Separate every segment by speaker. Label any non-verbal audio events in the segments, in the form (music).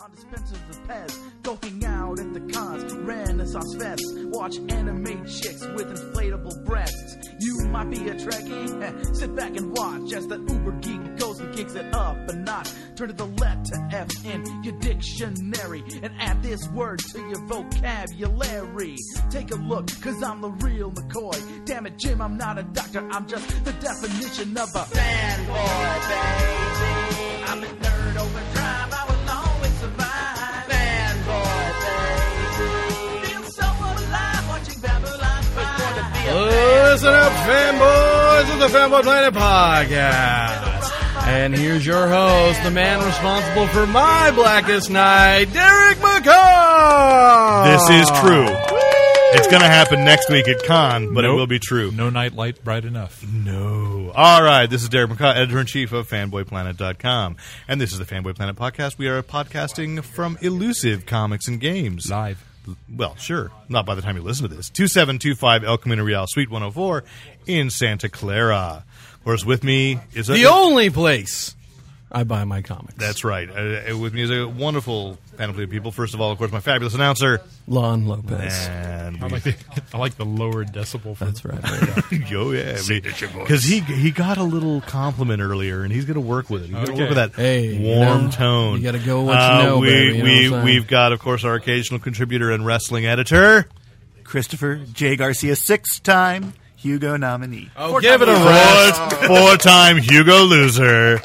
Speaker 1: on dispensers of Pez, doking out at the cons, Renaissance fests. Watch anime chicks with inflatable breasts. You might be a Trekkie, eh, sit back and watch as the uber geek goes and kicks it up a notch. Turn to the letter F in your dictionary and add this word to your vocabulary. Take a look, cause I'm the real McCoy. Damn it, Jim, I'm not a doctor, I'm just the definition of a fanboy, baby. I'm a nerd overdrive. I will always survive. Fanboy, baby. Feel so alive watching Babylon 5.
Speaker 2: Listen up, fanboys of the Fanboy Planet podcast. And here's your host, the man responsible for my blackest night, Derek McCall.
Speaker 3: This is true. It's going to happen next week at con, but it
Speaker 2: Nope.
Speaker 3: will be true.
Speaker 4: No night light bright enough.
Speaker 3: No. All right. This is Derek McCaw, editor in chief of fanboyplanet.com. And this is the Fanboy Planet podcast. We are podcasting from elusive comics and games.
Speaker 4: Live.
Speaker 3: Well, sure. Not by the time you listen to this. 2725 El Camino Real, Suite 104 in Santa Clara. Of course, with me is a,
Speaker 2: The only place I buy my comics.
Speaker 3: That's right. Uh, with me is a wonderful panoply of people. First of all, of course, my fabulous announcer.
Speaker 2: Lon Lopez.
Speaker 3: And
Speaker 4: I like the, (laughs) I like the lower decibel. For
Speaker 2: That's right.
Speaker 3: (laughs) Yo, yeah, because he he got a little compliment earlier, and he's going to work with it. He's going to
Speaker 4: Okay.
Speaker 3: work with that
Speaker 2: Hey, you
Speaker 3: warm
Speaker 2: know,
Speaker 3: tone. Uh,
Speaker 2: you gotta go with what you know,
Speaker 3: We
Speaker 2: baby, you know what
Speaker 3: we
Speaker 2: I'm saying?
Speaker 3: we've got, of course, our occasional contributor and wrestling editor.
Speaker 5: Christopher J. Garcia, six time Hugo nominee.
Speaker 2: Oh, give it a rest.
Speaker 3: Four time Hugo loser.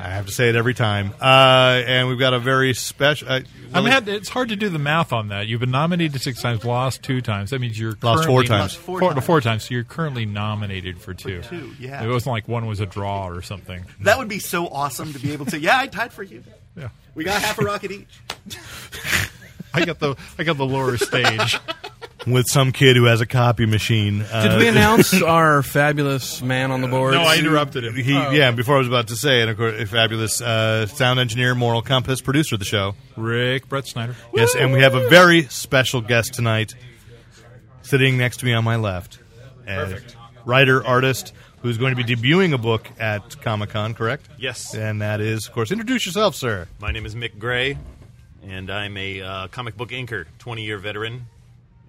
Speaker 3: I have to say it every time. Uh, and we've got a very special. Uh,
Speaker 4: I mean, had- it's hard to do the math on that. You've been nominated six times, lost two times. That means you're
Speaker 3: Lost
Speaker 4: currently-
Speaker 3: four times.
Speaker 4: Four, four, times. So you're currently nominated for two.
Speaker 5: two, yeah.
Speaker 4: It wasn't like one was a draw or something.
Speaker 5: That would be so awesome to be able to. Yeah, I tied for Hugo.
Speaker 4: Yeah.
Speaker 5: We got half a rocket each.
Speaker 4: I got the I got the lower stage.
Speaker 3: (laughs) with some kid who has a copy machine. Uh,
Speaker 2: Did we announce our fabulous man on the board?
Speaker 4: No, I interrupted him.
Speaker 3: He, Yeah, before I was about to say, and of course, a fabulous uh, sound engineer, moral compass, producer of the show.
Speaker 4: Rick Brett Snyder.
Speaker 3: Yes, and we have a very special guest tonight sitting next to me on my left. Perfect. Writer, artist, who's going to be debuting a book at Comic Con, correct?
Speaker 6: Yes.
Speaker 3: And that is, of course, introduce yourself, sir.
Speaker 6: My name is Mick Gray, and I'm a uh, comic book inker, 20 year veteran.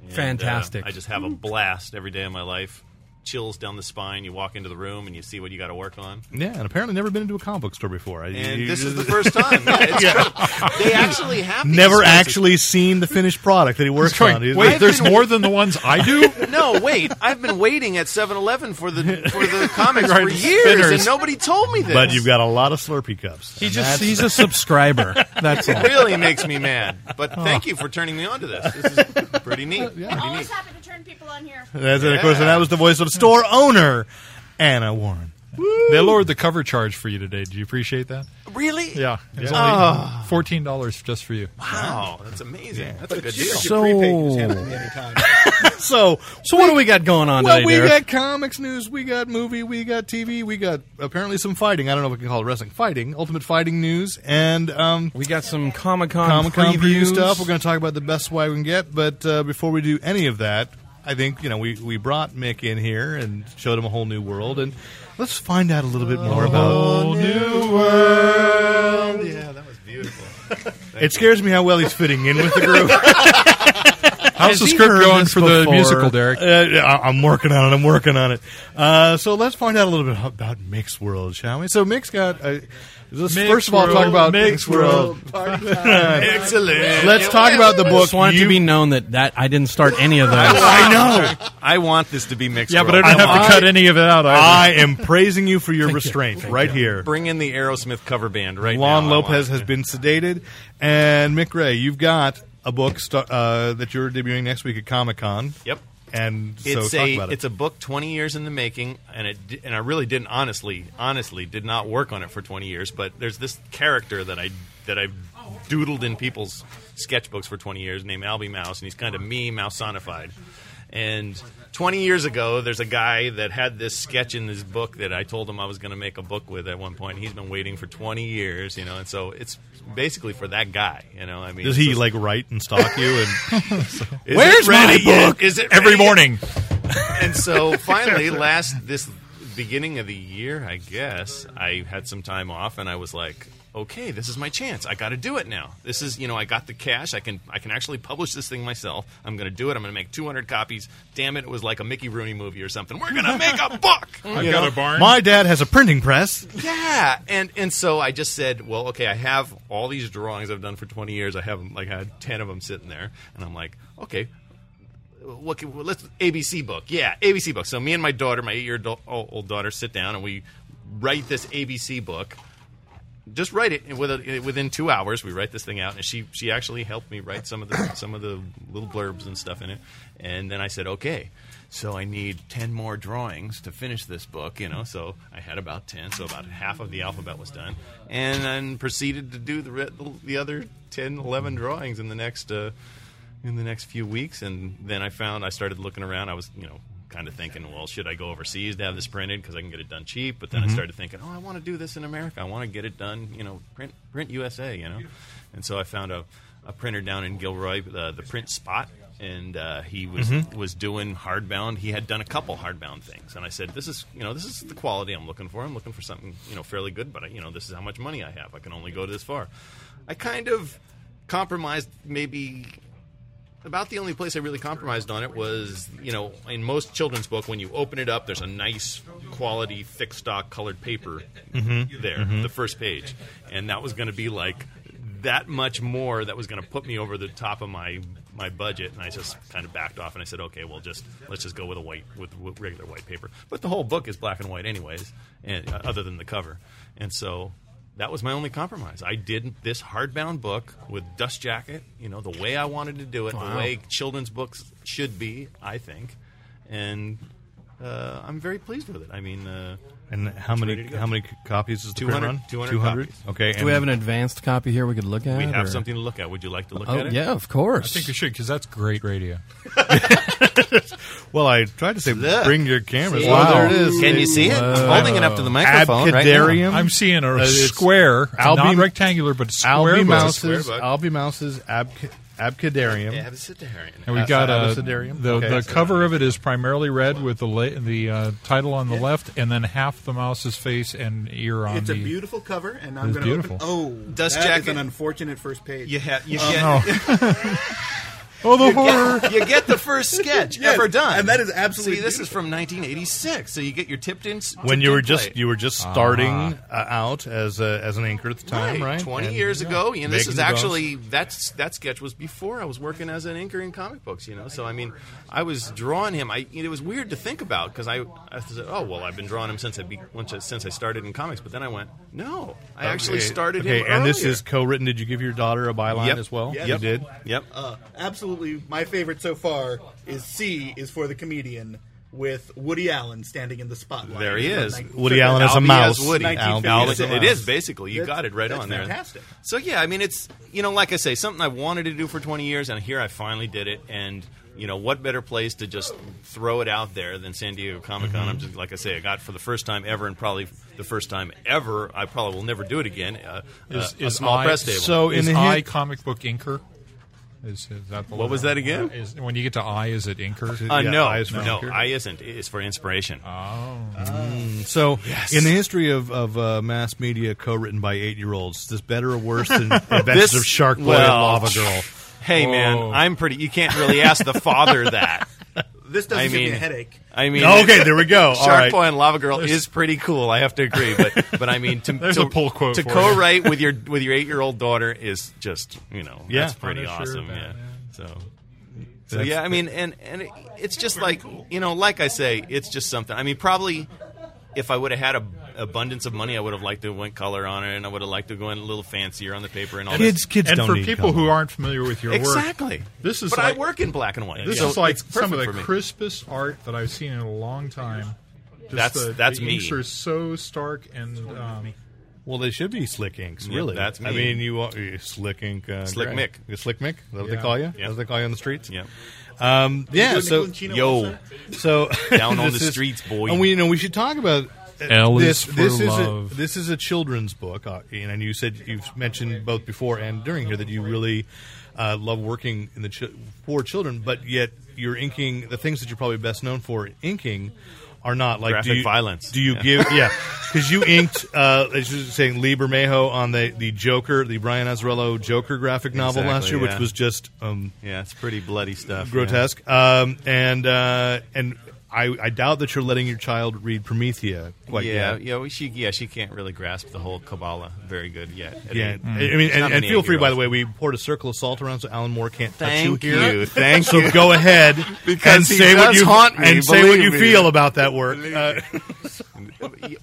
Speaker 6: And, uh,
Speaker 2: Fantastic.
Speaker 6: I just have a blast every day of my life. Chills down the spine. You walk into the room and you see what you got to work on.
Speaker 3: Yeah, and apparently never been into a comic book store before. I,
Speaker 6: And
Speaker 3: you-
Speaker 6: this is the first time. Yeah, it's great. They actually have these
Speaker 3: (laughs) Never
Speaker 6: spaces.
Speaker 3: actually seen the finished product that he works on. He's
Speaker 4: Wait,
Speaker 3: like,
Speaker 4: there's more than the ones I do.
Speaker 3: (laughs)
Speaker 6: No, wait. I've been waiting at 7-Eleven for the for
Speaker 4: (laughs)
Speaker 6: the comics
Speaker 4: Right,
Speaker 6: for years,
Speaker 4: spinners.
Speaker 6: and nobody told me this.
Speaker 3: but you've got a lot of Slurpee cups.
Speaker 2: He just he's a
Speaker 3: (laughs)
Speaker 2: subscriber. That's all.
Speaker 6: really makes me mad. But
Speaker 4: Oh.
Speaker 6: thank you for turning me on to this. This is pretty neat. Pretty
Speaker 7: Always
Speaker 6: neat.
Speaker 7: happy to turn people on
Speaker 3: (laughs)
Speaker 7: here.
Speaker 3: That's it, of course, and that was the voice of store owner Anna Warren.
Speaker 4: They lowered the cover charge for you today. Did you appreciate that?
Speaker 6: Really?
Speaker 4: Yeah, it's
Speaker 3: Ah.
Speaker 4: only fourteen dollars just for you.
Speaker 6: Wow, Oh, that's amazing. That's a good deal.
Speaker 2: So,
Speaker 3: So
Speaker 2: so what do we got going on
Speaker 3: Well,
Speaker 2: today,
Speaker 3: we
Speaker 2: Derek?
Speaker 3: got comics news, we got movie, we got TV, we got apparently some fighting. I don't know if we can call it wrestling. Fighting, ultimate fighting news, and um,
Speaker 2: We got some Comic Con
Speaker 3: Comic Con preview
Speaker 2: previews.
Speaker 3: stuff. We're going to talk about the best way we can get. But uh, before we do any of that, I think you know we we brought Mick in here and showed him a whole new world, and let's find out a little bit more
Speaker 4: Oh.
Speaker 3: about
Speaker 4: new
Speaker 6: Yeah, that was beautiful.
Speaker 3: It scares me how well he's fitting in with the group.
Speaker 4: How's the
Speaker 2: he
Speaker 4: script
Speaker 2: heard
Speaker 4: going
Speaker 2: this
Speaker 4: for the
Speaker 2: before?
Speaker 4: musical, Derek?
Speaker 3: Uh, yeah, I- I'm working on it. I'm working on it. Uh, so let's find out a little bit about Mick's World, shall we? So Mick's got. Uh, let's
Speaker 4: Mick's
Speaker 3: first of all talk
Speaker 4: World,
Speaker 3: about
Speaker 4: Mick's
Speaker 3: Excellent. uh, Let's talk about the
Speaker 2: I
Speaker 3: book.
Speaker 2: just want it
Speaker 3: you-
Speaker 2: to be known that, that I didn't start any of those.
Speaker 3: I know.
Speaker 6: I want this to be mixed.
Speaker 4: Yeah, but I
Speaker 6: world.
Speaker 4: don't have
Speaker 3: I-
Speaker 4: to cut any of it out. Either.
Speaker 3: I am praising you for your restraint right here.
Speaker 6: bring in the Aerosmith cover band right
Speaker 3: Lon
Speaker 6: now. I
Speaker 3: Lopez
Speaker 6: want
Speaker 3: has been sedated, and Mick Ray, you've got a book stu- uh, that you're debuting next week at Comic Con.
Speaker 6: it. Yep.
Speaker 3: And so
Speaker 6: It's
Speaker 3: talk
Speaker 6: a
Speaker 3: about it.
Speaker 6: it's a book 20 years in the making and it di- and I really didn't honestly honestly did not work on it for 20 years but there's this character that I that I've doodled in people's sketchbooks for 20 years named Albie Mouse and he's kind of me mousonified and 20 years ago there's a guy that had this sketch in his book that I told him I was going to make a book with at one point he's been waiting for 20 years you know and so it's basically for that guy you know I mean
Speaker 3: Does
Speaker 6: it's
Speaker 3: he
Speaker 6: just-
Speaker 3: like write and stalk you? And
Speaker 6: Is
Speaker 4: Where's
Speaker 6: it ready
Speaker 4: my
Speaker 6: yet?
Speaker 4: book?
Speaker 6: Is it
Speaker 4: Every
Speaker 6: ready yet?
Speaker 4: morning. (laughs)
Speaker 6: and so finally, last this beginning of the year, I guess I had some time off, and I was like, okay, this is my chance. I got to do it now. This is, you know, I got the cash. I can, I can actually publish this thing myself. I'm going to do it. I'm going to make 200 copies. Damn it, it was like a Mickey Rooney movie or something. We're going to make a book.
Speaker 4: (laughs) I've got a barn.
Speaker 3: My dad has a printing press.
Speaker 6: Yeah, and and so I just said, well, okay, I have all these drawings I've done for 20 years. I have like I had 10 of them sitting there, and I'm like, okay, what can, well, let's ABC book, yeah, ABC book. So me and my daughter, my eight year old daughter, sit down and we write this ABC book. Just write it and with- within two hours. We write this thing out, and she she actually helped me write some of the some of the little blurbs and stuff in it. And then I said, okay, so I need 10 more drawings to finish this book, you know. So I had about 10, so about half of the alphabet was done. And then proceeded to do the re- the other 10, 11 drawings in the next uh, in the next few weeks and then I found I started looking around. I was, you know, kind of thinking, well, should I go overseas to have this printed cuz I can get it done cheap? But then I started thinking, oh, I want to do this in America. I want to get it done, you know, print print USA, you know. And so I found a a printer down in Gilroy, uh, the Print Spot, and uh, he was was doing hardbound. He had done a couple hardbound things, and I said, "This is you know this is the quality I'm looking for. I'm looking for something you know fairly good, but I, you know this is how much money I have. I can only go this far." I kind of compromised maybe about the only place I really compromised on it was, you know, in most children's book, when you open it up, there's a nice quality thick stock colored paper there, the first page, and that was going to be like that much more that was going to put me over the top of my my budget, and I just kind of backed off and I said, okay, well, just let's just go with a white with, with regular white paper. But the whole book is black and white, anyways, and uh, other than the cover, and so that was my only compromise. I did this hardbound book with dust jacket, you know, the way I wanted to do it, the way children's books should be, I think, and uh, I'm very pleased with it. I mean, uh,
Speaker 3: And how
Speaker 6: ready
Speaker 3: many
Speaker 6: to go.
Speaker 3: how many copies is the print
Speaker 6: 200
Speaker 3: run?
Speaker 6: 200 copies.
Speaker 3: Okay.
Speaker 2: Do we have an advanced copy here we could look at?
Speaker 6: we have
Speaker 2: or-
Speaker 6: something to look at. Would you like to look
Speaker 2: Oh
Speaker 6: at it?
Speaker 2: yeah, of course.
Speaker 4: I think you should because that's great radio.
Speaker 3: well, I tried to say
Speaker 6: Look.
Speaker 3: bring your cameras.
Speaker 6: Oh,
Speaker 3: Wow.
Speaker 6: there it is. Can you see it? I'm holding it up to the microphone right now.
Speaker 3: Abcadarium.
Speaker 4: I'm seeing a
Speaker 3: Uh, it's
Speaker 4: square,
Speaker 3: Albi-
Speaker 4: non-rectangular, but square.
Speaker 3: Albie
Speaker 4: book.
Speaker 3: Mouse's
Speaker 6: square book.
Speaker 3: Albie Mouse's Abc- Abcadarium.
Speaker 6: Yeah, have a sit there.
Speaker 4: And we've got
Speaker 3: Uh,
Speaker 4: uh,
Speaker 3: Abecedarium?
Speaker 4: the
Speaker 3: Okay.
Speaker 4: the cover of it is primarily red with the la- the uh, title on the left, and then half the mouse's face and ear on
Speaker 7: It's
Speaker 4: the.
Speaker 7: a
Speaker 4: (laughs)
Speaker 7: beautiful cover, and I'm
Speaker 4: It's
Speaker 7: going to
Speaker 4: beautiful.
Speaker 7: open. Oh,
Speaker 6: Dust
Speaker 7: that is
Speaker 6: jacket.
Speaker 7: an unfortunate first page.
Speaker 6: You, ha- you, (laughs)
Speaker 4: oh, the horror!
Speaker 6: get, you get the (laughs) first sketch
Speaker 7: Yes,
Speaker 6: ever done,
Speaker 7: and that is absolutely
Speaker 6: See, this is
Speaker 7: beautiful.
Speaker 6: from 1986, so you get your tipped in s-
Speaker 3: when
Speaker 6: tipped
Speaker 3: you
Speaker 6: in
Speaker 3: were just
Speaker 6: plate.
Speaker 3: you were just starting
Speaker 6: Ah.
Speaker 3: uh, out as a, as an anchor at the time, right?
Speaker 6: 20
Speaker 3: And-
Speaker 6: years ago. You know, this
Speaker 3: Making
Speaker 6: is
Speaker 3: the
Speaker 6: actually that's that sketch was before I was working as an anchor in comic books. You know, so I mean, I was drawing him. I it was weird to think about because I, I said, oh well, I've been drawing him since I, be, once I since I started in comics. But then I went, no, I actually
Speaker 3: Okay,
Speaker 6: started
Speaker 3: Oh, Okay,
Speaker 6: him.
Speaker 3: and this
Speaker 6: earlier."
Speaker 3: is co-written. Did you give your daughter a byline
Speaker 6: Yep.
Speaker 3: as well?
Speaker 6: Yes.
Speaker 3: You did.
Speaker 6: yep.
Speaker 7: Uh, absolutely, my favorite so far is C is for the comedian with Woody Allen standing in the spotlight.
Speaker 6: There he is.
Speaker 3: Woody Allen as a
Speaker 6: Albie
Speaker 3: mouse.
Speaker 6: as Woody.
Speaker 7: 1950
Speaker 6: Albie
Speaker 7: as a
Speaker 6: as- it
Speaker 7: mouse.
Speaker 6: is basically. You
Speaker 7: That's-
Speaker 6: got it right
Speaker 7: that's
Speaker 6: on there.
Speaker 7: fantastic.
Speaker 6: So yeah, I mean, it's you know, like I say, something I wanted to do for 20 years, and here I finally did it. And you know, what better place to just throw it out there than San Diego Comic
Speaker 3: Mm-hmm.
Speaker 6: Con? I'm just like I say, I got for the first time ever, and probably the first time ever. I probably will never do it again. Uh,
Speaker 4: Is-
Speaker 6: a- a
Speaker 4: is
Speaker 6: small
Speaker 4: I-
Speaker 6: press table.
Speaker 3: So in
Speaker 4: is
Speaker 3: the
Speaker 4: I
Speaker 3: hint-
Speaker 4: comic book inker? Is, is that the
Speaker 6: What was that again?
Speaker 4: Is, when you get to I, is it inker? Oh.
Speaker 6: uh,
Speaker 3: yeah,
Speaker 6: no,
Speaker 3: I is for
Speaker 6: no,
Speaker 3: anchor. Oh.
Speaker 6: I isn't. It's for inspiration.
Speaker 3: So, in the history of, of uh, mass media co-written by eight-year-olds, is this better or worse
Speaker 6: (laughs)
Speaker 3: than Adventures of Shark Boy and
Speaker 6: well,
Speaker 3: Lava Girl?
Speaker 6: Hey man,
Speaker 3: Oh.
Speaker 4: Whoa.
Speaker 6: I'm pretty. You can't really ask the father that.
Speaker 7: uh, This (laughs) doesn't
Speaker 6: I
Speaker 7: give me
Speaker 6: mean-
Speaker 7: a headache.
Speaker 6: I mean,
Speaker 3: okay, there we
Speaker 6: (laughs)
Speaker 3: go. All
Speaker 6: Shark
Speaker 3: right.
Speaker 6: Boy and Lava Girl is pretty cool. I have to agree, but but I mean,
Speaker 4: (laughs)
Speaker 6: to,
Speaker 4: There's
Speaker 6: to,
Speaker 4: a pull quote
Speaker 6: to
Speaker 4: for you.
Speaker 6: co-write with your with your eight year old daughter is just you know
Speaker 3: Yeah.
Speaker 6: that's pretty
Speaker 4: I'm sure
Speaker 6: awesome.
Speaker 4: about
Speaker 6: yeah.
Speaker 4: that,
Speaker 6: So. So yeah, I mean, and and it, it's just like you know, like I say, it's just something. I mean, probably if I would have had a abundance of money, I would have liked to have went color on it, and I would have liked to go in a little fancier on the paper and all
Speaker 3: Kids,
Speaker 6: this.
Speaker 3: kids
Speaker 4: and
Speaker 3: don't
Speaker 4: for
Speaker 3: need
Speaker 4: people
Speaker 3: color.
Speaker 4: who aren't familiar with your work,
Speaker 6: exactly.
Speaker 4: This is
Speaker 6: but
Speaker 4: like-
Speaker 6: I work in black and white.
Speaker 4: This
Speaker 6: so
Speaker 4: is like
Speaker 6: it's
Speaker 4: some of
Speaker 6: perfect
Speaker 4: the
Speaker 6: for me.
Speaker 4: crispest art that I've seen in a long time. Just
Speaker 6: That's-
Speaker 4: the,
Speaker 6: that's
Speaker 4: the
Speaker 6: me.
Speaker 4: inks are so stark and um,
Speaker 3: well, they should be slick inks.
Speaker 6: Yeah,
Speaker 3: Really,
Speaker 6: that's me.
Speaker 3: I mean, you are you slick ink, uh,
Speaker 6: Slick
Speaker 3: Greg.
Speaker 6: Mick.
Speaker 3: You're slick Mick. Is that what they
Speaker 4: Yeah.
Speaker 3: call you?
Speaker 6: Yeah.
Speaker 3: That's what they call you on the streets.
Speaker 6: Yeah.
Speaker 3: Um, yeah.
Speaker 7: doing
Speaker 3: So,
Speaker 7: Nicol Chino
Speaker 3: yo, so
Speaker 7: also?
Speaker 3: (laughs)
Speaker 6: Down on
Speaker 3: this
Speaker 6: the
Speaker 3: is-
Speaker 6: streets, boy.
Speaker 3: And we, you know, we should talk about uh,
Speaker 4: L is
Speaker 3: this.
Speaker 4: for
Speaker 3: this is a,
Speaker 4: love.
Speaker 3: this is a children's book, uh, Ian, and you said you've mentioned both before and during here that you really uh, love working in the ch- for children, but yet you're inking the things that you're probably best known for inking are not like
Speaker 6: Graphic
Speaker 3: do you,
Speaker 6: violence.
Speaker 3: Do you
Speaker 6: Yeah. (laughs)
Speaker 3: give yeah? Because you inked, uh, as you were saying, Lieber Mayho on the the Joker, the Brian Azzarello Joker graphic novel last
Speaker 6: Exactly,
Speaker 3: year,
Speaker 6: yeah.
Speaker 3: which was just um,
Speaker 6: Yeah, it's pretty bloody stuff.
Speaker 3: grotesque. Um, and uh, and I, I doubt that you're letting your child read Promethea
Speaker 6: Yeah,
Speaker 3: quite
Speaker 6: yeah,
Speaker 3: yet.
Speaker 6: yeah. well, she yeah she can't really grasp the whole Kabbalah very good yet. I
Speaker 3: Yeah,
Speaker 6: mean,
Speaker 3: I mean,
Speaker 6: There's Mm. not
Speaker 3: and, and
Speaker 6: many
Speaker 3: feel free. By the way,
Speaker 6: eight-year-olds.
Speaker 3: we poured a circle of salt around, so Alan Moore can't
Speaker 6: Thank
Speaker 3: touch you. here.
Speaker 6: you, (laughs) thank
Speaker 3: so
Speaker 6: you.
Speaker 3: go
Speaker 6: (laughs)
Speaker 3: ahead
Speaker 6: Because
Speaker 3: and
Speaker 6: he
Speaker 3: say what
Speaker 6: does
Speaker 3: you
Speaker 6: haunt me,
Speaker 3: and say what
Speaker 6: believe
Speaker 3: you
Speaker 6: me.
Speaker 3: feel about that work. Uh,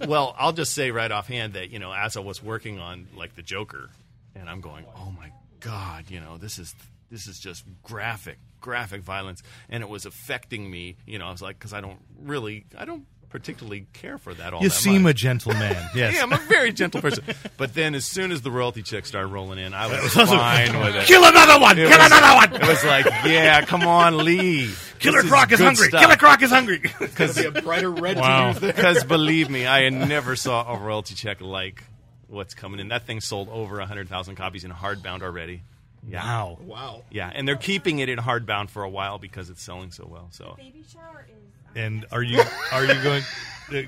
Speaker 6: well, I'll just say right offhand that you know, as I was working on like the Joker, and I'm going, oh my god, you know, this is this is just graphic, graphic violence, and it was affecting me. You know, I was like, because I don't really, I don't particularly care for that. All
Speaker 3: you
Speaker 6: that
Speaker 3: seem
Speaker 6: much.
Speaker 3: a
Speaker 6: (laughs)
Speaker 3: gentleman. Yes.
Speaker 6: Yeah, I'm a very gentle person. (laughs) But then, as soon as the royalty checks started rolling
Speaker 3: (laughs)
Speaker 6: in, I was fine with it.
Speaker 3: Kill another one.
Speaker 6: It
Speaker 3: Kill
Speaker 6: was-
Speaker 3: another
Speaker 6: (laughs)
Speaker 3: one.
Speaker 6: It was like, yeah, come on, Lee.
Speaker 3: Killer Croc is hungry. Killer Croc is
Speaker 6: (laughs)
Speaker 3: hungry. (laughs)
Speaker 7: Because be a brighter red.
Speaker 4: Wow.
Speaker 6: Because believe me, I never saw a royalty check like what's coming in. That thing sold over 100,000 copies in hardbound already. Yeah. Wow.
Speaker 7: Wow.
Speaker 6: Yeah, and they're keeping it in hardbound for a while because it's selling so well. So
Speaker 8: Baby shower
Speaker 7: um,
Speaker 8: is.
Speaker 3: and are you are you
Speaker 6: (laughs)
Speaker 3: going? uh,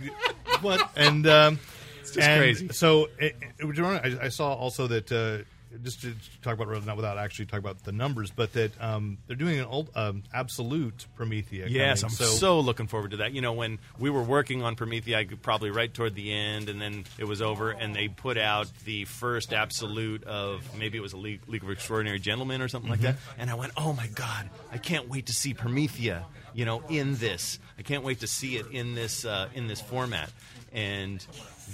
Speaker 3: what and um, it's
Speaker 6: just crazy.
Speaker 3: So it, it, would you remember- I, I saw also that uh, just to talk about Road, not without actually talking about the numbers, but that um, they're doing an old um, absolute Promethea.
Speaker 6: Yes, I'm
Speaker 3: coming.
Speaker 6: so, looking forward to that. You know, when we were working on Promethea, I could probably right toward the end, and then it was over, and they put out the first absolute of maybe it was a League, League of Extraordinary Gentlemen or something
Speaker 3: Mm-hmm.
Speaker 6: like that. And I went, oh my God, I can't wait to see Promethea, you know, in this. I can't wait to see it in this uh, in this format. And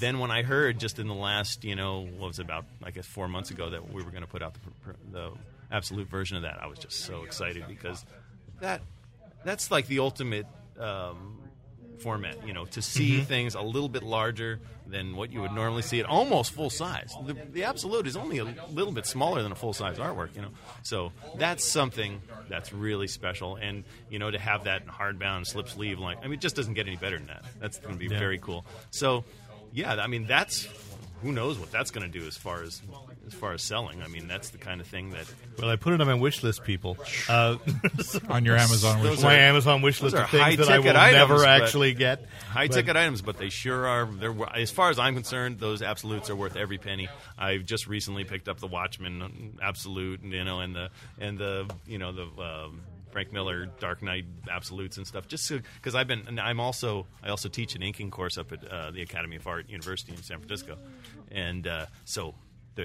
Speaker 6: then when I heard just in the last, you know, what was it about, I guess, four months ago that we were going to put out the, pr- pr- the absolute version of that, I was just so excited because that that's like the ultimate um, format, you know, to see things a little bit larger than what you would normally see at almost full size. The, the absolute is only a little bit smaller than a full size artwork, you know. So that's something that's really special, and you know, to have that in hardbound slip sleeve, like I mean, it just doesn't get any better than that. That's going to be very cool. So, yeah, I mean, that's who knows what that's going to do as far as as far as selling. I mean, that's the kind of thing that
Speaker 3: Well, I put it on my wish list, people. Uh,
Speaker 4: on your Amazon
Speaker 3: (laughs)
Speaker 4: wish
Speaker 6: (laughs) Those
Speaker 3: my
Speaker 6: are-
Speaker 3: Amazon wish
Speaker 6: those
Speaker 3: list
Speaker 6: are
Speaker 3: of things that I will
Speaker 6: high-ticket items,
Speaker 3: never
Speaker 6: but-
Speaker 3: actually get.
Speaker 6: high ticket items, but they sure are. They're, wor- as far as I'm concerned, those absolutes are worth every penny. I've just recently picked up the Watchmen absolute, and you know, and the and the you know the um, Frank Miller Dark Knight absolutes and stuff. Just because I've been, and I'm also I also teach an inking course up at uh, the Academy of Art University in San Francisco, and uh, so. there-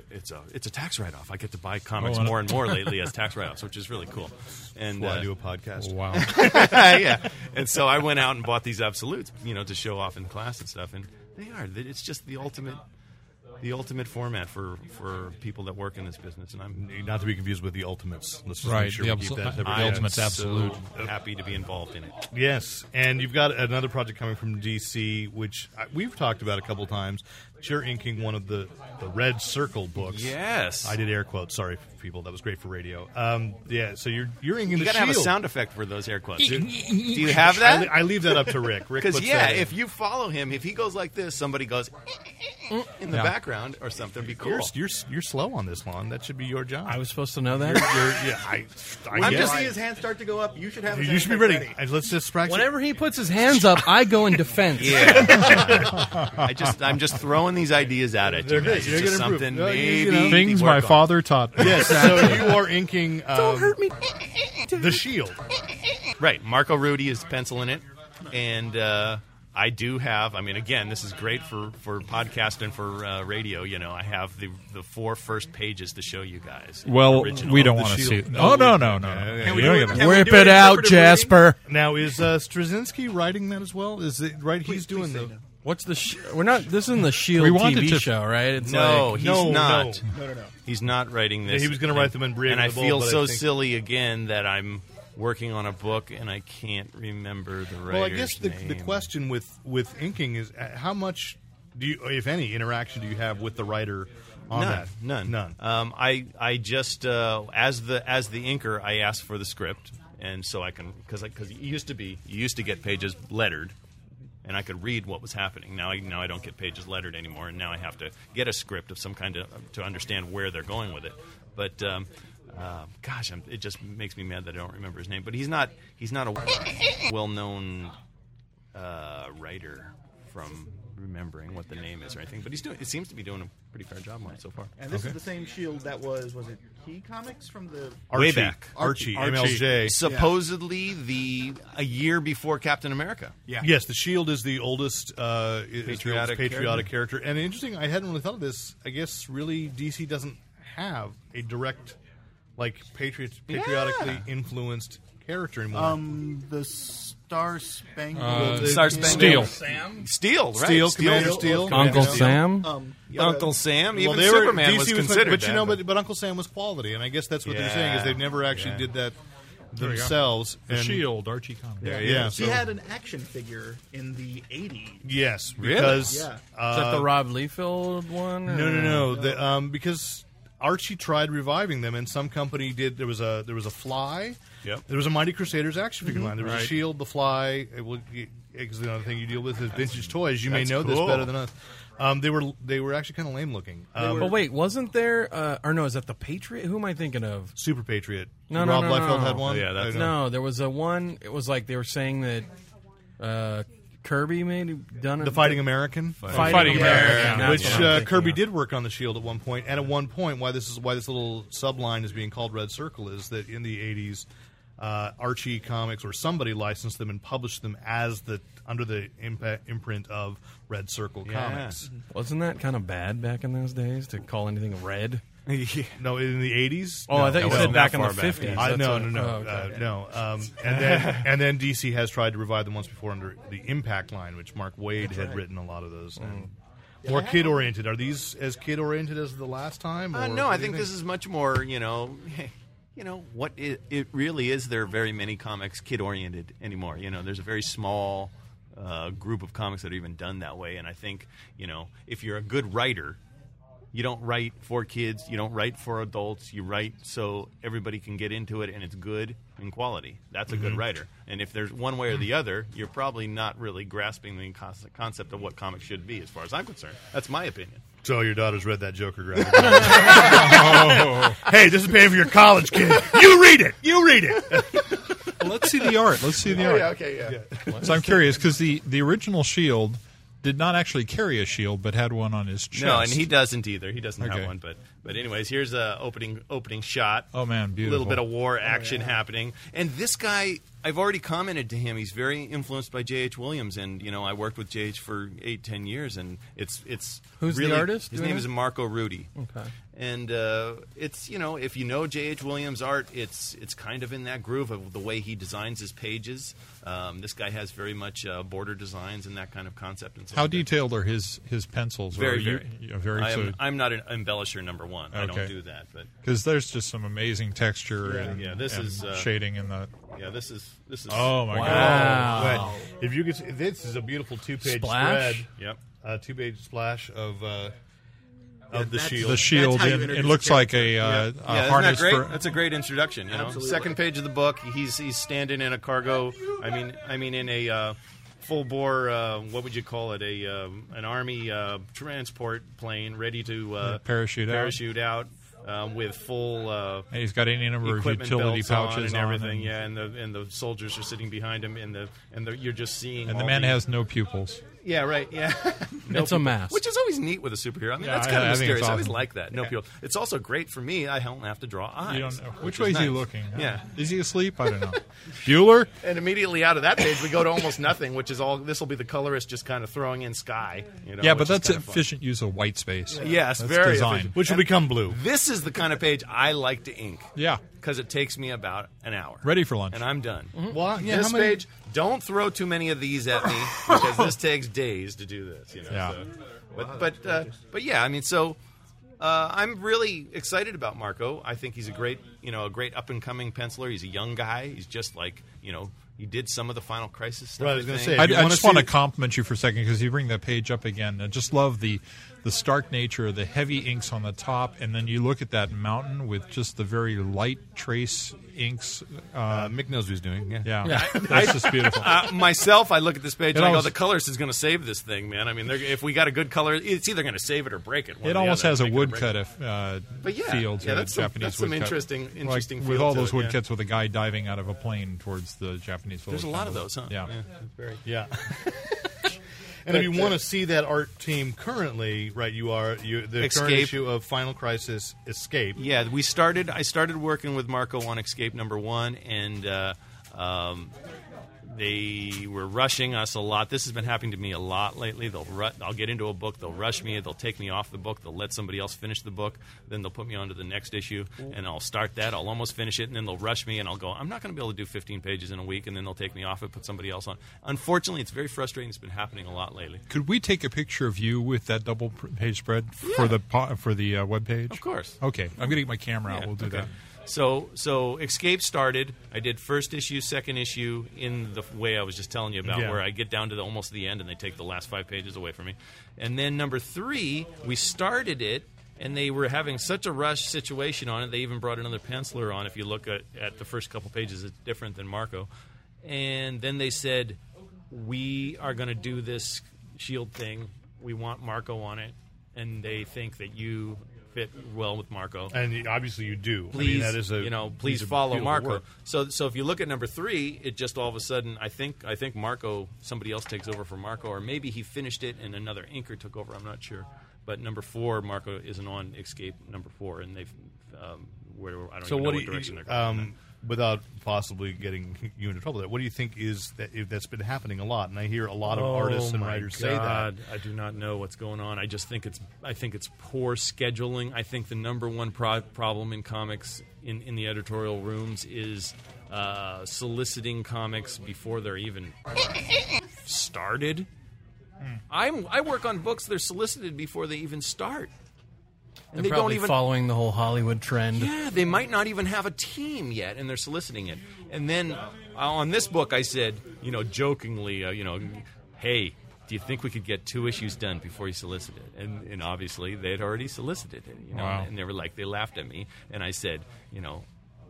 Speaker 6: It's a it's a tax write off. I get to buy comics
Speaker 4: Oh, and-
Speaker 6: more
Speaker 3: (laughs)
Speaker 6: and more lately as tax write offs, which is really cool. And
Speaker 3: Well,
Speaker 6: uh,
Speaker 3: I do a podcast.
Speaker 4: Wow. (laughs)
Speaker 6: yeah. (laughs) And so I went out and bought these absolutes, you know, to show off in class and stuff. And they are. It's just the ultimate, the ultimate format for for people that work in this business. And I'm
Speaker 3: Not to be confused with the Ultimates. Let's just
Speaker 4: Right,
Speaker 3: make sure
Speaker 4: the
Speaker 3: we keep
Speaker 4: absol-
Speaker 3: that separate.
Speaker 4: I-
Speaker 6: I am
Speaker 4: Ultimate's absolute.
Speaker 6: so happy to be involved in it.
Speaker 3: Yes, and you've got another project coming from DC, which I- we've talked about a couple times. But you're inking one of the, the Red Circle books.
Speaker 6: Yes.
Speaker 3: I did air quotes. Sorry, people. That was great for radio. Um, yeah, so you're you're inking
Speaker 6: You
Speaker 3: the
Speaker 6: gotta have a
Speaker 3: Shield.
Speaker 6: sound effect for those air quotes. Do you have
Speaker 3: I, li-
Speaker 6: that?
Speaker 3: I leave that up to Rick.
Speaker 6: (laughs)
Speaker 3: Rick
Speaker 6: Because
Speaker 3: puts
Speaker 6: yeah,
Speaker 3: that in.
Speaker 6: if you follow him, if he goes like this, somebody goes (laughs) in the
Speaker 4: Yeah.
Speaker 6: background or something. It'd Be cool.
Speaker 3: you're, you're you're slow on this one, that should be your job.
Speaker 2: I was supposed to know that.
Speaker 3: You're- yeah, I, I
Speaker 6: I'm
Speaker 7: You
Speaker 3: guess.
Speaker 6: just-
Speaker 7: see his hands start to go up. You should have. his
Speaker 3: you
Speaker 7: hands
Speaker 3: should be
Speaker 7: start
Speaker 3: ready. And Let's just
Speaker 2: (laughs)
Speaker 3: practice.
Speaker 2: Whenever he puts his hands up, I go in defense.
Speaker 6: (laughs) I just I'm just throwing these ideas out at you.
Speaker 3: They're good.
Speaker 6: Guys.
Speaker 3: You're
Speaker 6: It's just
Speaker 3: gonna improve.
Speaker 6: something
Speaker 3: No, you-
Speaker 6: maybe
Speaker 3: you know.
Speaker 6: we
Speaker 4: Things
Speaker 6: work
Speaker 4: my
Speaker 6: on.
Speaker 4: father taught me.
Speaker 6: (laughs)
Speaker 3: Yes, so you are inking. Um,
Speaker 2: Don't hurt me.
Speaker 3: The Shield.
Speaker 6: Right. Marco Rudy is penciling it, and uh, I do have. I mean, again, this is great for for podcast and for uh, radio. You know, I have the the four first pages to show you guys.
Speaker 4: Well,
Speaker 6: Original.
Speaker 4: we don't
Speaker 3: the
Speaker 4: want to see.
Speaker 3: shield.
Speaker 4: it. Oh no, no, no!
Speaker 3: Yeah, yeah,
Speaker 4: You
Speaker 3: we
Speaker 4: don't
Speaker 7: do
Speaker 4: get
Speaker 7: it?
Speaker 4: it.
Speaker 7: Can we
Speaker 2: Whip
Speaker 7: do
Speaker 2: it
Speaker 7: an
Speaker 2: out,
Speaker 7: interpretive reading?
Speaker 2: Jasper.
Speaker 3: Now is uh, Straczynski writing that as well? Is it right? He's doing
Speaker 7: say
Speaker 3: the.
Speaker 7: no.
Speaker 2: What's the? Sh- we're not. This isn't the Shield
Speaker 4: We wanted
Speaker 2: TV
Speaker 4: to-
Speaker 2: show, right? It's
Speaker 6: No,
Speaker 2: like,
Speaker 6: he's
Speaker 3: no,
Speaker 6: not.
Speaker 3: no.
Speaker 7: No, no, no.
Speaker 6: He's not writing this.
Speaker 3: Yeah, he was gonna write them in Brave
Speaker 6: And
Speaker 3: and
Speaker 6: I
Speaker 3: the Bold,
Speaker 6: feel
Speaker 3: but I
Speaker 6: so
Speaker 3: think-
Speaker 6: silly again that I'm working on a book and I can't remember the writer's
Speaker 3: Well, I guess the, the
Speaker 6: name.
Speaker 3: question with with inking is uh, how much do you, if any, interaction do you have with the writer on
Speaker 6: none,
Speaker 3: that?
Speaker 6: None.
Speaker 3: none.
Speaker 6: Um, I I just uh, as the as the inker, I ask for the script, and so I can because because it used to be you used to get pages lettered, and I could read what was happening. Now I now I don't get pages lettered anymore, and now I have to get a script of some kind to to understand where they're going with it. But um, uh, gosh, I'm, (laughs) it just makes me mad that I don't remember his name. But he's not he's not a well known uh, writer from remembering what the name is or anything, but he's doing. It seems to be doing a pretty fair job on it so far.
Speaker 7: And this is the same shield that was was it Key Comics from the
Speaker 3: Archie.
Speaker 6: Way back.
Speaker 3: Archie,
Speaker 6: Archie.
Speaker 3: MLJ.
Speaker 6: Supposedly the a year before Captain America.
Speaker 5: Yeah.
Speaker 3: Yes, the Shield is the oldest uh, is
Speaker 6: Patriotic
Speaker 3: patriotic, the oldest patriotic character. And interesting, I hadn't really thought of this. I guess really DC doesn't have a direct, like patriot, patriotically influenced character anymore.
Speaker 5: Um, the Star Spangled.
Speaker 4: Uh,
Speaker 6: Star
Speaker 4: Steel.
Speaker 6: Spangled. Steel, right?
Speaker 3: Steel, Commander Steel,
Speaker 2: Uncle
Speaker 3: Steel.
Speaker 2: Sam.
Speaker 7: um
Speaker 6: Uncle Sam.
Speaker 3: Well,
Speaker 6: Even
Speaker 3: they were-
Speaker 6: Superman
Speaker 3: DC
Speaker 6: was
Speaker 3: meant-
Speaker 6: considered
Speaker 3: but you
Speaker 6: that,
Speaker 3: know, but, but Uncle Sam was quality, and I guess that's what they're saying is
Speaker 6: Yeah.
Speaker 3: they've never actually
Speaker 6: Yeah.
Speaker 3: did that
Speaker 4: you go.
Speaker 3: themselves.
Speaker 4: The
Speaker 3: and-
Speaker 4: Shield, Archie Comics.
Speaker 6: There
Speaker 3: yeah.
Speaker 6: he is.
Speaker 7: He
Speaker 3: so-
Speaker 7: had an action figure in the 80s.
Speaker 3: yes, because
Speaker 7: Yeah. Is
Speaker 2: Is
Speaker 3: uh,
Speaker 2: that the Rob Liefeld one?
Speaker 3: No,
Speaker 2: or-
Speaker 3: no, no. The, um, because Archie tried reviving them, and some company did. There was a there was a Fly.
Speaker 6: Yep. Mm-hmm.
Speaker 3: There was a Mighty Crusaders action figure line. There was a
Speaker 2: Right.
Speaker 3: Shield, the Fly. It will- it- It's another thing you deal with is vintage toys. You may
Speaker 6: that's
Speaker 3: know this
Speaker 6: cool.
Speaker 3: better than us. Um, they were they were actually kind of lame looking. Um,
Speaker 2: Uh, But wait, wasn't there? Uh, or no, is that the Patriot? Who am I thinking of?
Speaker 3: Super Patriot.
Speaker 2: No, no,
Speaker 3: Rob
Speaker 2: no, no,
Speaker 3: Liefeld
Speaker 2: no.
Speaker 3: had one.
Speaker 6: Oh, yeah, that's-
Speaker 3: I don't know.
Speaker 2: No, there was a one. It was like they were saying that uh, Kirby maybe done it.
Speaker 3: The Fighting American.
Speaker 2: Fighting,
Speaker 4: Fighting
Speaker 2: America.
Speaker 4: America.
Speaker 2: Yeah, that's
Speaker 3: which
Speaker 2: what I'm
Speaker 3: uh,
Speaker 2: thinking
Speaker 3: Kirby
Speaker 2: of.
Speaker 3: did work on the Shield at one point, and at one point, why this is why this little subline is being called Red Circle is that in the '80s, uh, Archie Comics or somebody licensed them and published them as the under the impa- imprint of Red Circle
Speaker 6: Yeah.
Speaker 3: Comics.
Speaker 2: Wasn't that kind of bad back in those days to call anything red?
Speaker 3: No, in the '80s.
Speaker 2: Oh,
Speaker 3: no,
Speaker 2: I thought you
Speaker 3: that
Speaker 2: said
Speaker 3: was-
Speaker 2: back in
Speaker 6: far
Speaker 2: the
Speaker 6: back.
Speaker 2: fifties. Oh,
Speaker 3: I, no, no, no, uh, no. Um, and then
Speaker 2: (laughs)
Speaker 3: and then DC has tried to revive them once before under the Impact line, which Mark Wade had written a lot of those.
Speaker 2: Mm.
Speaker 3: And, more kid oriented. Are these as kid oriented as the last time?
Speaker 6: Uh,
Speaker 3: or
Speaker 6: no,
Speaker 3: what
Speaker 6: I
Speaker 3: do you
Speaker 6: think this is much more, you know, (laughs) you know what it, it really is. There are very many comics kid oriented anymore. You know, there's a very small uh, group of comics that are even done that way. And I think you know, if you're a good writer, you don't write for kids, you don't write for adults. You write so everybody can get into it, and it's good and quality. That's a
Speaker 3: Mm-hmm.
Speaker 6: good writer. And if there's one way or the other, you're probably not really grasping the cons- concept of what comics should be, as far as I'm concerned. That's my opinion.
Speaker 3: So your daughter's read that Joker graphic. (laughs) Oh. Hey, this is paying for your college, kid. You read it. You read it.
Speaker 4: Well, let's see the art. Let's see the art.
Speaker 3: okay, yeah.
Speaker 4: So I'm curious because the the original Shield did not actually carry a shield, but had one on his chest.
Speaker 6: No, and he doesn't either. He doesn't
Speaker 4: Okay.
Speaker 6: have one. But but anyways, here's a opening opening shot.
Speaker 4: Oh, man,
Speaker 6: A
Speaker 4: beautiful.
Speaker 6: little bit of war action happening. And this guy, I've already commented to him. He's very influenced by J.H. Williams, and you know I worked with J.H. for eight ten years, and it's it's
Speaker 2: Who's the
Speaker 6: really,
Speaker 2: artist? Do
Speaker 6: His
Speaker 2: we
Speaker 6: name
Speaker 2: know?
Speaker 6: is Marco Rudy.
Speaker 2: Okay.
Speaker 6: And uh, it's you know if you know J.H. Williams art, it's it's kind of in that groove of the way he designs his pages. Um, this guy has very much uh, border designs and that kind of concept. And so
Speaker 4: How
Speaker 6: on.
Speaker 4: detailed are his his pencils?
Speaker 6: Very,
Speaker 4: Or you-
Speaker 6: very.
Speaker 4: yeah, very.
Speaker 6: I am,
Speaker 4: so-
Speaker 6: I'm not an embellisher number one. I
Speaker 4: Okay.
Speaker 6: don't do that. But
Speaker 4: because there's just some amazing texture and,
Speaker 6: yeah, this
Speaker 4: and
Speaker 6: is, uh,
Speaker 4: shading in the.
Speaker 6: yeah, this is this is.
Speaker 4: Oh my
Speaker 2: Wow.
Speaker 3: If you could, see, this is a beautiful two-page
Speaker 2: Splash?
Speaker 3: spread,
Speaker 6: Yep.
Speaker 3: uh, two-page splash of uh, of the
Speaker 7: that's-
Speaker 3: shield.
Speaker 4: god, the shield!
Speaker 7: how you
Speaker 4: And, it
Speaker 7: introduce
Speaker 4: looks
Speaker 7: a
Speaker 4: like a, uh, a
Speaker 6: yeah, isn't that
Speaker 4: harness
Speaker 6: great?
Speaker 4: for.
Speaker 6: That's a great introduction. You know,
Speaker 7: Absolutely.
Speaker 6: second page of the book, he's he's standing in a cargo. I mean, I mean in a uh, full bore. Uh, what would you call it? A um, an army uh, transport plane ready to uh,
Speaker 4: parachute out.
Speaker 6: parachute out, um, with full. Uh,
Speaker 4: and he's got any number of
Speaker 6: equipment
Speaker 4: utility
Speaker 6: belts
Speaker 4: pouches
Speaker 6: on and everything,
Speaker 4: and-
Speaker 6: yeah, and the and the soldiers are sitting behind him, and the and the, you're just seeing.
Speaker 4: and the
Speaker 6: all
Speaker 4: man has no pupils.
Speaker 6: yeah, right, yeah. (laughs)
Speaker 2: It's a mask.
Speaker 6: Which is always neat with a superhero. I mean,
Speaker 4: Yeah,
Speaker 6: that's
Speaker 4: I-
Speaker 6: kind of
Speaker 4: I think it's
Speaker 6: mysterious. I always
Speaker 4: awesome.
Speaker 6: like that. No people. It's also great for me. I don't have to draw eyes.
Speaker 4: You don't know. Which,
Speaker 6: which
Speaker 4: way is he
Speaker 6: nice.
Speaker 4: looking?
Speaker 6: Yeah.
Speaker 4: Is he asleep? I don't know. (laughs) Bueller?
Speaker 6: And immediately out of that page, we go to almost nothing, which is all. This will be the colorist just kind of throwing in sky. You know,
Speaker 4: Yeah, but
Speaker 6: which is
Speaker 4: that's
Speaker 6: kind of fun.
Speaker 4: efficient use of white space.
Speaker 6: Yes,
Speaker 4: that's
Speaker 6: very
Speaker 4: design.
Speaker 6: efficient.
Speaker 3: which will become blue.
Speaker 6: This is the kind of page I like to ink.
Speaker 4: Yeah.
Speaker 6: Because it takes me about an hour.
Speaker 4: Ready for lunch.
Speaker 6: And I'm done.
Speaker 3: Why- yeah,
Speaker 6: this
Speaker 3: how many-
Speaker 6: page, don't throw too many of these
Speaker 3: (laughs)
Speaker 6: at me because this takes days to do this. You know.
Speaker 4: Yeah.
Speaker 6: So. But but uh, but yeah, I mean, so uh, I'm really excited about Marco. I think he's a great you know a great up and coming penciler. He's a young guy. He's just like you know he did some of the Final Crisis stuff.
Speaker 3: Right, I was gonna
Speaker 6: think.
Speaker 3: say,
Speaker 4: I,
Speaker 3: If you
Speaker 4: I
Speaker 3: wanna
Speaker 4: just
Speaker 3: see
Speaker 4: want to
Speaker 3: it-
Speaker 4: compliment you for a second because you bring that page up again. I just love the the stark nature of the heavy inks on the top, and then you look at that mountain with just the very light trace inks. Uh,
Speaker 3: Uh, Mick knows what he's doing. Yeah.
Speaker 4: yeah, (laughs) that's just
Speaker 6: (laughs)
Speaker 4: beautiful.
Speaker 6: Uh, myself, I look at this page
Speaker 4: It
Speaker 6: and I go,
Speaker 4: almost-
Speaker 6: "The colors is going to save this thing, man." I mean, they're- if we got a good color, it's either going to save it or break it. one or
Speaker 4: It
Speaker 6: the
Speaker 4: almost
Speaker 6: other.
Speaker 4: has
Speaker 6: Make
Speaker 4: a
Speaker 6: it or break
Speaker 4: woodcut
Speaker 6: it.
Speaker 4: if, uh,
Speaker 6: But yeah,
Speaker 4: feel to
Speaker 6: yeah,
Speaker 4: it,
Speaker 6: that's some-
Speaker 4: Japanese
Speaker 6: that's some
Speaker 4: woodcut.
Speaker 6: interesting-
Speaker 4: Like,
Speaker 6: interesting
Speaker 4: with
Speaker 6: feel
Speaker 4: all
Speaker 6: to
Speaker 4: those
Speaker 6: it, yeah.
Speaker 4: woodcuts with a guy diving out of a plane towards the Japanese village.
Speaker 6: There's a lot of
Speaker 4: kind
Speaker 6: those, huh?
Speaker 4: Yeah.
Speaker 6: very.
Speaker 3: Yeah. and if you want to see that art team currently, right? You are you the current
Speaker 6: Escape.
Speaker 3: issue of Final Crisis Escape.
Speaker 6: Yeah, we started. I started working with Marco on Escape Number One, and uh, um, they were rushing us a lot. This has been happening to me a lot lately. They'll ru- I'll get into a book, they'll rush me, they'll take me off the book, they'll let somebody else finish the book, then they'll put me onto the next issue, and I'll start that. I'll almost finish it, and then they'll rush me, and I'll go. I'm not going to be able to do 15 pages in a week, and then they'll take me off it, put somebody else on. Unfortunately, it's very frustrating. It's been happening a lot lately.
Speaker 4: Could we take a picture of you with that double pr- page spread f- for the po- for the uh, web page?
Speaker 6: Of course.
Speaker 4: Okay, I'm going to get my camera out.
Speaker 6: Yeah,
Speaker 4: We'll do
Speaker 6: okay.
Speaker 4: that.
Speaker 6: So so Escape started. I did first issue, second issue in the f- way I was just telling you about,
Speaker 4: Yeah.
Speaker 6: where I get down to the, almost the end and they take the last five pages away from me. And then number three, we started it. And they were having such a rush situation on it. They even brought another penciler on. If you look at, at the first couple pages, it's different than Marco. And then they said, "We are going to do this shield thing. We want Marco on it." And they think that you fit well with Marco
Speaker 3: And obviously you do. I mean,
Speaker 6: please
Speaker 3: that is a
Speaker 6: you know please
Speaker 3: piece of
Speaker 6: follow
Speaker 3: beautiful
Speaker 6: Marco.
Speaker 3: work.
Speaker 6: So so if you look at number three, it just all of a sudden I think I think Marco somebody else takes over for Marco, or maybe he finished it and another inker took over. I'm not sure. But number four, Marco isn't on Escape number four, and they've um, where I don't
Speaker 3: So
Speaker 6: even
Speaker 3: what
Speaker 6: know
Speaker 3: do
Speaker 6: what direction
Speaker 3: you,
Speaker 6: they're going.
Speaker 3: um, without possibly getting (laughs) you into trouble? There, what do you think is that if that's been happening a lot? And I hear a lot
Speaker 6: Oh
Speaker 3: of artists and writers say that.
Speaker 6: I do not know what's going on. I just think it's I think it's poor scheduling. I think the number one pro- problem in comics in, in the editorial rooms is uh, soliciting comics before they're even started.
Speaker 8: Hmm.
Speaker 6: I'm I work on books they're solicited before they even start. And
Speaker 8: They're
Speaker 6: they don't
Speaker 8: probably
Speaker 6: even
Speaker 8: following the whole Hollywood trend.
Speaker 6: yeah, they might not even have a team yet, and they're soliciting it. And then uh, on this book, I said, you know, jokingly, uh, you know, hey, do you think we could get two issues done before you solicit it? And, and obviously, they had already solicited it, you know,
Speaker 4: Wow.
Speaker 6: and they were like, they laughed at me, and I said, you know.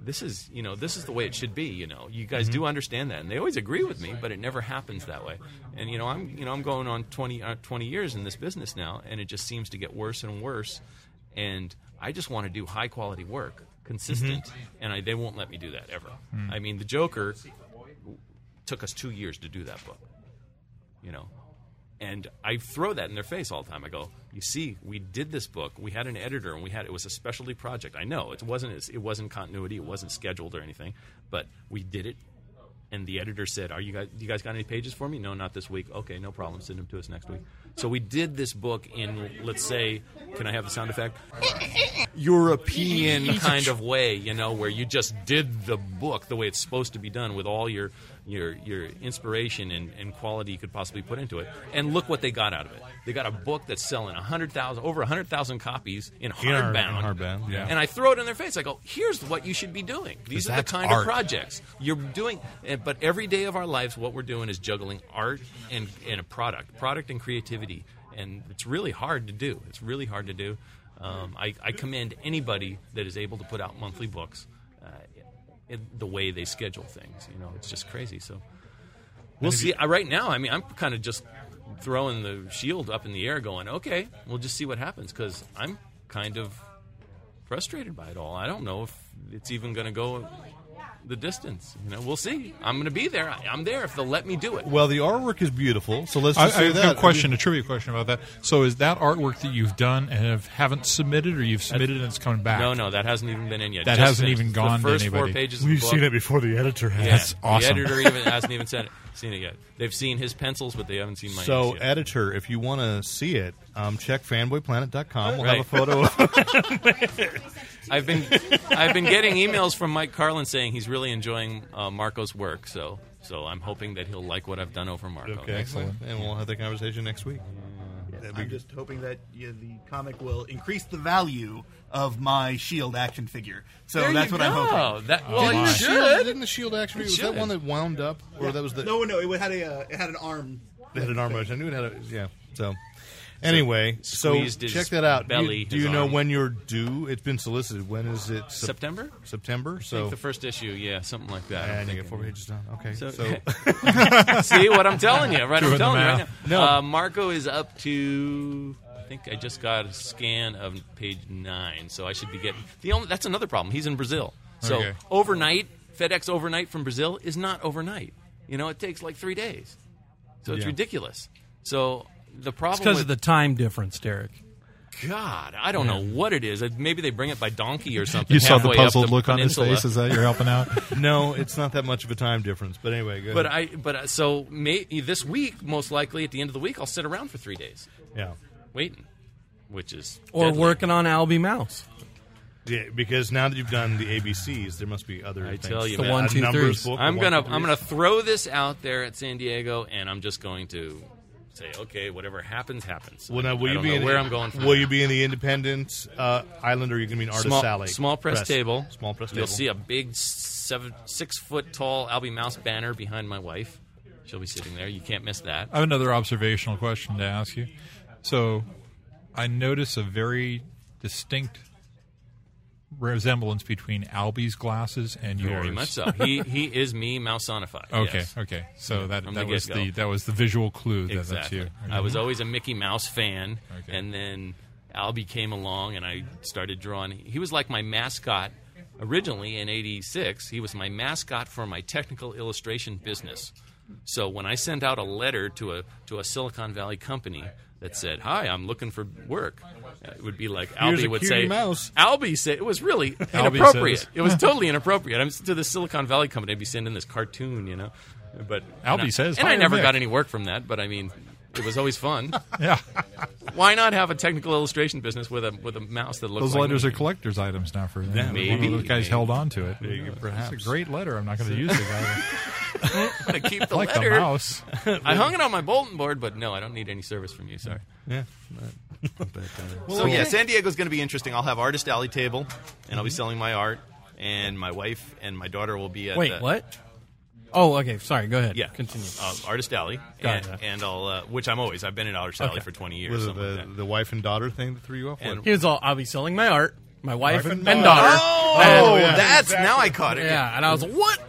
Speaker 6: This is, you know, this is the way it should be. You know, you guys do understand that, and they always agree with me, but it never happens that way. And you know, I'm, you know, I'm going on 20, uh, 20 years in this business now, and it just seems to get worse and worse and I just want to do high quality work, consistent, and I, they won't let me do that ever. I mean, the Joker took us two years to do that book, you know, and I throw that in their face all the time. I go, "You see, we did this book. We had an editor, and we had it was a specialty project. I know it wasn't it wasn't continuity, it wasn't scheduled or anything, but we did it." And the editor said, "Are you guys? You guys got any pages for me? No, not this week. Okay, no problem. Send them to us next week." So we did this book in, let's say, can I have the sound effect? European kind of way, you know, where you just did the book the way it's supposed to be done with all your your your inspiration and, and quality you could possibly put into it. And look what they got out of it. They got a book that's selling 100,000 over 100,000 copies in
Speaker 3: hard-
Speaker 6: hardbound.
Speaker 3: in hardbound, yeah.
Speaker 6: And I throw it in their face. I go, "Here's what you should be doing. These are the
Speaker 3: that's
Speaker 6: kind
Speaker 3: art.
Speaker 6: of projects you're doing." And- But every day of our lives what we're doing is juggling art and and a product, product and creativity. And it's really hard to do. It's really hard to do. Um, I, I commend anybody that is able to put out monthly books uh, in the way they schedule things. You know, it's just crazy. So we'll see. I, right now, I mean, I'm kind of just throwing the shield up in the air, going, "Okay, we'll just see what happens," because I'm kind of frustrated by it all. I don't know if it's even going to go the distance. You know, we'll see. I'm going to be there. I, I'm there if they'll let me do it.
Speaker 3: Well, the artwork is beautiful. So let's
Speaker 4: I, I
Speaker 3: just say
Speaker 4: have
Speaker 3: that.
Speaker 4: a question, a trivia question about that. So, is that artwork that you've done and have, haven't submitted, or you've submitted and it's coming back?
Speaker 6: No, no, that hasn't even been in yet.
Speaker 4: That
Speaker 6: Just
Speaker 4: hasn't
Speaker 6: finished.
Speaker 4: even
Speaker 6: The
Speaker 4: gone to
Speaker 6: first
Speaker 4: anybody.
Speaker 6: Four pages of the book.
Speaker 3: before the editor has.
Speaker 6: Yeah.
Speaker 4: That's awesome.
Speaker 6: The editor
Speaker 3: (laughs)
Speaker 6: even hasn't even said it, seen it yet. They've seen his pencils, but they haven't seen my.
Speaker 3: So,
Speaker 6: inks yet.
Speaker 3: editor, if you want to see it, um, check fanboyplanet.com. We'll have a
Speaker 6: Right.
Speaker 3: photo. of
Speaker 6: I've been I've been getting emails from Mike Carlin saying he's really enjoying uh, Marco's work. So so I'm hoping that he'll like what I've done over Marco.
Speaker 3: Okay, excellent. And we'll have that conversation next week.
Speaker 7: I'm just hoping that you know, the comic will increase the value of my shield action figure. So
Speaker 6: There
Speaker 7: that's
Speaker 6: you
Speaker 7: what I'm
Speaker 6: go.
Speaker 7: hoping.
Speaker 6: That, well,
Speaker 3: Didn't
Speaker 6: it
Speaker 3: the Shield,
Speaker 6: should.
Speaker 3: didn't the Shield actually? Was
Speaker 6: should.
Speaker 3: that one that wound up, or that was the
Speaker 7: No, no, it had a uh, it had an arm.
Speaker 3: It had an arm motion. I knew it had a yeah. So Anyway, so
Speaker 6: squeezed his
Speaker 3: check that out. Do you-
Speaker 6: belly,
Speaker 3: do
Speaker 6: his
Speaker 3: you know
Speaker 6: arm.
Speaker 3: when you're due? It's been solicited. When is it? Sep-
Speaker 6: September?
Speaker 3: September.
Speaker 6: I
Speaker 3: So
Speaker 6: think the first issue, yeah, something like that. I'm
Speaker 3: and you
Speaker 6: thinking.
Speaker 3: get four pages done. Okay. So,
Speaker 6: So-
Speaker 4: (laughs)
Speaker 6: (laughs) See what I'm telling you, right? I'm
Speaker 4: Doing the
Speaker 6: telling you right
Speaker 4: math.
Speaker 6: now. Uh, Marco is up to. I think I just got a scan of page nine, so I should be getting the only. That's another problem. He's in Brazil, so
Speaker 4: Okay.
Speaker 6: overnight FedEx overnight from Brazil is not overnight. You know, it takes like three days, so it's ridiculous. So the problem
Speaker 8: because of
Speaker 6: with
Speaker 8: the time difference, Derek.
Speaker 6: God, I don't know what it is. Uh, Maybe they bring it by donkey or
Speaker 4: (laughs)
Speaker 6: something.
Speaker 4: You saw the
Speaker 6: halfway up
Speaker 4: puzzled
Speaker 6: the
Speaker 4: look on his
Speaker 6: peninsula.
Speaker 4: face. Is that you're helping out?
Speaker 6: (laughs)
Speaker 3: no, it's not that much of a time difference. But anyway, go
Speaker 6: But
Speaker 3: ahead.
Speaker 6: I, but uh, so may, this week, most likely at the end of the week, I'll sit around for three days
Speaker 3: yeah.
Speaker 6: waiting, which is
Speaker 8: Or
Speaker 6: deadly.
Speaker 8: working on Albie Mouse.
Speaker 3: Yeah, because now that you've done the ABCs, there must be other.
Speaker 6: I
Speaker 3: things.
Speaker 6: tell you,
Speaker 8: The
Speaker 6: man,
Speaker 8: one,
Speaker 3: A
Speaker 8: two,
Speaker 3: numbers
Speaker 8: threes.
Speaker 3: book, a
Speaker 6: I'm
Speaker 3: one,
Speaker 6: gonna
Speaker 3: two,
Speaker 6: I'm
Speaker 3: threes.
Speaker 6: gonna throw this out there at San Diego, and I'm just going to say, okay, whatever happens, happens.
Speaker 3: Well, now, will
Speaker 6: I
Speaker 3: you
Speaker 6: don't
Speaker 3: be
Speaker 6: know
Speaker 3: in
Speaker 6: where
Speaker 3: the,
Speaker 6: I'm going from
Speaker 3: Will
Speaker 6: that.
Speaker 3: you be in the independent uh, island, or are you going to be an artist
Speaker 6: small,
Speaker 3: alley?
Speaker 6: small press, table?
Speaker 3: Small press
Speaker 6: You'll
Speaker 3: table.
Speaker 6: see a big seven six foot tall Albie Mouse banner behind my wife. She'll be sitting there. You can't miss that.
Speaker 4: I have another observational question to ask you. So, I notice a very distinct resemblance between Albie's glasses and yours.
Speaker 6: Very much so. He he is
Speaker 3: (laughs)
Speaker 6: me mouseified.
Speaker 4: Okay,
Speaker 6: yes.
Speaker 4: okay. So that
Speaker 6: From
Speaker 4: that
Speaker 6: the
Speaker 4: was
Speaker 6: get-go.
Speaker 4: the that was the visual clue that
Speaker 6: Exactly.
Speaker 4: that's you.
Speaker 6: I was always a Mickey Mouse fan,
Speaker 4: Okay.
Speaker 6: and then Albie came along, and I started drawing. He was like my mascot originally in '86. He was my mascot for my technical illustration business. So when I sent out a letter to a to a Silicon Valley company that said, "Hi, I'm looking for work," it would be like
Speaker 3: Here's
Speaker 6: Albie
Speaker 3: a
Speaker 6: would
Speaker 3: cutie
Speaker 6: say,
Speaker 3: mouse.
Speaker 6: "Albie said it was really
Speaker 4: says.
Speaker 6: inappropriate. It was totally inappropriate." I'm to the Silicon Valley company. I'd be sending this cartoon, you know, but
Speaker 4: Albie
Speaker 6: and I-
Speaker 4: says,
Speaker 6: and I
Speaker 4: "Hire
Speaker 6: never
Speaker 4: Mick."
Speaker 6: got any work from that. But I mean, it was always fun.
Speaker 4: (laughs)
Speaker 6: (laughs)
Speaker 4: yeah.
Speaker 6: Why not have a technical illustration business with a with a mouse that looks
Speaker 4: Those
Speaker 6: like
Speaker 4: letters
Speaker 6: me?
Speaker 4: are collector's items now for them. One of
Speaker 6: maybe,
Speaker 4: those guys
Speaker 6: maybe.
Speaker 4: held on to it.
Speaker 3: perhaps.
Speaker 4: It's a great letter. I'm not going to use it. I (laughs)
Speaker 6: to (laughs) keep the
Speaker 4: like the
Speaker 6: letter.
Speaker 4: mouse.
Speaker 6: I hung it on my bulletin board, but no, I don't need any service from you. Sorry.
Speaker 3: Yeah.
Speaker 6: uh, So yeah, San Diego's going to be interesting. I'll have artist alley table, and I'll be selling my art, and my wife and my daughter will be at
Speaker 8: Wait,
Speaker 6: the-
Speaker 8: what? Oh, okay. Sorry. Go ahead.
Speaker 6: Yeah,
Speaker 8: Continue.
Speaker 6: Uh, artist alley,
Speaker 8: Got
Speaker 6: and,
Speaker 8: it.
Speaker 6: and I'll uh, which I'm always I've been in artist alley
Speaker 8: Okay.
Speaker 6: for 20 years.
Speaker 3: Was it
Speaker 6: something like
Speaker 3: the,
Speaker 6: that.
Speaker 3: the wife and daughter thing that threw you off?
Speaker 6: And-
Speaker 8: He was all, I'll be selling my art, my wife,
Speaker 3: Wife
Speaker 8: and,
Speaker 3: and daughter.
Speaker 8: daughter.
Speaker 6: Oh,
Speaker 3: Oh, yeah.
Speaker 6: that's now I caught it.
Speaker 8: Yeah. And I was like, what?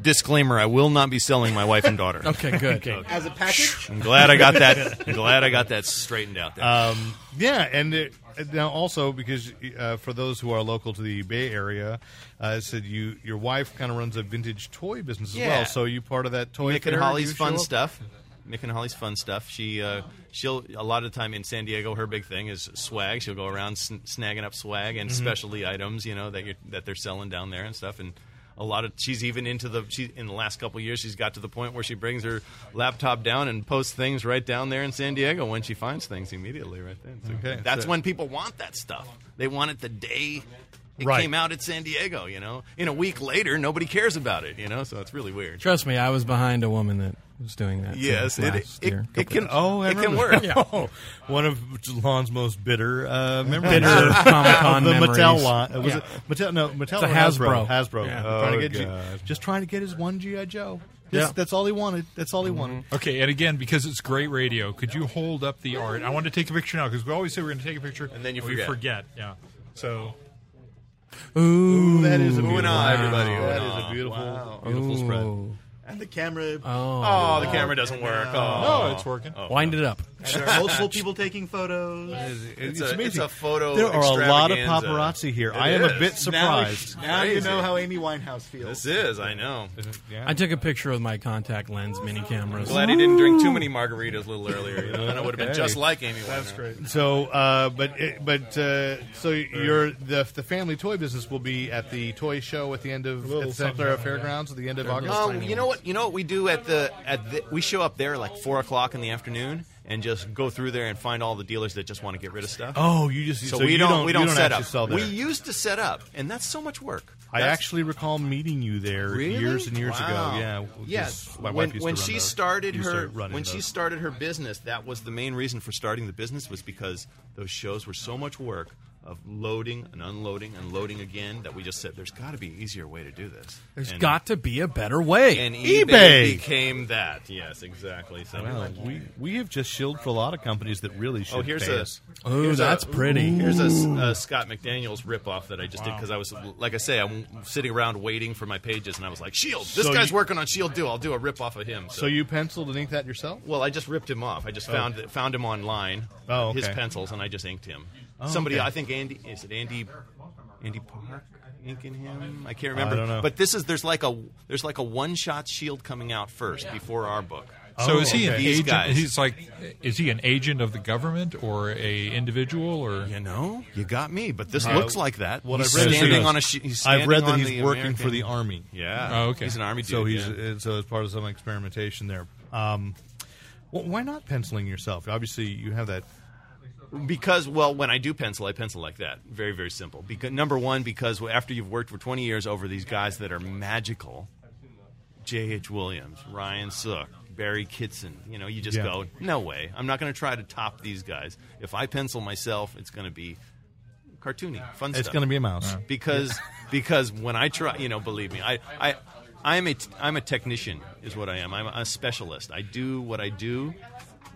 Speaker 6: Disclaimer: I will not be selling my wife and daughter.
Speaker 8: Okay, good.
Speaker 6: (laughs)
Speaker 7: As a package,
Speaker 6: I'm glad I got that. I'm glad I got that straightened out. There.
Speaker 3: Um, yeah, and it, now also because uh, for those who are local to the Bay Area, uh, it said you your wife kind of runs a vintage toy business as
Speaker 6: Yeah.
Speaker 3: well. So you part of that toy.
Speaker 6: Mick
Speaker 3: fair?
Speaker 6: and
Speaker 3: Do
Speaker 6: Holly's
Speaker 3: you show
Speaker 6: fun
Speaker 3: up?
Speaker 6: stuff. Mick and Holly's fun stuff. She uh, she'll a lot of the time in San Diego. Her big thing is swag. She'll go around sn- snagging up swag and
Speaker 3: Mm-hmm.
Speaker 6: specialty items, you know that you're, that they're selling down there and stuff. And a lot of she's even into the she in the last couple years she's got to the point where she brings her laptop down and posts things right down there in San Diego when she finds things immediately right then. So
Speaker 3: Okay,
Speaker 6: that's
Speaker 3: so-
Speaker 6: when people want that stuff. They want it the day. It
Speaker 3: Right.
Speaker 6: came out at San Diego, you know. In a week later, nobody cares about it, you know. So it's really weird.
Speaker 8: Trust me, I was behind a woman that was doing that. last
Speaker 6: Yes, it, it, it,
Speaker 8: year.
Speaker 6: can.
Speaker 3: Oh, I
Speaker 6: it can
Speaker 3: remember.
Speaker 6: work.
Speaker 3: Oh, one of Lon's most bitter uh, memories.
Speaker 8: Bitter Comic-Con
Speaker 3: the
Speaker 8: memories.
Speaker 3: Mattel line. Was
Speaker 8: Yeah.
Speaker 3: it Mattel? No, Mattel.
Speaker 8: a
Speaker 3: or
Speaker 8: Hasbro.
Speaker 3: Hasbro. Hasbro.
Speaker 8: Yeah.
Speaker 3: Trying to
Speaker 8: Oh,
Speaker 3: get G-
Speaker 8: God.
Speaker 3: just trying to get his one GI Joe. Just-
Speaker 8: Yeah.
Speaker 3: That's all he wanted. That's all he wanted.
Speaker 4: (laughs) Okay, and again, because it's great radio, could you hold up the art? I want to take a picture now because we always say we're going to take a picture, and
Speaker 6: then you
Speaker 4: we
Speaker 6: forget.
Speaker 4: forget. Yeah. So
Speaker 8: Ooh,
Speaker 3: That is a
Speaker 6: Ooh, and
Speaker 3: beautiful,
Speaker 6: I, everybody. Ooh,
Speaker 3: That
Speaker 6: and
Speaker 3: is
Speaker 6: I.
Speaker 3: a beautiful,
Speaker 6: Mm-hmm. Wow.
Speaker 3: beautiful spread.
Speaker 8: Ooh.
Speaker 7: and the camera,
Speaker 6: Oh, the camera doesn't work. Oh,
Speaker 4: oh, it's working.
Speaker 8: Wind it up.
Speaker 7: and there are multiple people taking photos.
Speaker 6: It's a- it's a photo
Speaker 3: There are a lot of
Speaker 6: extravaganza.
Speaker 3: paparazzi here.
Speaker 6: It
Speaker 3: I am a
Speaker 6: is.
Speaker 3: bit surprised.
Speaker 7: Now you
Speaker 6: Crazy.
Speaker 7: know how Amy Winehouse feels.
Speaker 6: this is. I know.
Speaker 8: I took a picture with my contact lens mini cameras.
Speaker 6: Glad he didn't drink too many margaritas a (laughs) little earlier. You know, then it would have been just like Amy. That's great.
Speaker 3: So, uh, but it, but uh, so your the the family toy business will be at the toy show at the end of at the Santa Clara Fairgrounds at the end of August.
Speaker 6: Um, you know what? You know what we do at the at the, we show up there like four o'clock in the afternoon and just go through there and find all the dealers that just want to get rid of stuff.
Speaker 3: Oh, you just
Speaker 6: so, we don't, we don't, set up.
Speaker 3: Sell there.
Speaker 6: we used to set up, and that's so much work.
Speaker 3: I
Speaker 6: That's-
Speaker 3: actually recall meeting you there
Speaker 6: Really?
Speaker 3: years and years
Speaker 6: Wow.
Speaker 3: ago. Yeah,
Speaker 6: Yes.
Speaker 3: because My
Speaker 6: when
Speaker 3: wife used
Speaker 6: when
Speaker 3: to run
Speaker 6: she
Speaker 3: those-
Speaker 6: started
Speaker 3: used to
Speaker 6: her
Speaker 3: run
Speaker 6: when
Speaker 3: those.
Speaker 6: she started her business, that was the main reason for starting the business was because those shows were so much work of loading and unloading and loading again that we just said there's got to be an easier way to do this.
Speaker 8: There's
Speaker 6: And-
Speaker 8: got to be a better way.
Speaker 6: and
Speaker 3: eBay.
Speaker 6: eBay, became that. Yes, exactly. So
Speaker 3: Wow, we we have just shielded for a lot of companies that really should
Speaker 6: oh, here's
Speaker 3: pay
Speaker 6: a
Speaker 3: us.
Speaker 8: Oh,
Speaker 6: here's a-
Speaker 8: that's pretty.
Speaker 6: Here's a, s- a Scott McDaniel's ripoff that I just did 'cause did because I was like I say I'm sitting around waiting for my pages and I was like Shield. This
Speaker 3: So
Speaker 6: guy's
Speaker 3: you-
Speaker 6: working on Shield. Do I'll do a ripoff of him.
Speaker 3: So you penciled and inked that yourself?
Speaker 6: Well, I just ripped him off. I just found found him online.
Speaker 3: Oh, okay. Oh,
Speaker 6: his pencils, and I just inked him. Somebody,
Speaker 3: okay.
Speaker 6: I think Andy is it Andy Andy Park inking him? I can't remember.
Speaker 3: don't know.
Speaker 6: But this is there's like a there's like a one shot shield coming out first before our book.
Speaker 4: So is he an
Speaker 3: Oh, okay.
Speaker 6: These
Speaker 4: agent?
Speaker 6: guys.
Speaker 4: Oh, He's like, is he an agent of the government or a individual or?
Speaker 6: You know, you got me. But this
Speaker 3: Uh,
Speaker 6: looks like that.
Speaker 3: what
Speaker 6: he's
Speaker 3: I've read is-
Speaker 6: standing on a. Sh- he's
Speaker 3: I've read
Speaker 6: standing
Speaker 3: that
Speaker 6: on
Speaker 3: he's
Speaker 6: the
Speaker 3: working
Speaker 6: American-
Speaker 3: for the army.
Speaker 6: Yeah.
Speaker 4: Oh, okay.
Speaker 6: He's an army dude.
Speaker 3: So he's
Speaker 6: yeah.
Speaker 3: uh, so as part of some experimentation there. Um, well, why not penciling yourself? Obviously, you have that.
Speaker 6: Because well, when I do pencil, I pencil like that. Very very simple. Because number one, because after you've worked for twenty years over these guys that are magical, J. H. Williams, Ryan Sook, Barry Kitson, you know, you just
Speaker 3: Yeah.
Speaker 6: go, no way, I'm not going to try to top these guys. If I pencil myself, it's going to be cartoony, fun stuff
Speaker 3: It's going to be a mouse.
Speaker 6: because
Speaker 4: (laughs)
Speaker 6: because when I try, you know, believe me, I I I'm a I'm a technician is what I am. I'm a specialist. I do what I do.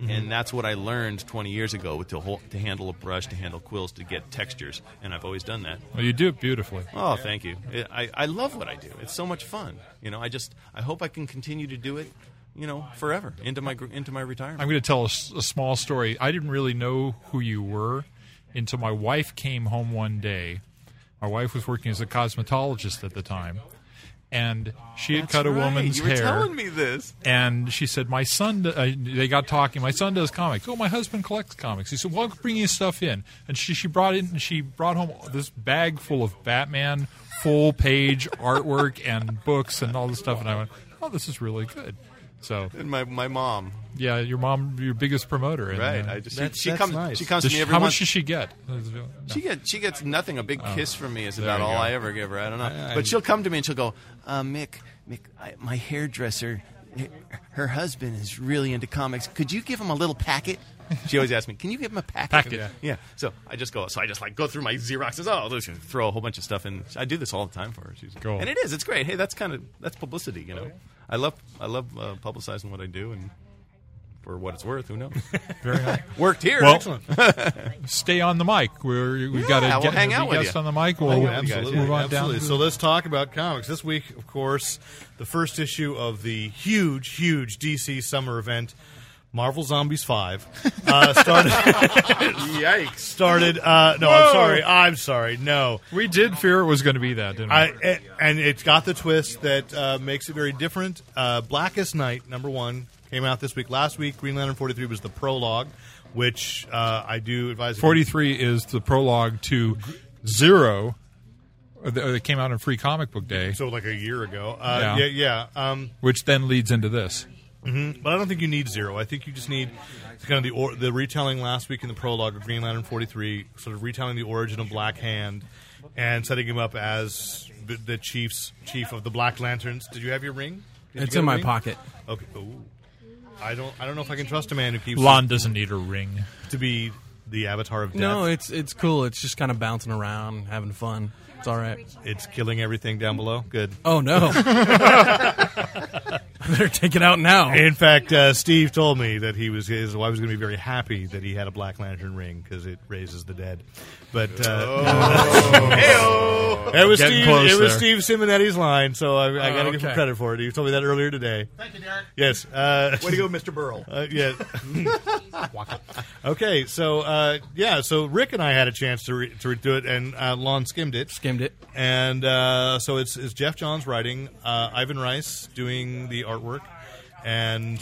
Speaker 4: Mm-hmm.
Speaker 6: And that's what I learned 20 years ago to hold, to handle a brush, to handle quills, to get textures, and I've always done that.
Speaker 4: Well, you do it beautifully.
Speaker 6: Oh, thank you. I, I- I love what I do. It's so much fun. You know, I just I hope I can continue to do it, you know, forever into my gr- into my retirement.
Speaker 4: I'm going to tell a, s- a small story. I didn't really know who you were until my wife came home one day. My wife was working as a cosmetologist at the time, and she had
Speaker 6: That's
Speaker 4: cut a
Speaker 6: right.
Speaker 4: woman's
Speaker 6: you
Speaker 4: hair.
Speaker 6: were telling me this.
Speaker 4: And she said, "My son." d- Uh, they got talking. My son does comics. Oh, my husband collects comics. He said, "Well, I'm bringing stuff in." And she she brought in. She brought home this bag full of Batman full page (laughs) artwork and books and all this stuff. And I went, "Oh, this is really good." So
Speaker 6: And my, my mom,
Speaker 4: yeah, your mom, your biggest promoter, and,
Speaker 6: right?
Speaker 4: uh,
Speaker 6: I just she-
Speaker 3: That's-
Speaker 6: she,
Speaker 3: that's
Speaker 6: comes
Speaker 3: nice.
Speaker 6: she comes
Speaker 4: does
Speaker 6: to me
Speaker 4: she-
Speaker 6: every
Speaker 4: how
Speaker 6: month.
Speaker 4: much does she get? Uh, No.
Speaker 6: She gets she gets nothing. A big kiss from me is
Speaker 4: Oh, There
Speaker 6: about
Speaker 4: you
Speaker 6: all
Speaker 4: go.
Speaker 6: I ever give her. I don't know, but she'll come to me and she'll go, uh, Mick, Mick, I, my hairdresser, h- her husband is really into comics. Could you give him a little packet? She always asks me, "Can you give him a packet?"
Speaker 4: Packet, yeah.
Speaker 6: So I just go. So I just like go through my Xeroxes. Oh, this and throw a whole bunch of stuff in. I do this all the time for her. She's
Speaker 4: Cool. Oh,
Speaker 6: And it is. It's great. Hey, that's kind of that's publicity. You know, I love I love uh, publicizing what I do and for what it's worth. Who knows?
Speaker 4: (laughs) Very nice.
Speaker 6: Worked here.
Speaker 4: Well,
Speaker 6: Excellent.
Speaker 4: Stay on the mic. We're, we've got to
Speaker 6: Yeah, we'll
Speaker 4: get
Speaker 6: hang
Speaker 4: the
Speaker 6: out with
Speaker 4: guest
Speaker 6: you.
Speaker 4: on the mic. We'll
Speaker 6: Hang
Speaker 4: move
Speaker 6: out with you guys, yeah,
Speaker 4: on
Speaker 3: Absolutely.
Speaker 4: down.
Speaker 3: So let's talk about comics. This week, of course, the first issue of the huge, huge DC summer event, Marvel Zombies 5, uh, started. (laughs) Yikes. Started. Uh, no, I'm sorry. I'm sorry. No.
Speaker 4: we did fear it was going to be that, didn't we?
Speaker 3: I, it, and it's got the twist that uh, makes it very different. Uh, Blackest Night, number one, came out this week. Last week, Green Lantern 43 was the prologue, which uh, I do advise.
Speaker 4: 43 is the prologue to Zero uh, that that came out on Free Comic Book Day,
Speaker 3: So, like a year ago. Uh,
Speaker 4: Yeah.
Speaker 3: yeah. Yeah. Um,
Speaker 4: which then leads into this.
Speaker 3: but I don't think you need zero. I think you just need kind of the or, the retelling last week in the prologue of Green Lantern 43, sort of retelling the origin of Black Hand and setting him up as the, the chief's chief of the Black Lanterns. Did you have your ring? Did you
Speaker 8: it's
Speaker 3: get
Speaker 8: in
Speaker 3: a
Speaker 8: my
Speaker 3: ring?
Speaker 8: pocket.
Speaker 3: Okay. Ooh. I don't. I don't know if I can trust a man who keeps
Speaker 4: Lon doesn't need a ring.
Speaker 3: to be the avatar of death.
Speaker 8: No, it's it's cool. It's just kind of bouncing around, having fun. It's all right.
Speaker 3: it's killing everything down below. Good.
Speaker 8: Oh (laughs) no! I better take it out now.
Speaker 3: In fact, uh, Steve told me that he was his wife was going to be very happy that he had a Black Lantern ring because it raises the dead. But uh, (laughs) It was
Speaker 4: Getting
Speaker 3: Steve.
Speaker 4: close
Speaker 3: It was
Speaker 4: there.
Speaker 3: Steve
Speaker 4: Oh,
Speaker 3: Simonetti's line, so I, I got to give him
Speaker 8: okay.
Speaker 3: credit for it. He told me that earlier today.
Speaker 7: Thank you, Derek.
Speaker 3: Yes. Uh,
Speaker 7: Way to go, Mr. Burl.
Speaker 3: uh, yeah. okay. So uh, yeah. So Rick and I had a chance to re- to do it, and uh, Lon skimmed it.
Speaker 8: Skimmed it.
Speaker 3: And uh, so it's, it's Jeff Johns writing, uh, Ivan Rice doing the artwork, and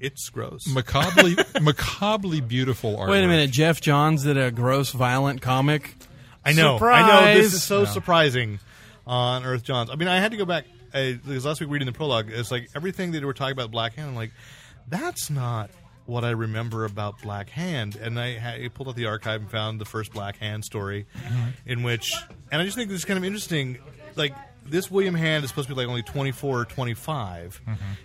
Speaker 3: it's gross.
Speaker 4: Macabrely,
Speaker 6: (laughs)
Speaker 4: macabrely beautiful artwork.
Speaker 8: Wait a minute. Jeff Johns did a gross, violent comic.
Speaker 3: I know. I know. This
Speaker 8: Surprise!
Speaker 3: is so surprising on Earth Johns. I mean, I had to go back uh, because last week reading the prologue, it's like everything that we're talking about Black Hand. I'm like, that's not what I remember about Black Hand. And I, ha- I pulled out the archive and found the first Black Hand story,
Speaker 8: Mm-hmm.
Speaker 3: in which, and I just think this is kind of interesting. Like
Speaker 8: Mm-hmm.
Speaker 3: this William Hand is supposed to be like only 24 or 25,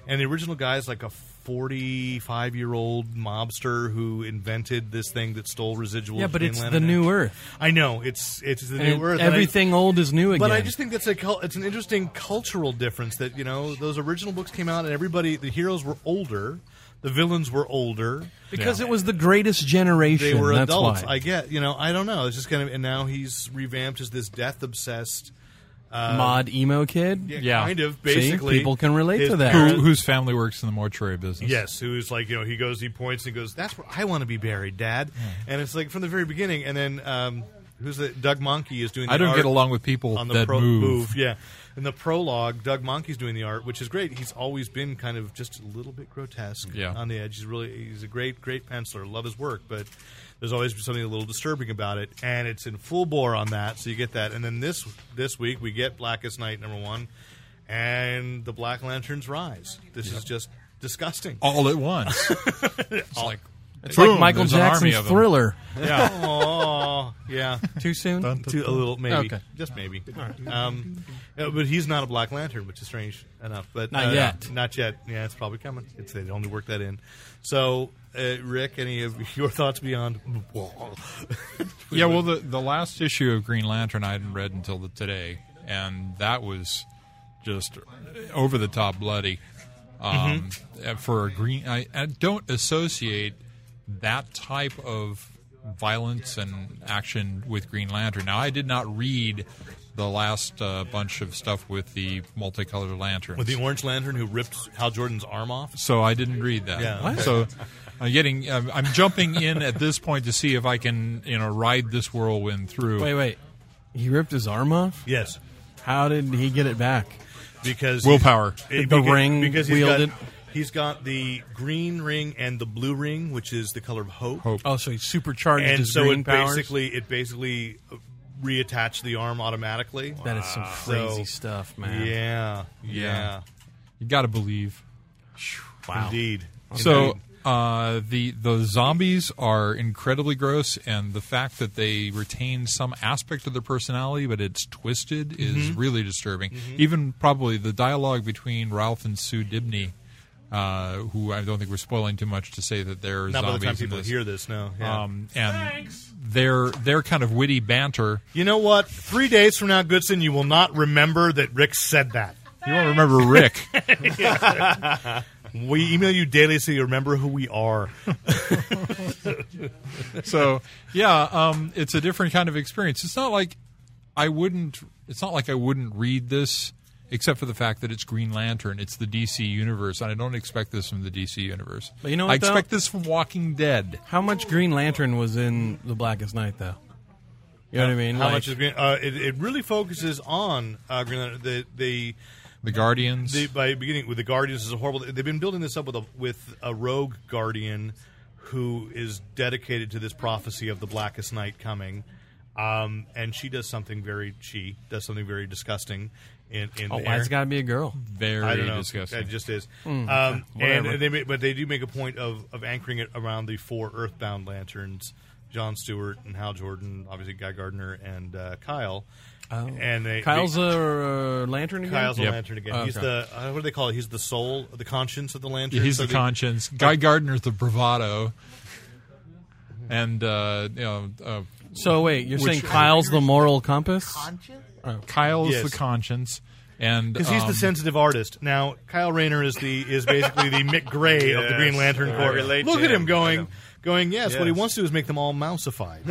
Speaker 3: and the original guy's like a 45 year old mobster who invented this thing that stole residual.
Speaker 8: Yeah, but it's the
Speaker 3: and-
Speaker 8: new Earth.
Speaker 3: I know it's it's the
Speaker 8: And
Speaker 3: new earth. and I-
Speaker 8: everything old is new again.
Speaker 3: but I just think that's a cul- it's an interesting cultural difference that you know those original books came out and everybody the heroes were older, the villains were older,
Speaker 8: because it was the greatest generation.
Speaker 3: they were
Speaker 8: that's
Speaker 3: adults.
Speaker 8: why.
Speaker 3: I get you know I don't know. It's just kind of and now he's revamped as this death obsessed.
Speaker 8: mod emo kid.
Speaker 4: Yeah.
Speaker 3: kind of
Speaker 8: See?
Speaker 3: basically
Speaker 8: people can relate
Speaker 3: his
Speaker 8: to that.
Speaker 4: Who, whose family works in the mortuary business?
Speaker 3: Yes, who's like you know he goes, he points and goes, "That's where I want to be buried, Dad." And it's like from the very beginning. And then um, who's the Doug Monkey is doing. The
Speaker 4: I don't
Speaker 3: art
Speaker 4: get along with people
Speaker 3: on the
Speaker 4: that
Speaker 3: pro-
Speaker 4: move.
Speaker 3: Yeah, in the prologue, Doug Monkey's doing the art, which is great. He's always been kind of just a little bit grotesque
Speaker 4: Yeah.
Speaker 3: on the edge. He's really he's a great great penciler. Love his work, but. There's always something a little disturbing about it, and it's in full bore on that, so you get that. And then this this week we get Blackest Night number one, and the Black Lanterns rise. This is just disgusting.
Speaker 4: All at once. it's like,
Speaker 8: It's
Speaker 4: boom,
Speaker 8: like Michael
Speaker 4: there's an army
Speaker 8: Jackson's
Speaker 4: of 'em.
Speaker 8: Thriller.
Speaker 4: (laughs) Yeah.
Speaker 3: Oh yeah,
Speaker 8: Too soon.
Speaker 3: Too- a little maybe,
Speaker 8: Okay.
Speaker 3: just maybe. Um, uh, but he's not a Black Lantern, which is strange enough. But
Speaker 8: Not
Speaker 3: uh,
Speaker 8: yet.
Speaker 3: not yet. Yeah, it's probably coming. It's they only work that in. So, uh, Rick, any of (laughs) your thoughts beyond?
Speaker 4: yeah, well, the, the last issue of Green Lantern I hadn't read until the, today, and that was just over the top bloody. Um,
Speaker 3: Mm-hmm.
Speaker 4: uh, For a green, I, I don't associate that type of violence and action with Green Lantern. Now, I did not read the last uh, bunch of stuff with the multicolored lanterns.
Speaker 3: With the Orange Lantern who ripped Hal Jordan's arm off.
Speaker 4: so I didn't read that.
Speaker 3: Yeah, What? okay.
Speaker 4: So I'm getting, I'm, I'm jumping in at this point to see if I can, you know, ride this whirlwind through.
Speaker 8: Wait, wait. He ripped his arm off.
Speaker 3: Yes,
Speaker 8: How did he get it back?
Speaker 3: because
Speaker 4: Willpower.
Speaker 3: It-
Speaker 8: The
Speaker 3: beca-
Speaker 8: ring
Speaker 3: because he's got-
Speaker 8: wielded.
Speaker 3: He's got the green ring and the blue ring, which is the color of hope.
Speaker 4: Hope.
Speaker 8: Oh, so he supercharged
Speaker 3: and
Speaker 8: his
Speaker 3: so
Speaker 8: green
Speaker 3: it
Speaker 8: powers.
Speaker 3: basically it basically uh, reattached the arm automatically.
Speaker 8: that is some crazy stuff, man.
Speaker 3: Yeah, yeah,
Speaker 4: Yeah. You got to believe.
Speaker 3: indeed.
Speaker 4: So
Speaker 3: Indeed.
Speaker 4: uh, the the zombies are incredibly gross, and the fact that they retain some aspect of their personality, but it's twisted,
Speaker 3: Mm-hmm.
Speaker 4: is really disturbing. Even probably the dialogue between Ralph and Sue Dibney, uh, who I don't think we're spoiling too much to say that they're
Speaker 3: not by the
Speaker 4: zombies.
Speaker 3: time
Speaker 4: in
Speaker 3: people
Speaker 4: this.
Speaker 3: hear this, no. Yeah.
Speaker 4: um, and their their kind of witty banter.
Speaker 3: you know what? Three days from now, Goodson, you will not remember that Rick said that.
Speaker 4: You won't remember (laughs) Rick.
Speaker 3: We email you daily so you remember who we
Speaker 4: (laughs)
Speaker 3: are.
Speaker 4: so yeah um, it's a different kind of experience it's not like i wouldn't it's not like i wouldn't read this except for the fact that it's green lantern it's the dc universe and i don't expect this from the dc universe
Speaker 8: But you know
Speaker 4: i
Speaker 8: what, though?
Speaker 4: expect this from walking dead
Speaker 8: How much Green Lantern was in The Blackest Night, though? You know what I mean?
Speaker 3: How
Speaker 8: Like,
Speaker 3: much is Green? Uh, it, it really focuses on uh, Green Lantern. The, the
Speaker 4: the guardians
Speaker 3: the by beginning with the Guardians is a horrible. They've been building this up with a with a rogue Guardian who is dedicated to this prophecy of the blackest night coming, um, and she does something very she does something very disgusting. In, in
Speaker 8: oh,
Speaker 3: the
Speaker 8: why
Speaker 3: air.
Speaker 8: it's got to be a girl?
Speaker 4: very
Speaker 3: I don't know.
Speaker 4: disgusting
Speaker 3: It just is. um, and
Speaker 8: Hmm, whatever.
Speaker 3: they ma- but they do make a point of, of anchoring it around the four Earthbound lanterns: John Stewart and Hal Jordan, obviously Guy Gardner and uh, Kyle. Oh. And they,
Speaker 8: Kyle's
Speaker 3: they,
Speaker 8: a uh, lantern again.
Speaker 3: Kyle's a
Speaker 4: Yep.
Speaker 3: lantern again.
Speaker 8: Oh,
Speaker 3: He's
Speaker 8: okay.
Speaker 3: the uh, what do they call it? He's the soul, the conscience of the lantern.
Speaker 4: Yeah, he's
Speaker 3: So
Speaker 4: the
Speaker 3: they-
Speaker 4: conscience guy gardner's the bravado and uh, you know uh,
Speaker 8: So wait, you're saying Kyle's the moral compass?
Speaker 3: Uh,
Speaker 4: kyle's
Speaker 3: Yes.
Speaker 4: the conscience and
Speaker 3: Because he's
Speaker 4: um,
Speaker 3: the sensitive artist. Now, Kyle Rayner is the is basically the Mick Gray of the
Speaker 6: (laughs) Yes,
Speaker 3: Green Lantern
Speaker 6: I
Speaker 3: Corps.
Speaker 6: relate
Speaker 3: Look
Speaker 6: to
Speaker 3: at him
Speaker 6: him. I
Speaker 3: going,
Speaker 6: know.
Speaker 3: going. Yes, what he
Speaker 6: Yes.
Speaker 3: wants to do is make them all
Speaker 6: (laughs)
Speaker 3: mousified,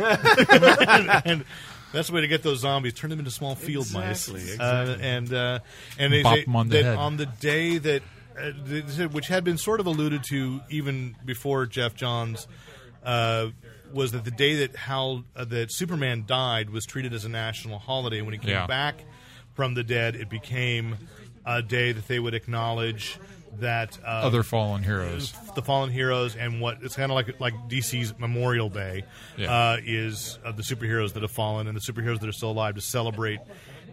Speaker 3: (laughs) and that's the way to get those zombies. Turn them into small field mice,
Speaker 6: Exactly,
Speaker 3: Uh, and uh, and they
Speaker 4: Bop
Speaker 3: say
Speaker 4: 'em on the
Speaker 3: that
Speaker 4: head.
Speaker 3: on the day that, uh, they said- which had been sort of alluded to even before Jeff Johns. Uh, was that the day that Hal uh, that Superman died was treated as a national holiday? When he came
Speaker 4: Yeah.
Speaker 3: back back from the dead, it became a day that they would acknowledge that uh,
Speaker 4: other fallen heroes
Speaker 3: the fallen heroes and what it's kind of like like DC's Memorial Day
Speaker 4: Yeah.
Speaker 3: uh, is of the superheroes that have fallen and the superheroes that are still alive to celebrate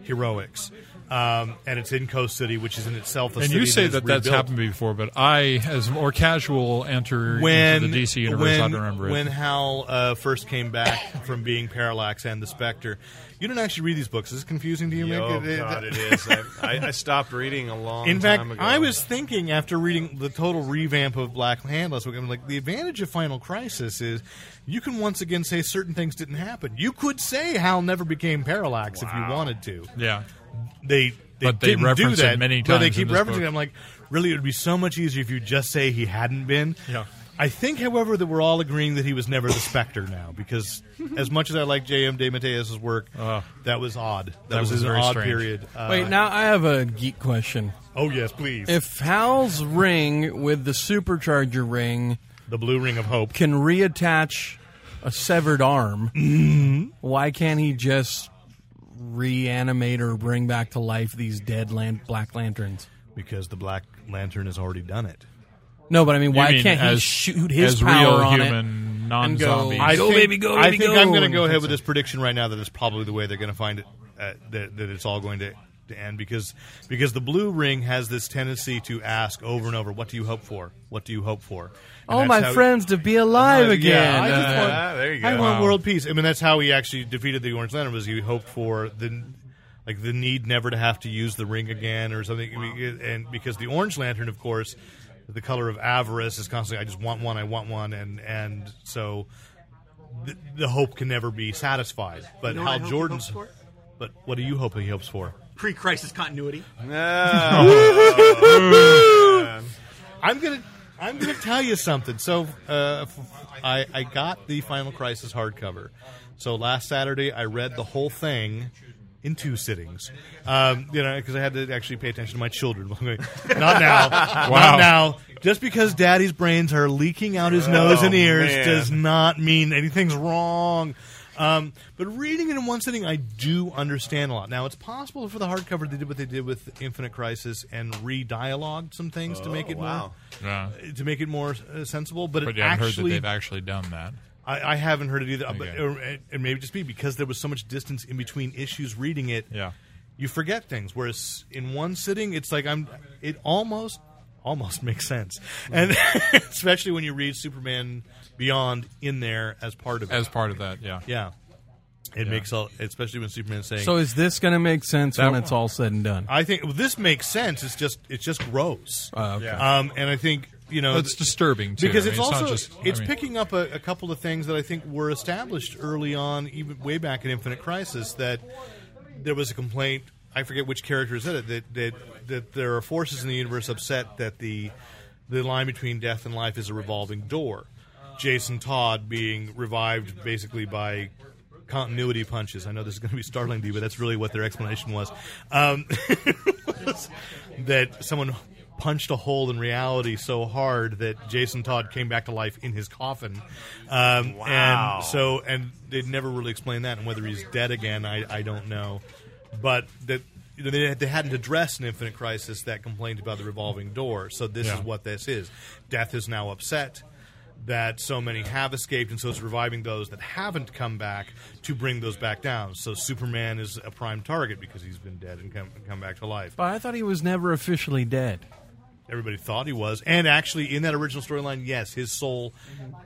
Speaker 3: heroics, um, and it's in Coast City, which is in itself. A
Speaker 4: and
Speaker 3: city
Speaker 4: you say
Speaker 3: is
Speaker 4: that that's
Speaker 3: rebuilt.
Speaker 4: happened before, but I, as a more casual enter
Speaker 3: when
Speaker 4: into the DC universe,
Speaker 3: when,
Speaker 4: I don't remember
Speaker 3: when
Speaker 4: it.
Speaker 3: Hal uh, first came back from being Parallax and the Spectre. You don't actually read these books. Is it confusing to you? Mick?
Speaker 6: Oh
Speaker 3: It- it- (laughs)
Speaker 6: God, it is. I, I, I stopped reading a long
Speaker 3: In fact,
Speaker 6: time ago.
Speaker 3: I was thinking after reading the total revamp of Black Hand last week, I'm like, the advantage of Final Crisis is you can once again say certain things didn't happen. You could say Hal never became Parallax if you wanted to.
Speaker 4: yeah.
Speaker 3: They, they
Speaker 4: But they
Speaker 3: didn't do
Speaker 4: reference it
Speaker 3: that.
Speaker 4: many
Speaker 3: No, they
Speaker 4: times in
Speaker 3: keep
Speaker 4: this
Speaker 3: referencing
Speaker 4: book.
Speaker 3: it. I'm like, really, it would be so much easier if you just say he hadn't been.
Speaker 4: Yeah.
Speaker 3: I think, however, that we're all agreeing that he was never the Spectre now, because (laughs) as much as I like J.M. De Mateus' work,
Speaker 4: Uh,
Speaker 3: that was odd. That,
Speaker 4: that
Speaker 3: was,
Speaker 4: was
Speaker 3: an
Speaker 4: very
Speaker 3: odd
Speaker 4: strange.
Speaker 3: period. Uh,
Speaker 8: Wait, now I have a geek question.
Speaker 3: oh yes, please.
Speaker 8: If Hal's ring with the supercharger ring
Speaker 3: the Blue Ring of Hope.
Speaker 8: can reattach a severed arm,
Speaker 3: Mm-hmm.
Speaker 8: why can't he just reanimate or bring back to life these dead lan- black lanterns?
Speaker 3: because the Black Lantern has already done it.
Speaker 8: No, but I mean,
Speaker 4: You
Speaker 8: why
Speaker 4: mean
Speaker 8: can't he
Speaker 4: as-
Speaker 8: shoot his
Speaker 4: as
Speaker 8: power
Speaker 4: real
Speaker 8: on
Speaker 4: human,
Speaker 8: it and go?
Speaker 4: non-zombies.
Speaker 8: I
Speaker 4: I
Speaker 8: go, baby, go,
Speaker 3: I
Speaker 8: baby,
Speaker 3: think
Speaker 8: go.
Speaker 3: I'm going to
Speaker 8: and
Speaker 3: go ahead
Speaker 8: fix
Speaker 3: with
Speaker 8: it.
Speaker 3: (laughs) this prediction right now that it's probably the way they're going to find it uh, that, that it's all going to, to end because because the blue ring has this tendency to ask over and over, "What do you hope for? What do you hope for?" And
Speaker 8: All
Speaker 3: that's
Speaker 8: Oh, my
Speaker 3: how-
Speaker 8: friends to be alive
Speaker 3: Yeah,
Speaker 8: again.
Speaker 3: I just
Speaker 8: Uh,
Speaker 3: want,
Speaker 6: Ah, there you
Speaker 3: I
Speaker 6: go.
Speaker 3: want
Speaker 4: Wow.
Speaker 3: world peace. I mean, that's how he actually defeated the Orange Lantern. Was he hoped for the like the need never to have to use the ring again or something? I mean, And because the Orange Lantern, of course, the color of avarice is constantly. I just want one. I want one. And and so the, the hope can never be satisfied. But
Speaker 7: know what I
Speaker 3: Hal
Speaker 7: hope he
Speaker 3: Jordan's.
Speaker 7: hopes for?
Speaker 3: But what are you hoping he hopes for?
Speaker 7: Pre-crisis continuity.
Speaker 6: (laughs)
Speaker 3: I'm gonna. I'm going to tell you something. So, uh, f- I, I got the Final Crisis hardcover. So last Saturday, I read the whole thing in two sittings. Um, you know, because I had to actually pay attention to my children. (laughs) Not now. Not now. Just because Daddy's brains are leaking out his nose and ears
Speaker 6: man.
Speaker 3: does not mean anything's wrong. Um, but reading it in one sitting, I do understand a lot. Now, it's possible for the hardcover they did what they did with Infinite Crisis and re-dialogued some things to make it
Speaker 6: wow.
Speaker 3: more
Speaker 4: yeah.
Speaker 3: to make it more uh, sensible. But,
Speaker 4: But
Speaker 3: it
Speaker 4: yeah, I've heard that
Speaker 3: actually,
Speaker 4: they've actually done that.
Speaker 3: I, I haven't heard it either. uh, But,
Speaker 4: Okay.
Speaker 3: or, and maybe just be because there was so much distance in between issues reading it.
Speaker 4: Yeah.
Speaker 3: you forget things. Whereas in one sitting, it's like I'm. It almost almost (laughs) makes sense, and (laughs) especially when you read Superman Beyond in there as part of it.
Speaker 4: As part of that, yeah.
Speaker 3: yeah, it makes all. Especially when Superman's saying.
Speaker 8: So is this going to make sense when it's all said and done?
Speaker 3: I think well, this makes sense. It's just it's just gross,
Speaker 8: Oh, okay.
Speaker 3: um, and I think you know
Speaker 4: That's
Speaker 3: th-
Speaker 4: disturbing, too.
Speaker 3: because
Speaker 4: I
Speaker 3: it's
Speaker 4: mean,
Speaker 3: also
Speaker 4: not
Speaker 3: it's,
Speaker 4: just, I mean-
Speaker 3: picking up a, a couple of things that I think were established early on, even way back in Infinite Crisis, that there was a complaint. I forget which character said it that that that there are forces in the universe upset that the the line between death and life is a revolving door. Jason Todd being revived basically by continuity punches. I know this is going to be startling to you, but that's really what their explanation was. Um, (laughs) was that someone punched a hole in reality so hard that Jason Todd came back to life in his coffin. Um,
Speaker 6: Wow.
Speaker 3: And so, and they never really explained that, and whether he's dead again, I, I don't know. But that. You know, they, they hadn't addressed an infinite crisis that complained about the revolving door. So this
Speaker 4: Yeah.
Speaker 3: is what this is. Death is now upset that so many have escaped, and so it's reviving those that haven't come back to bring those back down. So Superman is a prime target because he's been dead and come, come back to life.
Speaker 8: But I thought he was never officially dead.
Speaker 3: Everybody thought he was, and actually in that original storyline, yes, his soul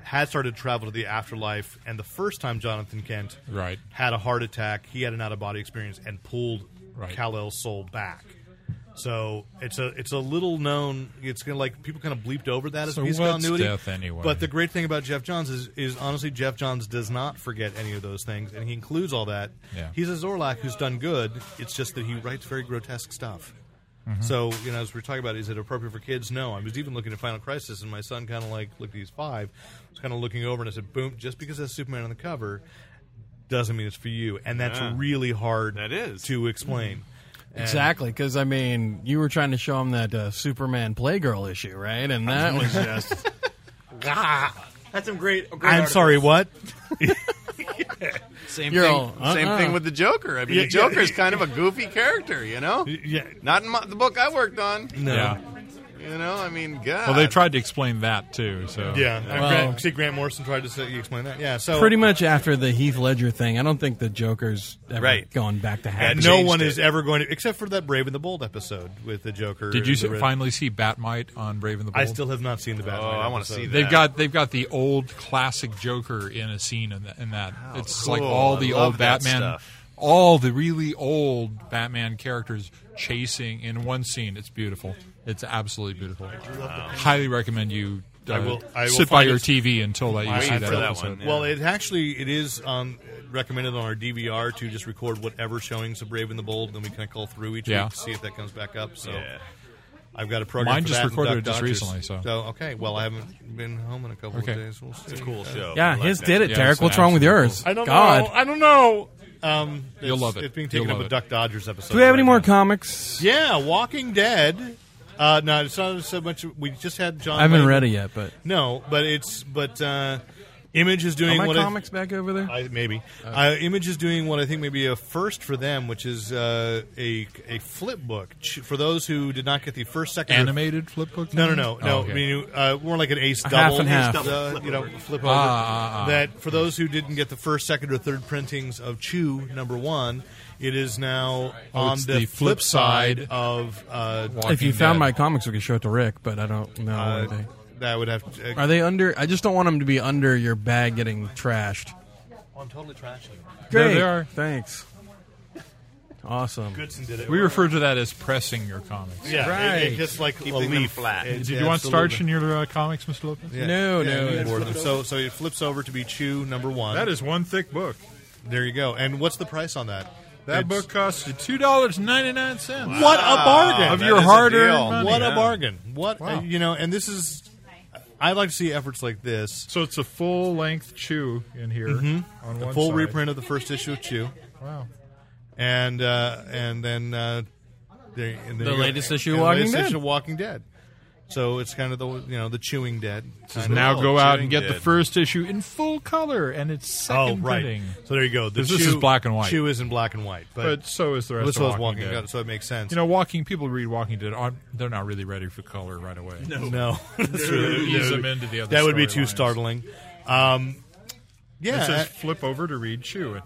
Speaker 3: had started to travel to the afterlife. And the first time Jonathan Kent
Speaker 4: Right.
Speaker 3: had a heart attack, he had an out of body experience and pulled
Speaker 4: Right.
Speaker 3: Kal El's soul back. So it's a it's a little known. It's kind of like people kind of bleeped over that as
Speaker 4: So
Speaker 3: a piece of
Speaker 4: what's
Speaker 3: continuity.
Speaker 4: death anyway?
Speaker 3: But the great thing about Jeff Johns is, is honestly Jeff Johns does not forget any of those things, and he includes all that.
Speaker 4: Yeah.
Speaker 3: He's a Zorlak who's done good. It's just that he writes very grotesque stuff.
Speaker 6: Mm-hmm.
Speaker 3: So you know, as we are talking about, is it appropriate for kids? No. I was even looking at Final Crisis, and my son kind of like looked at he's five, was kind of looking over, and I said, "Boom!" Just because that's Superman on the cover doesn't mean it's for you, and that's
Speaker 6: Yeah.
Speaker 3: really hard.
Speaker 6: That is. Mm-hmm.
Speaker 3: to explain. And-
Speaker 8: Exactly, because I mean, you were trying to show him that uh, Superman Playgirl issue, right? And that was just
Speaker 7: That's some great.
Speaker 6: Oh,
Speaker 7: great
Speaker 3: I'm
Speaker 7: articles.
Speaker 3: sorry. What?
Speaker 6: Same
Speaker 8: You're
Speaker 6: thing.
Speaker 8: all, uh-uh.
Speaker 6: Same thing with the Joker. I mean,
Speaker 3: Yeah,
Speaker 6: the Joker is
Speaker 3: yeah.
Speaker 6: kind of a goofy character, you know.
Speaker 3: Yeah.
Speaker 6: Not in my, the book I worked on.
Speaker 3: No.
Speaker 4: Yeah.
Speaker 6: You know, I mean, God.
Speaker 4: Well, they tried to explain that too. So
Speaker 3: Yeah, and
Speaker 8: Well-
Speaker 3: Grant, see, Grant Morrison tried to say, you explain that. Yeah, so
Speaker 8: Pretty much after the Heath Ledger thing, I don't think the Joker's ever
Speaker 6: Right.
Speaker 8: going back to
Speaker 3: Yeah,
Speaker 8: happy.
Speaker 3: no
Speaker 6: changed
Speaker 3: one
Speaker 6: it.
Speaker 3: is ever going to, except for that Brave and the Bold episode with the Joker.
Speaker 4: Did
Speaker 3: and
Speaker 4: you
Speaker 3: the
Speaker 4: see,
Speaker 3: Red-
Speaker 4: finally see Batmite on Brave and the
Speaker 3: I
Speaker 4: Bold?
Speaker 3: still have not seen the Batman.
Speaker 6: Oh, I wanna
Speaker 3: episode.
Speaker 6: see that.
Speaker 4: They've got they've got the old classic Joker in a scene in, that in that.
Speaker 3: Oh,
Speaker 4: it's like
Speaker 6: cool.
Speaker 4: all
Speaker 6: I
Speaker 4: the
Speaker 6: love
Speaker 4: old
Speaker 6: that
Speaker 4: Batman,
Speaker 6: stuff.
Speaker 4: all the really old Batman characters chasing in one scene. It's beautiful. It's absolutely beautiful. Highly recommend you. Uh,
Speaker 3: I will- I will
Speaker 4: sit by
Speaker 3: find
Speaker 4: your
Speaker 3: it.
Speaker 4: TV until that you
Speaker 3: I-
Speaker 4: see
Speaker 3: I-
Speaker 4: that
Speaker 6: for that
Speaker 4: episode.
Speaker 6: one, yeah.
Speaker 3: Well, it actually it is um, recommended on our DVR to just record whatever showings of Brave and the Bold, then we kind of call through each
Speaker 4: Yeah.
Speaker 3: week to see if that comes back up. So
Speaker 6: Yeah.
Speaker 3: I've got a program.
Speaker 4: Mine
Speaker 3: for
Speaker 4: just
Speaker 3: that and
Speaker 4: recorded
Speaker 3: Doc
Speaker 4: it just
Speaker 3: Dodgers.
Speaker 4: recently, so.
Speaker 3: okay. Well, I haven't been home in a couple
Speaker 4: Okay.
Speaker 3: of days. We'll see. Uh,
Speaker 6: It's a cool show.
Speaker 8: Yeah,
Speaker 6: I like
Speaker 8: his
Speaker 6: that.
Speaker 8: did it,
Speaker 4: Yeah,
Speaker 8: Derek.
Speaker 4: it's
Speaker 8: What's wrong with
Speaker 4: absolutely
Speaker 8: yours?
Speaker 3: I don't
Speaker 8: God.
Speaker 3: know. I don't know. Um,
Speaker 4: You'll
Speaker 3: it's-
Speaker 4: love it.
Speaker 3: It's being
Speaker 4: You'll
Speaker 3: taken up
Speaker 4: love
Speaker 3: with
Speaker 4: it.
Speaker 3: Duck Dodgers episode.
Speaker 8: Do we have any
Speaker 3: right
Speaker 8: more
Speaker 3: now.
Speaker 8: comics?
Speaker 3: Yeah, Walking Dead. Uh, no, it's not so much. We just had John.
Speaker 8: I haven't
Speaker 3: Layman.
Speaker 8: read it yet, but
Speaker 3: No, but it's but uh, Image is
Speaker 8: are
Speaker 3: doing
Speaker 8: my
Speaker 3: what
Speaker 8: comics back over there?
Speaker 3: I, I maybe uh, Image is doing what I think may be a first for them, which is uh, a a flip book Ch- for those who did not get the first, second, or-
Speaker 4: Animated flip book.
Speaker 3: No, no, no, no.
Speaker 4: Oh, okay.
Speaker 3: I mean, you, uh, more like an ace
Speaker 8: A
Speaker 3: double,
Speaker 8: half and half.
Speaker 3: Ace double, you know, flip over.
Speaker 4: ah, ah.
Speaker 3: That for those who didn't get the first, second, or third printings of Chew number one, it is now
Speaker 4: Oh,
Speaker 3: on
Speaker 4: it's
Speaker 3: the,
Speaker 4: the
Speaker 3: flip,
Speaker 4: flip
Speaker 3: side,
Speaker 4: side.
Speaker 3: of uh,
Speaker 4: Walking
Speaker 8: If you found
Speaker 4: Dead.
Speaker 8: my comics, we could show it to Rick, but I don't know.
Speaker 3: uh,
Speaker 8: are, they,
Speaker 3: that would have. To, uh,
Speaker 8: are they under? I just don't want them to be under your bag getting trashed.
Speaker 3: I'm totally trashing.
Speaker 4: There
Speaker 8: Great.
Speaker 4: they are.
Speaker 8: Thanks. Awesome.
Speaker 3: Goodson did it.
Speaker 4: we refer to that as pressing your comics.
Speaker 3: yeah,
Speaker 8: Right.
Speaker 3: it, it just like a
Speaker 6: Keeping them
Speaker 3: leaf
Speaker 6: flat.
Speaker 3: It-
Speaker 4: Did you want
Speaker 3: absolutely.
Speaker 4: starch in your uh, comics, Mr. Lopez?
Speaker 3: Yeah.
Speaker 8: No, no.
Speaker 3: you
Speaker 8: Yeah,
Speaker 3: board them. So, so it flips over to be Chew number one.
Speaker 4: That is one thick book.
Speaker 3: there you go. And what's the price on that?
Speaker 4: That
Speaker 3: It's-
Speaker 4: book costs you two dollars ninety nine cents.
Speaker 3: What a bargain!
Speaker 6: Wow,
Speaker 4: Of
Speaker 6: that
Speaker 4: your
Speaker 6: is a
Speaker 4: hard-earned
Speaker 6: deal.
Speaker 4: money.
Speaker 3: What a
Speaker 6: Yeah.
Speaker 3: bargain! What
Speaker 4: Wow.
Speaker 3: uh, you know, and this is. I like to see efforts like this.
Speaker 4: So it's a full length chew in here on
Speaker 3: Mm-hmm. A
Speaker 4: one
Speaker 3: full
Speaker 4: side.
Speaker 3: reprint of the first issue of Chew,
Speaker 4: Wow.
Speaker 3: and uh, and then uh, there, and there
Speaker 8: The
Speaker 3: you go.
Speaker 8: latest issue
Speaker 3: And
Speaker 8: of Walking
Speaker 3: the latest
Speaker 8: Dead.
Speaker 3: issue of Walking Dead. So it's kind of the you know the chewing dead. Kind of-
Speaker 4: Now
Speaker 6: Oh,
Speaker 4: go out and
Speaker 6: chewing
Speaker 4: get the
Speaker 6: did.
Speaker 4: first issue in full color and it's
Speaker 3: oh
Speaker 4: second
Speaker 3: right.
Speaker 4: printing.
Speaker 3: So there you go. The
Speaker 4: 'Cause this is
Speaker 3: Chew-
Speaker 4: black and white.
Speaker 3: Chew is in black and white, but,
Speaker 4: But so is the rest
Speaker 3: this
Speaker 4: of
Speaker 3: was
Speaker 4: Walking,
Speaker 3: Walking
Speaker 4: Dead.
Speaker 3: Dead, so it makes sense.
Speaker 4: You know, walking people read Walking Dead. aren't- They're not really ready for color right away.
Speaker 3: No, (laughs) That's true.
Speaker 4: Ease them into the other
Speaker 3: that would be too
Speaker 4: storylines.
Speaker 3: startling. Um, yeah,
Speaker 4: It says
Speaker 3: I-
Speaker 4: flip over to read chew. It-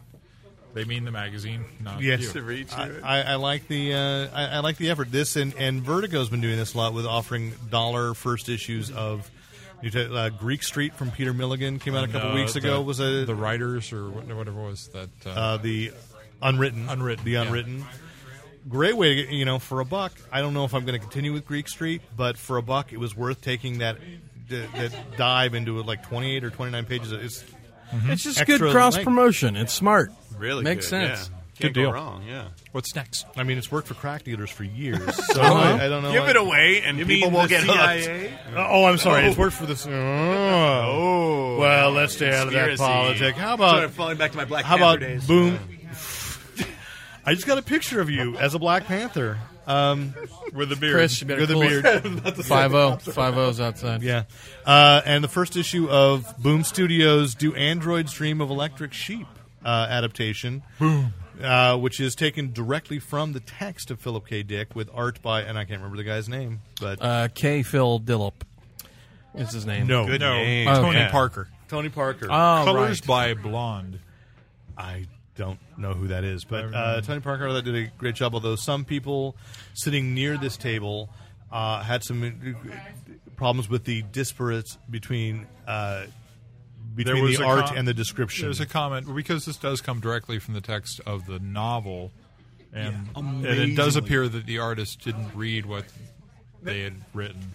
Speaker 4: They mean the magazine, not
Speaker 3: Yes,
Speaker 4: you.
Speaker 6: read
Speaker 3: I, I, I like the uh, I, I like the effort. This and, and Vertigo's been doing this a lot with offering dollar first issues of. You ta- uh, Greek Street from Peter Milligan came out a couple
Speaker 4: Uh,
Speaker 3: weeks ago.
Speaker 4: the-
Speaker 3: Was a
Speaker 4: the writers or what- whatever it was that uh,
Speaker 3: uh, the unwritten,
Speaker 4: Unwritten,
Speaker 3: the
Speaker 4: yeah.
Speaker 3: unwritten. Great way to get, you know for a buck. I don't know if I'm going to continue with Greek Street, but for a buck, it was worth taking that that, that dive into it, like 28 or 29 pages. It's
Speaker 8: It's just
Speaker 3: Extra
Speaker 8: good cross
Speaker 3: length.
Speaker 8: promotion. It's smart.
Speaker 6: Really
Speaker 8: makes
Speaker 6: good, yeah.
Speaker 8: sense.
Speaker 4: Good
Speaker 6: Can't go
Speaker 4: deal.
Speaker 6: wrong, yeah.
Speaker 4: what's next?
Speaker 3: I mean, it's worked for crack dealers for (laughs) years. So I, I don't know.
Speaker 6: Give
Speaker 3: I-
Speaker 6: it away and people will get hooked.
Speaker 3: Oh, I'm sorry. It's worked for this. Oh.
Speaker 6: Oh.
Speaker 3: Well, let's stay out of that
Speaker 6: Conspiracy.
Speaker 3: politic. How
Speaker 7: Sorry,
Speaker 3: about
Speaker 7: falling back to my Black
Speaker 3: how
Speaker 7: Panther
Speaker 3: about
Speaker 7: days.
Speaker 3: boom? (laughs) I just got a picture of you as a Black Panther. Um,
Speaker 4: With the beard.
Speaker 8: Chris, you better
Speaker 3: you're the
Speaker 8: cool it.
Speaker 3: beard.
Speaker 8: 5-0. 5-0's oh. outside.
Speaker 3: yeah. Uh, and the first issue of Boom Studios' Do Androids Dream of Electric Sheep uh, adaptation. Boom. Uh, which is taken directly from the text of Philip K. Dick with art by, and I can't remember the guy's name, but
Speaker 8: Uh, K. Phil Dillop is his name.
Speaker 3: no.
Speaker 6: Good
Speaker 4: No,
Speaker 6: name.
Speaker 4: Tony
Speaker 6: Yeah.
Speaker 4: Parker. Uh,
Speaker 3: Tony Parker.
Speaker 8: Oh,
Speaker 4: Colors
Speaker 8: right.
Speaker 4: by Blonde.
Speaker 3: I don't know who that is, but uh, Tony Parker that did a great job. Although some people sitting near this table uh, had some uh, problems with the disparates between uh, between the
Speaker 4: a
Speaker 3: art
Speaker 4: com-
Speaker 3: and the description.
Speaker 4: There's a comment because this does come directly from the text of the novel, and, and it does
Speaker 7: amazingly.
Speaker 4: appear that the artist didn't read what they had written.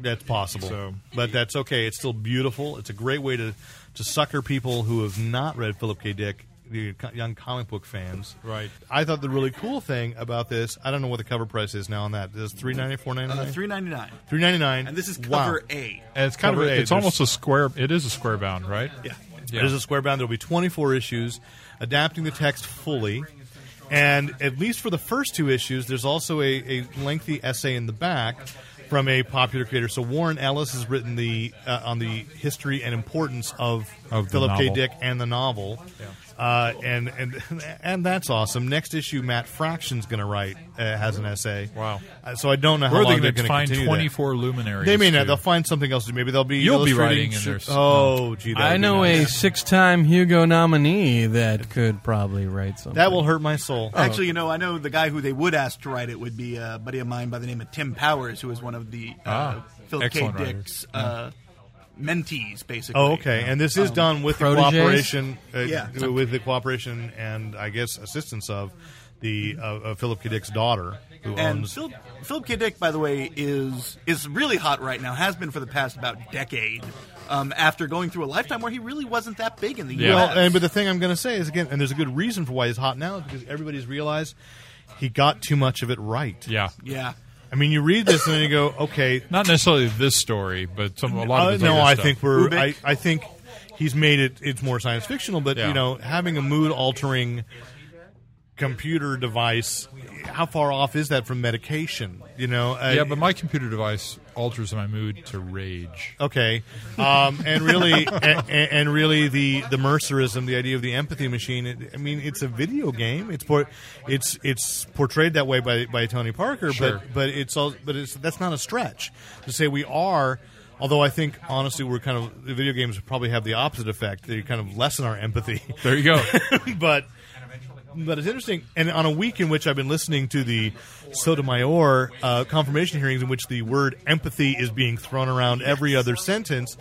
Speaker 3: that's possible,
Speaker 4: So-
Speaker 3: but that's okay. It's still beautiful. It's a great way to to sucker people who have not read Philip K. Dick. The co- young comic book fans,
Speaker 4: Right.
Speaker 3: I thought the really cool thing about this, I don't know what the cover price is now on that. Is three ninety four ninety
Speaker 7: Uh,
Speaker 3: nine?
Speaker 7: Three ninety nine,
Speaker 3: three ninety nine,
Speaker 7: and this is cover A.
Speaker 4: And it's kind
Speaker 3: Cover
Speaker 4: of
Speaker 3: A,
Speaker 4: a, it's
Speaker 3: there's-
Speaker 4: almost a square. It is a square bound, right?
Speaker 7: Yeah.
Speaker 4: Yeah.
Speaker 3: It is a square bound. There will be 24 issues, adapting the text fully. And at least for the first two issues, there's also a, a lengthy essay in the back from a popular creator. So Warren Ellis has written the uh, on the history and importance of
Speaker 4: Of the
Speaker 3: Philip K.
Speaker 4: novel.
Speaker 3: Dick and the novel. Uh, and and (laughs) and that's awesome. Next issue, Matt Fraction's going to write uh, has an essay.
Speaker 4: Wow.
Speaker 3: Uh, so I don't know how
Speaker 4: Where are
Speaker 3: long
Speaker 4: they
Speaker 3: they're
Speaker 4: going
Speaker 3: going
Speaker 4: to
Speaker 3: to
Speaker 4: find
Speaker 3: continue that.
Speaker 4: 24 luminaries?
Speaker 3: They may not.
Speaker 4: to-
Speaker 3: They'll find something else to do. Maybe they'll be.
Speaker 4: You'll be
Speaker 3: illustrating
Speaker 4: writing in
Speaker 3: shit-
Speaker 4: their-
Speaker 3: Oh, gee, that
Speaker 8: I
Speaker 3: would
Speaker 8: know
Speaker 3: be
Speaker 8: a
Speaker 3: nice.
Speaker 8: six-time Hugo nominee that could probably write something.
Speaker 3: That will hurt my soul.
Speaker 5: Actually, you know, I know the guy who they would ask to write it would be a buddy of mine by the name of Tim Powers, who is one of the uh,
Speaker 4: Ah,
Speaker 5: Philip K.
Speaker 4: excellent writer.
Speaker 5: Dick's uh, mentees, basically. Um,
Speaker 3: Oh, okay. And this is done with the
Speaker 8: Protégés?
Speaker 3: cooperation, uh,
Speaker 5: Yeah.
Speaker 3: with the cooperation and I guess assistance of the uh, of Philip K. Dick's daughter, who
Speaker 5: And
Speaker 3: owns.
Speaker 5: Phil, Philip K. Dick, by the way, is is really hot right now. Has been for the past about decade. Um, after going through a lifetime where he really wasn't that big in the
Speaker 4: Yeah.
Speaker 5: U.S.
Speaker 3: Well, and but the thing I'm going to say is again, and there's a good reason for why he's hot now, is because everybody's realized he got too much of it right.
Speaker 4: Yeah.
Speaker 5: yeah,
Speaker 3: I mean, you read this and then you go, okay,
Speaker 4: Not necessarily this story, but some a lot of
Speaker 3: Uh,
Speaker 4: his
Speaker 3: no,
Speaker 4: other
Speaker 3: I
Speaker 4: stuff.
Speaker 3: think we're.
Speaker 5: Ubik.
Speaker 3: I, I think he's made it. It's more science fictional, but
Speaker 4: Yeah.
Speaker 3: you know, having a mood altering computer device, how far off is that from medication? You know. Uh,
Speaker 4: Yeah, but my computer device alters my mood to rage.
Speaker 3: Okay, um, and really, and, and really, the the mercerism, the idea of the empathy machine. It, I mean, it's a video game. It's por- it's it's portrayed that way by by Tony Parker,
Speaker 4: Sure.
Speaker 3: but but it's all but it's that's not a stretch to say we are. Although I think honestly, we're kind of the video games probably have the opposite effect. They kind of lessen our empathy, (laughs)
Speaker 4: There you go.
Speaker 3: but. But it's interesting, and on a week in which I've been listening to the Sotomayor uh, confirmation hearings, in which the word empathy is being thrown around every other sentence,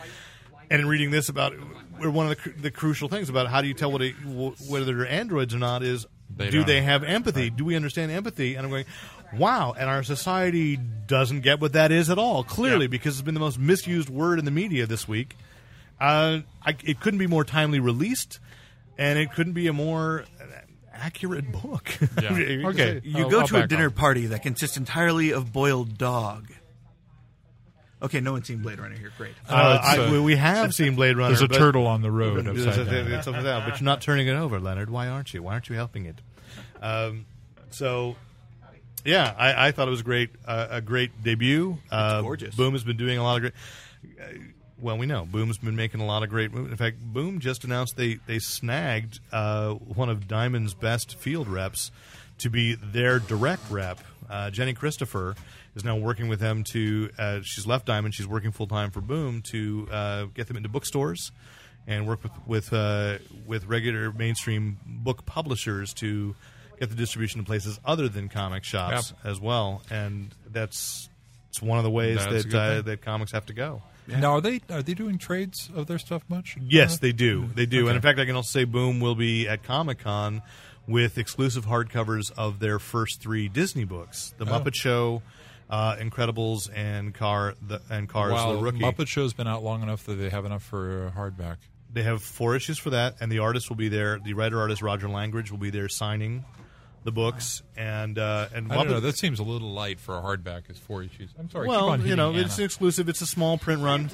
Speaker 3: and reading this about where one of the, cru- the crucial things about how do you tell what a, wh- whether they're androids or not is
Speaker 4: They
Speaker 3: do
Speaker 4: don't.
Speaker 3: they have empathy? Do we understand empathy? And I'm going, wow! And our society doesn't get what that is at all, clearly,
Speaker 4: Yeah.
Speaker 3: because it's been the most misused word in the media this week. Uh, I, it couldn't be more timely released, and it couldn't be a more uh, accurate book. (laughs)
Speaker 4: Yeah. Okay.
Speaker 5: you
Speaker 4: I'll-
Speaker 5: go
Speaker 4: I'll
Speaker 5: to a
Speaker 4: back
Speaker 5: dinner
Speaker 4: off.
Speaker 5: party that consists entirely of boiled dog. Okay, no one's seen Blade Runner here. Great.
Speaker 3: Uh,
Speaker 4: it's,
Speaker 3: I-
Speaker 4: uh,
Speaker 3: we- we have seen Blade Runner.
Speaker 4: (laughs) There's a
Speaker 3: but- (laughs)
Speaker 4: turtle on the road
Speaker 3: It's
Speaker 7: (laughs)
Speaker 4: upside
Speaker 3: upside
Speaker 4: down.
Speaker 3: down, but you're not turning it over, Leonard. Why aren't you? Why aren't you helping it? Um, so, yeah, I, I thought it was great. Uh, a great debut. Uh,
Speaker 5: gorgeous.
Speaker 3: Boom has been doing a lot of great. uh, Well, we know Boom's been making a lot of great movies. In fact, Boom just announced they they snagged uh, one of Diamond's best field reps to be their direct rep. Uh, Jenny Christopher is now working with them to. Uh, she's left Diamond. She's working full time for Boom to uh, get them into bookstores and work with with, uh, with regular mainstream book publishers to get the distribution to places other than comic shops as well. And that's it's one of the ways
Speaker 4: That's a
Speaker 3: that
Speaker 4: good
Speaker 3: uh,
Speaker 4: thing.
Speaker 3: that comics have to go.
Speaker 4: Now, are they are they doing trades of their stuff much? Uh,
Speaker 3: Yes, they
Speaker 4: Mm-hmm.
Speaker 3: do. They do. And in fact, I can also say Boom will be at Comic Con with exclusive hardcovers of their first three Disney books:
Speaker 4: Oh.
Speaker 3: The Muppet Show. Uh, Incredibles and Car the, and Cars
Speaker 4: Wow,
Speaker 3: the Rookie.
Speaker 4: Muppet Show's been out long enough that they have enough for a hardback.
Speaker 3: They have four issues for that, and the artist will be there. The writer artist Roger Langridge will be there signing the books, and uh, and
Speaker 4: I don't
Speaker 3: Muppet-
Speaker 4: know. That seems a little light for a hardback. It's four issues. I'm sorry. keep
Speaker 3: well,
Speaker 4: on
Speaker 3: you know,
Speaker 4: hitting
Speaker 3: it's an
Speaker 4: Anna.
Speaker 3: exclusive. It's a small print run.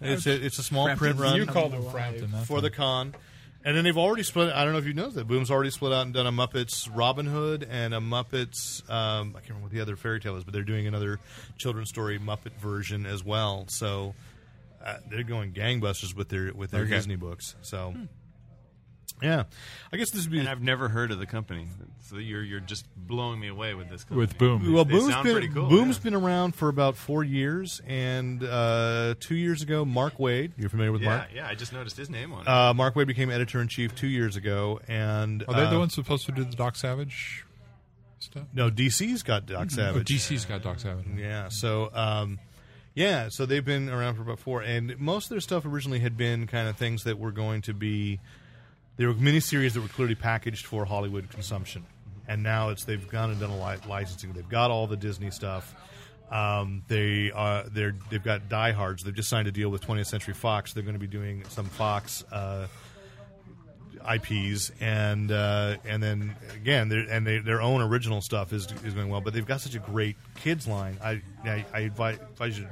Speaker 3: It's a, it's a small print run.
Speaker 4: you called him Frampton. that's
Speaker 3: for the
Speaker 4: right.
Speaker 3: con. And then they've already split. I don't know if you know that Boom's already split out and done a Muppets Robin Hood and a Muppets. Um, I can't remember what the other fairy tale is, but they're doing another children's story Muppet version as well. So uh, they're going gangbusters with their with their
Speaker 4: Okay.
Speaker 3: Disney books. So yeah, I guess this would be
Speaker 6: Hmm. And I've never heard of the company. So you're you're just blowing me away with this. Company.
Speaker 4: With Boom.
Speaker 3: Well,
Speaker 6: They
Speaker 3: Boom's
Speaker 6: sound
Speaker 3: been
Speaker 6: pretty cool,
Speaker 3: Boom's
Speaker 6: yeah.
Speaker 3: been around for about four years, and uh, two years ago, Mark Wade. You're familiar with
Speaker 6: Yeah,
Speaker 3: Mark?
Speaker 6: yeah. I just noticed his name on it.
Speaker 3: Uh, Mark Wade became editor in chief two years ago, and
Speaker 6: Oh,
Speaker 4: Are they
Speaker 3: uh,
Speaker 4: the ones supposed to do the Doc Savage stuff?
Speaker 3: No, DC's got Doc
Speaker 4: Oh,
Speaker 3: Savage.
Speaker 4: DC's got Doc Savage.
Speaker 3: Yeah. So, um, yeah. So they've been around for about four, and most of their stuff originally had been kind of things that were going to be. There were miniseries that were clearly packaged for Hollywood consumption, and now it's they've gone and done a li- licensing. They've got all the Disney stuff. Um, they are they're they've got diehards. They've just signed a deal with 20th Century Fox. They're going to be doing some Fox. Uh, IPs and uh, and then again their and they, their own original stuff is is going well, but they've got such a great kids line. I I, I advise, advise you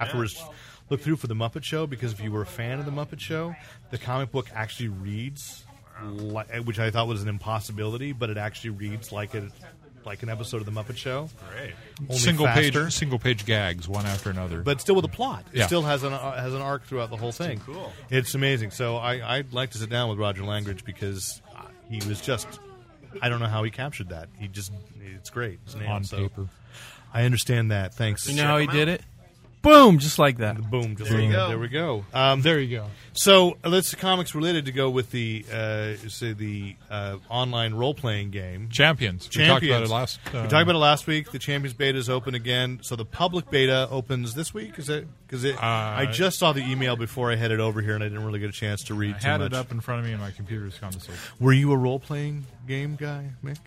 Speaker 3: afterwards look through for the Muppet Show because if you were a fan of the Muppet Show, the comic book actually reads, li- which I thought was an impossibility, but it actually reads like a like an episode of the Muppet Show.
Speaker 6: Great.
Speaker 3: Only
Speaker 4: single
Speaker 3: faster,
Speaker 4: page single page gags one after another.
Speaker 3: but still with a plot. It
Speaker 4: Yeah.
Speaker 3: still has an uh, has an arc throughout the whole thing. Cool. It's amazing. So I I'd like to sit down with Roger Langridge because uh, he was just I don't know how he captured that. He just it's great. His name,
Speaker 4: on
Speaker 3: so
Speaker 4: paper,
Speaker 3: I understand that. Thanks.
Speaker 8: You know how he did it? Boom, just like that.
Speaker 3: Boom. Just
Speaker 6: There
Speaker 3: like
Speaker 6: you
Speaker 3: that.
Speaker 6: go.
Speaker 3: There we go. Um,
Speaker 4: there you go.
Speaker 3: so uh, let's comics related to go with the uh, say the uh, online role playing game.
Speaker 4: Champions. We talked about
Speaker 3: Champions.
Speaker 4: it last.
Speaker 3: we
Speaker 4: uh,
Speaker 3: talked about it last week. The Champions Beta is open again. So the public beta opens this week. Is it? Because it, I just saw the email before I headed over here, and I didn't really get a chance to read
Speaker 4: I
Speaker 3: too
Speaker 4: had
Speaker 3: much.
Speaker 4: it up in front of me, and my computer's gone to sleep.
Speaker 3: Were you a role playing game guy, Mick?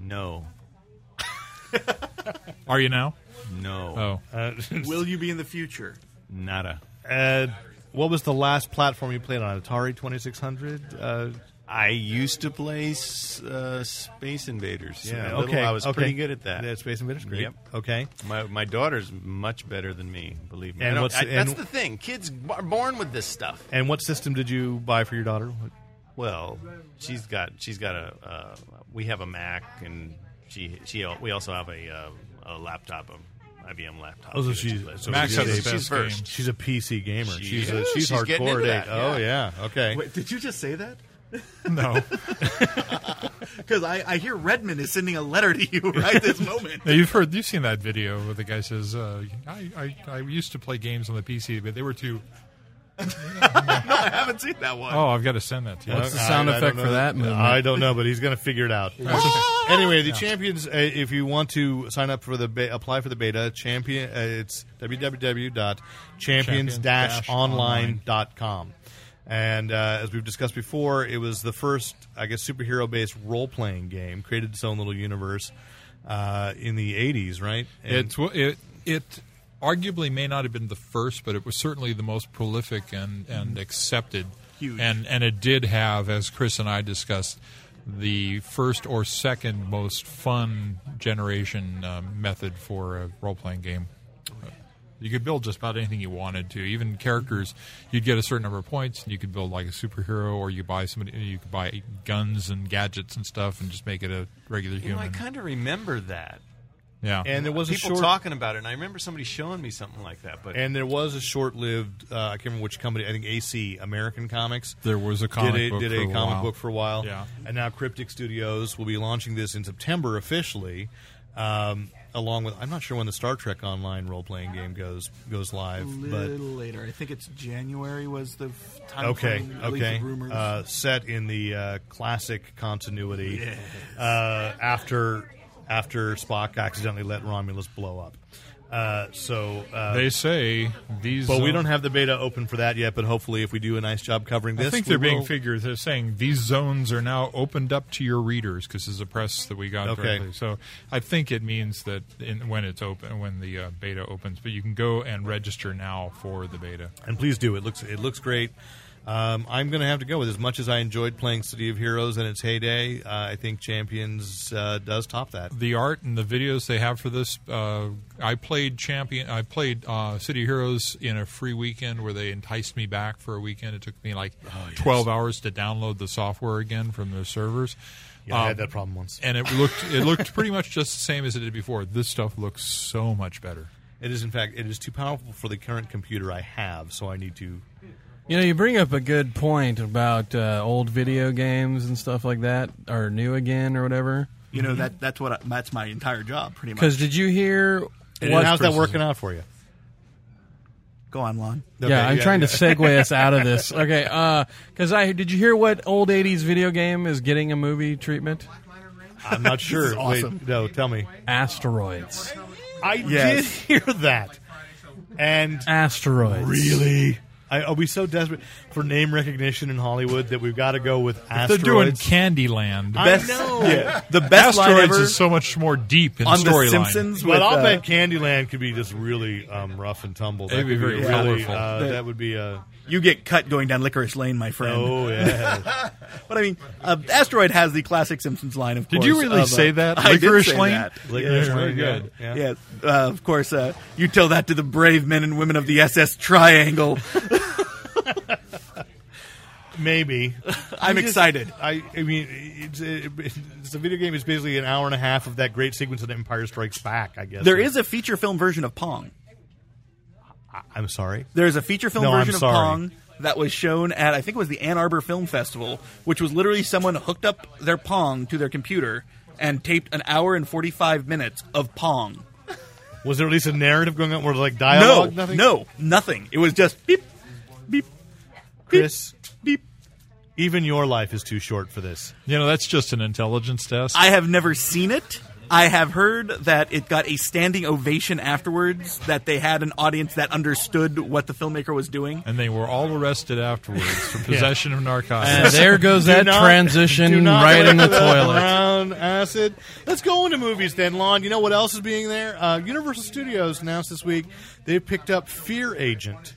Speaker 6: No.
Speaker 4: Are you now?
Speaker 6: No.
Speaker 3: (laughs)
Speaker 4: Oh,
Speaker 5: Will you be in the future?
Speaker 6: Nada.
Speaker 3: Uh, what was the last platform you played on? Atari Twenty Six Hundred. Uh,
Speaker 6: I used to play s- uh, Space Invaders.
Speaker 3: yeah.
Speaker 6: A little.
Speaker 3: Okay.
Speaker 6: I was
Speaker 3: okay.
Speaker 6: pretty good at that.
Speaker 3: Yeah, Space Invaders. Great.
Speaker 6: Yep.
Speaker 3: Okay.
Speaker 6: My my daughter's much better than me. Believe me.
Speaker 3: And
Speaker 6: I don't-
Speaker 3: what's-
Speaker 6: I- that's
Speaker 3: and-
Speaker 6: the thing. Kids b- are born with this stuff.
Speaker 3: And what system did you buy for your daughter?
Speaker 6: Well, she's got she's got a uh, we have a Mac and she she we also have a uh, a laptop, a IBM laptop.
Speaker 3: Oh, so
Speaker 6: too,
Speaker 3: she's-
Speaker 6: that plays.
Speaker 3: so
Speaker 4: Max
Speaker 3: she's-
Speaker 4: has the
Speaker 3: she's
Speaker 4: best
Speaker 6: first.
Speaker 4: game.
Speaker 3: She's a PC gamer.
Speaker 6: She-
Speaker 3: she's
Speaker 6: yeah,
Speaker 3: a, she's,
Speaker 6: she's getting
Speaker 3: hardcore.
Speaker 6: into that,
Speaker 3: at- Oh yeah. Okay.
Speaker 5: Wait, did you just say that?
Speaker 4: no.
Speaker 5: Because I, I hear Redmond is sending a letter to you (laughs) right this moment.
Speaker 4: Now, you've heard, you've seen that video where the guy says, uh, I, I, "I used to play games on the PC, but they were too."
Speaker 5: I haven't seen that one.
Speaker 4: Oh, I've got to send that to you.
Speaker 8: What's the sound
Speaker 3: don't
Speaker 8: effect for
Speaker 3: know.
Speaker 8: that movement?
Speaker 3: I don't know, but he's going to figure it out. (laughs) anyway, the champions. Uh, if you want to sign up for the be- apply for the beta, champion. Uh, it's www.champions-online.com. And uh, as we've discussed before, it was the first, I guess, superhero-based role-playing game. Created its own little universe uh, in the '80s, right? And-
Speaker 4: It, it it arguably may not have been the first, but it was certainly the most prolific and and accepted.
Speaker 5: Huge.
Speaker 4: And and it did have, as Chris and I discussed, the first or second most fun generation uh, method for a role playing game. You could build just about anything you wanted to, even characters. You'd get a certain number of points, and you could build like a superhero, or you buy somebody. You could buy guns and gadgets and stuff, and just make it a regular
Speaker 6: You know,
Speaker 4: human.
Speaker 6: I kind of remember that.
Speaker 4: yeah,
Speaker 3: and there was a
Speaker 6: People
Speaker 3: short,
Speaker 6: talking about it, and I remember somebody showing me something like that. But
Speaker 3: and there was a short-lived. Uh, I can't remember which company. I think AC American Comics.
Speaker 4: there was a comic
Speaker 3: did a,
Speaker 4: book
Speaker 3: did
Speaker 4: for
Speaker 3: a,
Speaker 4: a
Speaker 3: comic
Speaker 4: while.
Speaker 3: book for a while.
Speaker 4: Yeah.
Speaker 3: And now Cryptic Studios will be launching this in September officially, um, along with I'm not sure when the Star Trek Online role playing game goes goes live,
Speaker 5: A
Speaker 3: but
Speaker 5: little later. I think it's January was the f- time
Speaker 3: okay,
Speaker 5: frame, at least
Speaker 3: okay,
Speaker 5: rumors.
Speaker 3: uh, set in the uh, classic continuity uh, after after Spock accidentally let Romulus blow up. Uh, so uh,
Speaker 4: They say these.
Speaker 3: but we
Speaker 4: zone-
Speaker 3: don't have the beta open for that yet. But hopefully, if we do a nice job covering this,
Speaker 4: I think
Speaker 3: we
Speaker 4: they're being
Speaker 3: will-
Speaker 4: figured. They're saying these zones are now opened up to your readers because this is a press that we got
Speaker 3: Okay.
Speaker 4: directly. So I think it means that in, when it's open, when the uh, beta opens, but you can go and register now for the beta.
Speaker 3: and please do. It looks it looks great. Um, I'm going to have to go with as much as I enjoyed playing City of Heroes in its heyday. Uh, I think Champions uh, does top that.
Speaker 4: The art and the videos they have for this. Uh, I played champion. I played uh, City Heroes in a free weekend where they enticed me back for a weekend. It took me like
Speaker 3: Oh,
Speaker 4: twelve hours to download the software again from their servers. Um,
Speaker 3: problem once.
Speaker 4: and it looked it looked pretty much just the same as it did before. This stuff looks so much better.
Speaker 3: It is in fact it is too powerful for the current computer I have, so I need to.
Speaker 8: You know, you bring up a good point about uh, old video games and stuff like that are new again or whatever.
Speaker 5: you know that that's what I, that's my entire job pretty much.
Speaker 8: Because did you hear?
Speaker 3: And
Speaker 8: what-
Speaker 3: how's that working out for you?
Speaker 5: Go on, Lon.
Speaker 3: Okay,
Speaker 8: yeah, I'm
Speaker 3: yeah,
Speaker 8: trying
Speaker 3: yeah.
Speaker 8: to
Speaker 4: (laughs)
Speaker 8: segue
Speaker 3: (laughs)
Speaker 8: us out of this. Okay, because I did you hear what old '80s video game is getting a movie treatment?
Speaker 3: I'm not sure.
Speaker 5: awesome.
Speaker 3: Wait, no, tell me.
Speaker 8: Asteroids.
Speaker 3: I
Speaker 5: (laughs)
Speaker 3: did hear that, and
Speaker 8: Asteroids.
Speaker 3: really, I, are we so desperate for name recognition in Hollywood that we've got to go with asteroids?
Speaker 4: They're doing Candyland.
Speaker 3: I know.
Speaker 5: (laughs) The best line
Speaker 4: Asteroids
Speaker 5: ever
Speaker 4: is so much more deep in
Speaker 5: on The
Speaker 4: storyline.
Speaker 5: Simpsons.
Speaker 3: Well,
Speaker 5: with,
Speaker 3: I'll
Speaker 5: uh,
Speaker 3: bet Candyland could be just really um, rough and tumble. That
Speaker 4: It'd be
Speaker 3: could
Speaker 4: very
Speaker 3: really,
Speaker 4: colorful.
Speaker 3: Uh, that would be a
Speaker 5: you get cut going down Licorice Lane, my friend. (laughs)
Speaker 3: oh yeah.
Speaker 5: But I mean, uh, Asteroid has the classic Simpsons line, of
Speaker 4: Did
Speaker 5: course.
Speaker 4: you really
Speaker 5: of, uh,
Speaker 4: say that?
Speaker 5: (laughs) I did
Speaker 4: Licorice
Speaker 5: say
Speaker 4: Lane?
Speaker 5: that.
Speaker 3: Licorice
Speaker 4: Yeah,
Speaker 3: Lane,
Speaker 4: very
Speaker 3: yeah.
Speaker 4: good.
Speaker 3: Yeah.
Speaker 5: Yeah, uh, of course. Uh, you tell that to (laughs) the brave men and women of the SS Triangle.
Speaker 3: Maybe.
Speaker 5: I'm
Speaker 3: I just-
Speaker 5: excited.
Speaker 3: I, I mean, it's, it, it's a video game. It's basically an hour and a half of that great sequence in Empire Strikes Back. I guess
Speaker 5: There is a feature film version of Pong.
Speaker 3: I'm sorry.
Speaker 5: There is a feature film
Speaker 3: No, I'm
Speaker 5: version of
Speaker 3: sorry.
Speaker 5: Pong that was shown at I think it was the Ann Arbor Film Festival, which was literally someone hooked up their Pong to their computer and taped an hour and 45 minutes of Pong.
Speaker 3: Was there at least a narrative going on? Where like
Speaker 5: No,
Speaker 3: dialogue? nothing.
Speaker 5: no, nothing. It was just beep, beep,
Speaker 3: Chris,
Speaker 5: beep.
Speaker 3: even your life is too short for this.
Speaker 4: You know, that's just an intelligence test.
Speaker 5: I have never seen it. I have heard that it got a standing ovation afterwards. That they had an audience that understood what the filmmaker was doing.
Speaker 4: and they were all arrested afterwards (laughs) for possession of
Speaker 8: And
Speaker 4: narcotics.
Speaker 8: there goes that
Speaker 3: (laughs) Do not- do
Speaker 8: transition
Speaker 3: not (laughs)
Speaker 8: right in the
Speaker 3: look at that
Speaker 8: toilet.
Speaker 3: Brown acid. Let's go into movies then, Lon. You know what else is being there? Uh, Universal Studios announced this week they picked up Fear Agent,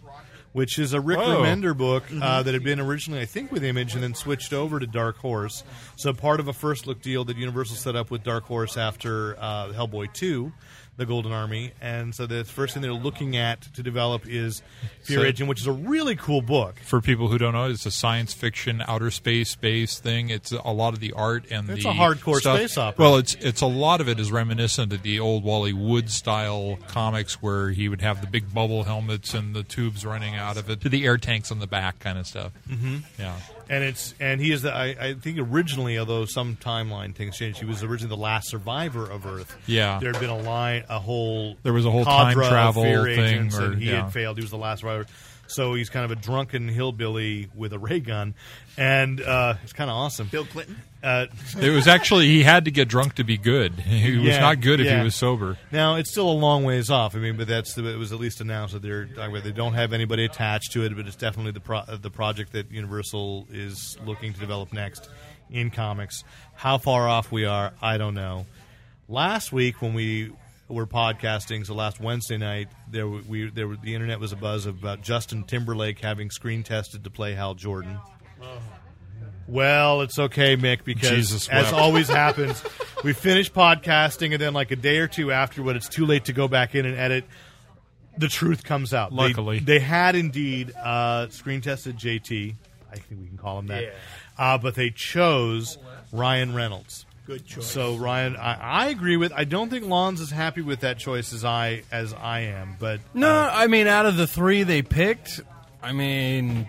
Speaker 3: which is a Rick
Speaker 8: Oh.
Speaker 4: Whoa.
Speaker 3: Remender book
Speaker 8: Mm-hmm.
Speaker 3: uh, that had been originally, I think, with Image and then switched over to Dark Horse. So part of a first look deal that Universal set up with Dark Horse after uh, Hellboy 2. The Golden Army, and so the first thing they're looking at to develop is Fear
Speaker 4: So-
Speaker 3: Agent, which is a really cool book.
Speaker 4: for people who don't know, it's a science fiction, outer space based thing. It's a lot of the art and
Speaker 3: It's
Speaker 4: the
Speaker 3: a hardcore
Speaker 4: stuff.
Speaker 3: space opera.
Speaker 4: Well, it's it's a lot of it is reminiscent of the old Wally Wood style comics where he would have the big bubble helmets and the tubes running out of it to the air tanks on the back kind of stuff. Mm-hmm. Yeah,
Speaker 3: and it's and he is the I, I think originally, although some timeline things changed, he was originally the last survivor of Earth.
Speaker 4: Yeah.
Speaker 3: there had been a line, a whole
Speaker 4: There was a whole time
Speaker 3: cadre of
Speaker 4: travel
Speaker 3: fear
Speaker 4: thing
Speaker 3: agents,
Speaker 4: or-
Speaker 3: and he
Speaker 4: yeah.
Speaker 3: had failed. He was the last survivor, so he's kind of a drunken hillbilly with a ray gun, and uh, it's kind of awesome.
Speaker 7: Bill Clinton.
Speaker 3: Uh,
Speaker 4: it was actually he had to get drunk to be good. (laughs) He was
Speaker 3: yeah,
Speaker 4: not good if
Speaker 3: yeah.
Speaker 4: he was sober.
Speaker 3: Now it's still a long ways off. I mean, but that's the, it was at least announced that they're talking about. They don't have anybody attached to it, but it's definitely the pro, the project that Universal is looking to develop next in comics. How far off we are, I don't know. Last week when we were podcasting, so last Wednesday night, there were- we there were, the internet was a buzz about Justin Timberlake having screen tested to play Hal Jordan. Well, it's okay, Mick, because
Speaker 4: Jesus
Speaker 3: as
Speaker 4: wept.
Speaker 3: always happens, we finish podcasting, and then like a day or two after, when it's too late to go back in and edit, the truth comes out. They-
Speaker 4: Luckily.
Speaker 3: they, had indeed uh, screen tested JT. I think we can call him that. Uh, but they chose Ryan Reynolds.
Speaker 7: Good choice.
Speaker 3: So Ryan, I, I agree with. I don't think Lon's as happy with that choice as I as I am, but uh,
Speaker 8: No, I mean, out of the three they picked, I mean,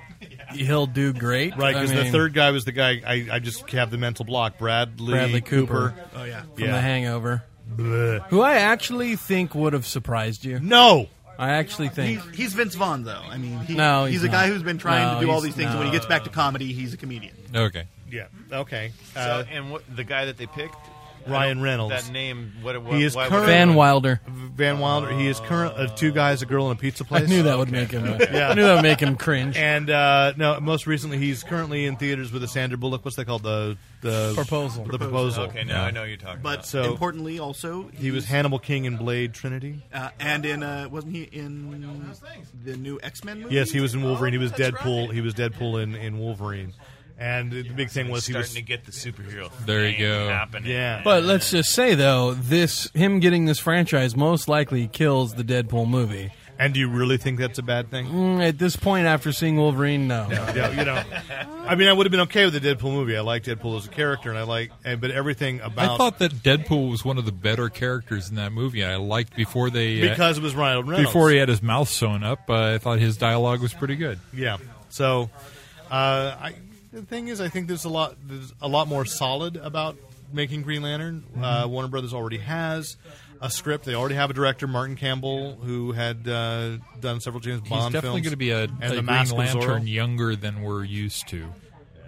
Speaker 8: he'll do great.
Speaker 3: right
Speaker 8: I
Speaker 3: because the
Speaker 8: mean,
Speaker 3: third guy was the guy I, I just have the mental block, Bradley,
Speaker 8: Bradley Cooper.
Speaker 7: Oh yeah.
Speaker 8: from
Speaker 3: yeah.
Speaker 8: The Hangover,
Speaker 3: Bleh.
Speaker 8: who I actually think would have surprised you.
Speaker 3: No,
Speaker 8: I actually think.
Speaker 7: He's, he's Vince Vaughn, though. I mean, he,
Speaker 8: No,
Speaker 7: he's,
Speaker 8: he's
Speaker 7: a guy
Speaker 8: not.
Speaker 7: who's been trying
Speaker 8: No,
Speaker 7: to do all
Speaker 8: he's-
Speaker 7: these things. and When he
Speaker 8: no.
Speaker 7: gets back to comedy, he's a comedian.
Speaker 4: Okay,
Speaker 3: Yeah. Okay.
Speaker 6: So,
Speaker 3: Uh,
Speaker 6: and what, the guy that they picked,
Speaker 3: Ryan Reynolds.
Speaker 6: That name. What, what
Speaker 3: He is
Speaker 6: why would-
Speaker 3: current-
Speaker 8: Van
Speaker 3: (laughs)
Speaker 8: Wilder.
Speaker 3: Van Wilder. He is current uh, two guys, a girl, and a pizza
Speaker 8: I
Speaker 3: place.
Speaker 8: knew that would
Speaker 3: (laughs)
Speaker 8: make him. I knew that would make him cringe.
Speaker 3: And uh, no, most recently he's currently in theaters with a Sandra Bullock. What's that called? The the
Speaker 8: Proposal.
Speaker 3: The proposal.
Speaker 6: Okay, now I know you're talking.
Speaker 7: But
Speaker 6: about.
Speaker 3: So-
Speaker 7: importantly, also
Speaker 3: He was
Speaker 7: he's-
Speaker 3: Hannibal King in Blade Trinity.
Speaker 7: uh, and in uh, wasn't he in the new X Men movie?
Speaker 3: Yes, he was in Wolverine. He was Deadpool. He was Deadpool in, in Wolverine. And the big thing was he
Speaker 6: starting
Speaker 3: was
Speaker 6: to get the superhero.
Speaker 4: There you
Speaker 6: thing
Speaker 4: go.
Speaker 6: Happening.
Speaker 3: yeah.
Speaker 8: But let's just say though, this him getting this franchise most likely kills the Deadpool movie.
Speaker 3: and do you really think that's a bad thing?
Speaker 8: Mm, At this point, after seeing Wolverine, no.
Speaker 3: Yeah, you
Speaker 6: (laughs)
Speaker 3: know, I mean, I would have been okay with the Deadpool movie. I like Deadpool as a character, and I like, and, but everything about
Speaker 4: I thought that Deadpool was one of the better characters in that movie. I liked before they uh,
Speaker 3: because it was Ryan Reynolds
Speaker 4: before he had his mouth sewn up. Uh, I thought his dialogue was pretty good.
Speaker 3: Yeah. So, uh, I, the thing is, I think there's a lot there's a lot more solid about making Green Lantern. Uh,
Speaker 4: Mm-hmm.
Speaker 3: Warner Brothers already has a script. They already have a director, Martin Campbell, who had uh, done several James
Speaker 4: He's
Speaker 3: Bond
Speaker 4: definitely
Speaker 3: films.
Speaker 4: going to be a,
Speaker 3: and
Speaker 4: a
Speaker 3: the
Speaker 4: Green
Speaker 3: Mask of
Speaker 4: Lantern
Speaker 3: Zorro.
Speaker 4: younger than we're used to.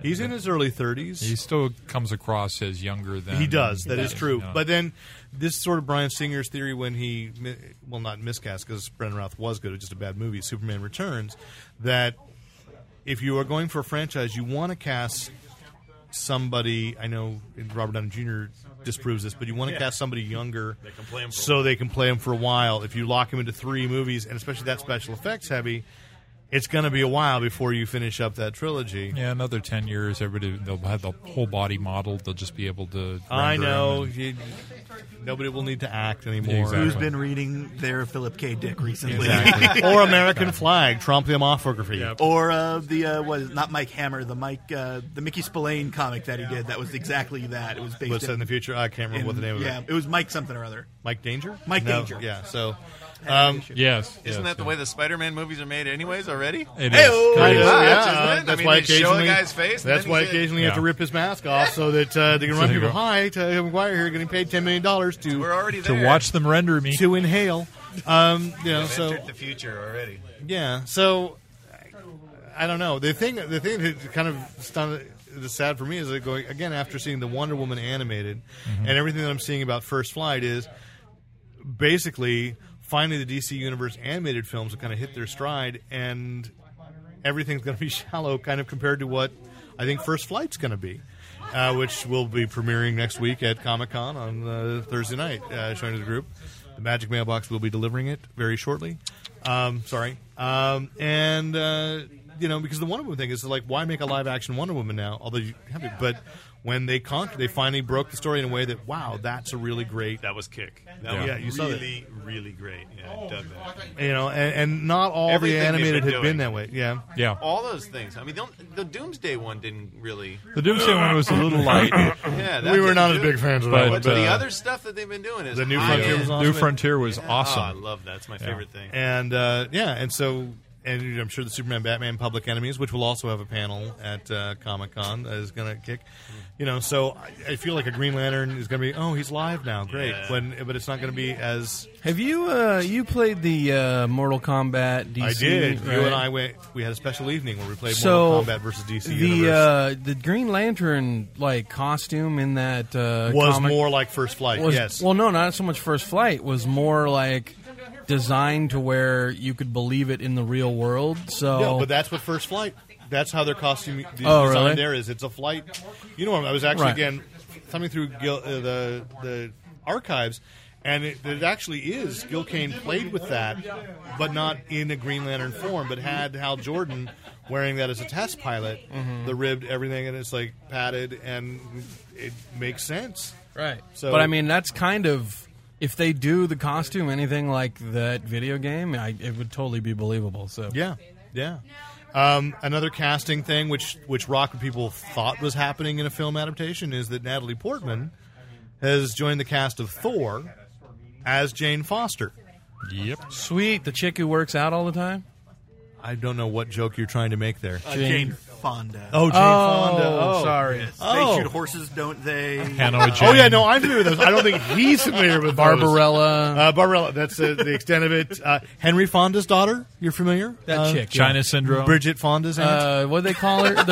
Speaker 3: He's in his early 30s.
Speaker 4: He still comes across as younger than
Speaker 3: He does. That is
Speaker 4: Yeah,
Speaker 3: true.
Speaker 4: you know.
Speaker 3: But then this sort of Brian Singer's theory when he, mi- well, not miscast because Brendan Roth was good, it was just a bad movie. Superman Returns. That if you are going for a franchise, you want to cast somebody. I know Robert Downey Jr. disproves this, but you want to cast somebody younger
Speaker 6: can play him for a
Speaker 3: so they can play him for a while. If you lock him into three movies, and especially that special effects heavy, it's going to be a while before you finish up that trilogy.
Speaker 4: Yeah, another ten years, everybody they'll have the whole body modeled. They'll just be able to.
Speaker 3: I
Speaker 4: render 'em
Speaker 3: know.
Speaker 4: and-
Speaker 3: you- nobody will need to act anymore.
Speaker 4: Exactly.
Speaker 7: Who's been reading their Philip K. Dick recently?
Speaker 4: Exactly.
Speaker 3: (laughs) or American flag, Trump demography.
Speaker 4: Yep.
Speaker 7: (laughs)
Speaker 6: Oh,
Speaker 7: Or uh, the uh, what is it, not Mike Hammer, the Mike uh, the Mickey Spillane comic that he did that was exactly that. It was based
Speaker 3: What's that in the future? I can't remember what the name of
Speaker 7: yeah,
Speaker 3: it.
Speaker 7: it was Mike something or other.
Speaker 3: Mike Danger.
Speaker 7: Mike
Speaker 3: No,
Speaker 7: Danger.
Speaker 3: Yeah. So, um,
Speaker 4: Yes.
Speaker 6: Isn't that the way the Spider-Man movies are made, anyways? Already?
Speaker 3: kind
Speaker 4: It is.
Speaker 3: of,
Speaker 4: It is.
Speaker 3: yeah, uh,
Speaker 6: yeah. isn't it? I
Speaker 3: that's
Speaker 6: mean,
Speaker 3: why
Speaker 6: they show a
Speaker 3: occasionally
Speaker 6: guy's face and
Speaker 3: That's
Speaker 6: then
Speaker 3: why
Speaker 6: he's in.
Speaker 3: occasionally you have to
Speaker 4: Yeah.
Speaker 3: rip his mask off so that uh, they can run
Speaker 4: they
Speaker 3: people
Speaker 4: go-
Speaker 3: high. To McGuire here, getting paid ten million dollars to
Speaker 6: We're already there.
Speaker 4: To watch them render me.
Speaker 3: to inhale. Um, you know,
Speaker 6: We've
Speaker 3: so
Speaker 6: entered the future already.
Speaker 3: yeah, so I, I don't know. The thing, the thing that kind of stunned, is sad for me is that going again after seeing the Wonder Woman animated and everything that I'm seeing about First Flight is basically finally the DC Universe animated films have kind of hit their stride and everything's going to be (laughs) shallow, kind of compared to what I think First Flight's going to be, uh, which will be premiering next week at Comic Con on uh, Thursday night, uh, showing to the group. The Magic Mailbox will be delivering it very shortly. Um, sorry, um, and uh, you know because the Wonder Woman thing is like, why make a live action Wonder Woman now? Although you have it, but when they conquered, they finally broke the story in a way that wow, that's a really great
Speaker 6: That was kick. That
Speaker 3: Yeah.
Speaker 6: was
Speaker 3: Yeah, you saw that. Oh,
Speaker 6: really, really great. Yeah, I dug that.
Speaker 3: you know, and, and not all
Speaker 6: Everything
Speaker 3: the
Speaker 6: they've
Speaker 3: animated
Speaker 6: been
Speaker 3: had been
Speaker 6: doing.
Speaker 3: that way. Yeah,
Speaker 4: Yeah.
Speaker 6: All those things. I mean, the, the Doomsday one didn't really.
Speaker 4: The Doomsday one was a little light.
Speaker 6: Yeah, that
Speaker 3: we were
Speaker 6: didn't
Speaker 3: not
Speaker 6: do
Speaker 3: as
Speaker 6: it.
Speaker 3: big fans of
Speaker 4: But,
Speaker 3: that.
Speaker 6: But
Speaker 3: one,
Speaker 6: the
Speaker 4: uh,
Speaker 6: other stuff that they've been doing is
Speaker 3: The New
Speaker 6: high
Speaker 3: Frontier
Speaker 6: end.
Speaker 3: was awesome.
Speaker 4: New Frontier was
Speaker 6: Oh, I
Speaker 4: awesome.
Speaker 6: love that. It's my favorite thing.
Speaker 3: (laughs) and uh, yeah, and so and I'm sure the Superman, Batman, Public Enemies, which will also have a panel at uh, Comic Con, is going to kick. You know, so I, I feel like a Green Lantern is going to be oh he's live now, great.
Speaker 6: Yeah.
Speaker 3: When but it's not going to be as
Speaker 8: Have you uh, you played the uh, Mortal Kombat DC?
Speaker 3: I did. You
Speaker 8: right?
Speaker 3: and I went. We had a special evening where we played
Speaker 8: So
Speaker 3: Mortal Kombat versus DC
Speaker 8: the
Speaker 3: Universe.
Speaker 8: uh, the Green Lantern like costume in that uh,
Speaker 3: was
Speaker 8: comic
Speaker 3: more like First Flight.
Speaker 8: was-
Speaker 3: yes.
Speaker 8: Well, no, not so much First Flight was more like designed to where you could believe it in the real world. So
Speaker 3: Yeah, but that's what first flight. That's how their costume de-
Speaker 8: Oh,
Speaker 3: design
Speaker 8: really?
Speaker 3: there is. It's a flight. You know, I was actually
Speaker 8: Right.
Speaker 3: again thumbing through Gil, uh, the the archives, and it, it actually is Gil Kane played with that, but not in a Green Lantern form, but had Hal Jordan wearing that as a test pilot,
Speaker 8: Mm-hmm.
Speaker 3: the ribbed everything, and it's like padded, and it makes sense.
Speaker 8: right.
Speaker 3: So-
Speaker 8: but I mean, that's kind of if they do the costume anything like that video game, I, it would totally be believable. So
Speaker 3: Yeah, yeah. Um, another casting thing, which which rock people thought was happening in a film adaptation, is that Natalie Portman has joined the cast of Thor as Jane Foster.
Speaker 4: Yep.
Speaker 8: sweet, the chick who works out all the time.
Speaker 3: I don't know what joke you're trying to make there.
Speaker 7: Uh, Jane Fonda.
Speaker 3: Oh, Jane Fonda. Oh,
Speaker 8: sorry.
Speaker 3: Oh.
Speaker 7: They shoot horses, don't they?
Speaker 4: Hannah with
Speaker 3: Oh yeah,
Speaker 4: Jane.
Speaker 3: no, I'm familiar with those. I don't think he's familiar with Those.
Speaker 8: Barbarella.
Speaker 3: Uh, Barbarella. That's uh, the extent of it. Uh, Henry Fonda's daughter. You're familiar?
Speaker 8: That
Speaker 3: Uh,
Speaker 8: chick, yeah.
Speaker 4: China syndrome.
Speaker 3: Bridget Fonda's aunt.
Speaker 8: uh, what do they call her? The,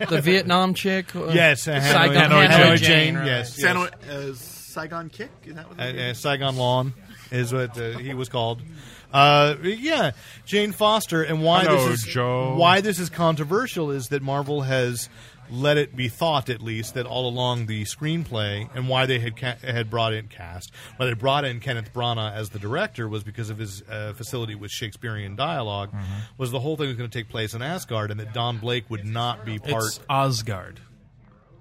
Speaker 8: the, the Vietnam chick? Uh,
Speaker 3: yes, uh,
Speaker 8: Saigon,
Speaker 4: Hanoi
Speaker 8: Hanoi
Speaker 4: Jane.
Speaker 8: right.
Speaker 3: Yes, yes.
Speaker 7: Sano- uh, Saigon Kick? Is that what
Speaker 3: uh,
Speaker 7: that
Speaker 3: uh,
Speaker 7: is?
Speaker 3: Saigon Lawn is what uh, he was called. Uh, yeah, Jane Foster, and why
Speaker 4: Hello,
Speaker 3: this is
Speaker 4: Joe.
Speaker 3: why this is controversial is that Marvel has let it be thought, at least, that all along the screenplay and why they had ca- had brought in cast, why they brought in Kenneth Branagh as the director was because of his uh, facility with Shakespearean dialog
Speaker 4: Mm-hmm.
Speaker 3: was the whole thing was going to take place in Asgard, and that Don Blake would not be part.
Speaker 8: It's Osgard.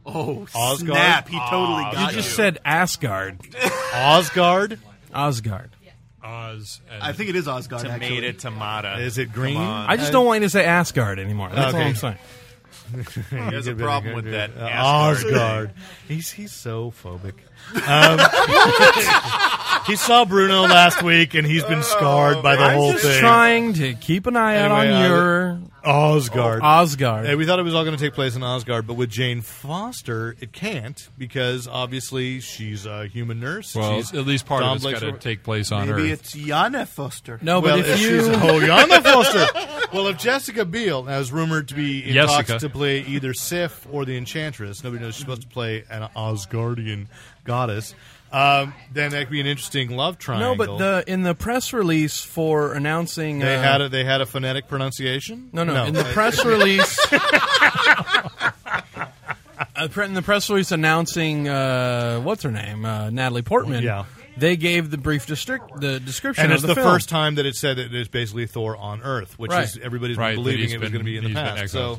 Speaker 7: Oh,
Speaker 3: Osgard?
Speaker 7: snap. He totally
Speaker 8: You
Speaker 7: got
Speaker 8: just
Speaker 7: you.
Speaker 8: said Asgard.
Speaker 3: Osgard
Speaker 8: Osgard.
Speaker 4: Oz. And
Speaker 7: I think it is Osgard,
Speaker 6: Tomato,
Speaker 7: actually.
Speaker 6: tomato.
Speaker 3: is it green?
Speaker 8: I just don't want you to say Asgard anymore. That's all
Speaker 3: Okay.
Speaker 8: I'm saying.
Speaker 6: There's a problem with that.
Speaker 3: Uh,
Speaker 6: Asgard. (laughs)
Speaker 3: Asgard. he's he's so phobic. Um, he saw Bruno last week, and he's been scarred by the whole
Speaker 8: Just
Speaker 3: thing.
Speaker 8: trying to keep an eye out
Speaker 3: Anyway,
Speaker 8: on
Speaker 3: uh,
Speaker 8: your
Speaker 3: Asgard.
Speaker 6: Oh,
Speaker 8: Osgard.
Speaker 3: Hey, we thought it was all going to take place in Asgard, but with Jane Foster, it can't because obviously she's a human nurse.
Speaker 4: well,
Speaker 3: she's
Speaker 4: at least part
Speaker 3: Don
Speaker 4: of it's
Speaker 3: Blake's
Speaker 4: got to
Speaker 3: work-
Speaker 4: take place on
Speaker 7: Maybe
Speaker 4: Earth.
Speaker 7: it's Yana Foster.
Speaker 8: no, but
Speaker 3: well,
Speaker 8: if
Speaker 3: she's
Speaker 8: you
Speaker 3: Hoyanna Foster. (laughs) Well, if Jessica Biel is rumored to be in
Speaker 4: Jessica.
Speaker 3: talks to play either Sif or the Enchantress, nobody knows she's supposed to play an Asgardian goddess. Um, then that could be an interesting love
Speaker 8: no,
Speaker 3: triangle.
Speaker 8: but the in the press release for announcing
Speaker 3: they
Speaker 8: uh,
Speaker 3: had a, they had a phonetic pronunciation.
Speaker 8: No, no. In the
Speaker 3: I-
Speaker 8: press
Speaker 3: (laughs)
Speaker 8: release, Uh, pre- in the press release announcing uh, what's her name, uh, Natalie Portman.
Speaker 3: Yeah.
Speaker 8: They gave the brief district the description
Speaker 3: and
Speaker 8: of
Speaker 3: it's the,
Speaker 8: film.
Speaker 3: first time that it said that it's basically Thor on Earth, which
Speaker 8: Right.
Speaker 3: is everybody's
Speaker 4: Right, that
Speaker 3: been believing
Speaker 4: he's
Speaker 3: it was
Speaker 4: been-
Speaker 3: going to be in the
Speaker 4: he's been
Speaker 3: past.
Speaker 4: exiled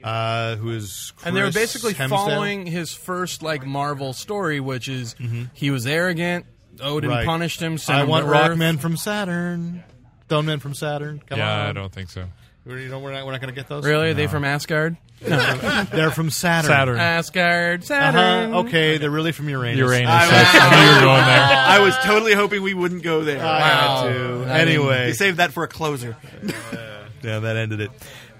Speaker 3: So, uh, who is Chris
Speaker 8: and they were basically
Speaker 3: Hemsdale?
Speaker 8: following his first like Marvel story, which is he was arrogant. Odin
Speaker 3: Mm-hmm. Right.
Speaker 8: punished him. Sent
Speaker 3: I
Speaker 8: him
Speaker 3: want
Speaker 8: to
Speaker 3: rock
Speaker 8: Earth.
Speaker 3: men from Saturn, stone men from Saturn. Come
Speaker 4: yeah,
Speaker 3: on,
Speaker 4: I don't think so.
Speaker 3: We're, you know, we're not, we're not going to get those.
Speaker 8: Really? Are they
Speaker 4: (laughs)
Speaker 8: from Asgard?
Speaker 3: They're from Saturn.
Speaker 4: Saturn.
Speaker 8: Asgard, Saturn.
Speaker 3: Uh-huh. Okay, they're really from Uranus.
Speaker 4: Uranus.
Speaker 3: I,
Speaker 4: I knew you were going there.
Speaker 3: (laughs)
Speaker 5: I was totally hoping we wouldn't go there.
Speaker 8: Uh,
Speaker 3: I had
Speaker 8: Wow.
Speaker 3: to.
Speaker 8: I mean-
Speaker 5: You
Speaker 3: Anyway,
Speaker 5: saved that for a closer.
Speaker 3: yeah, that ended it.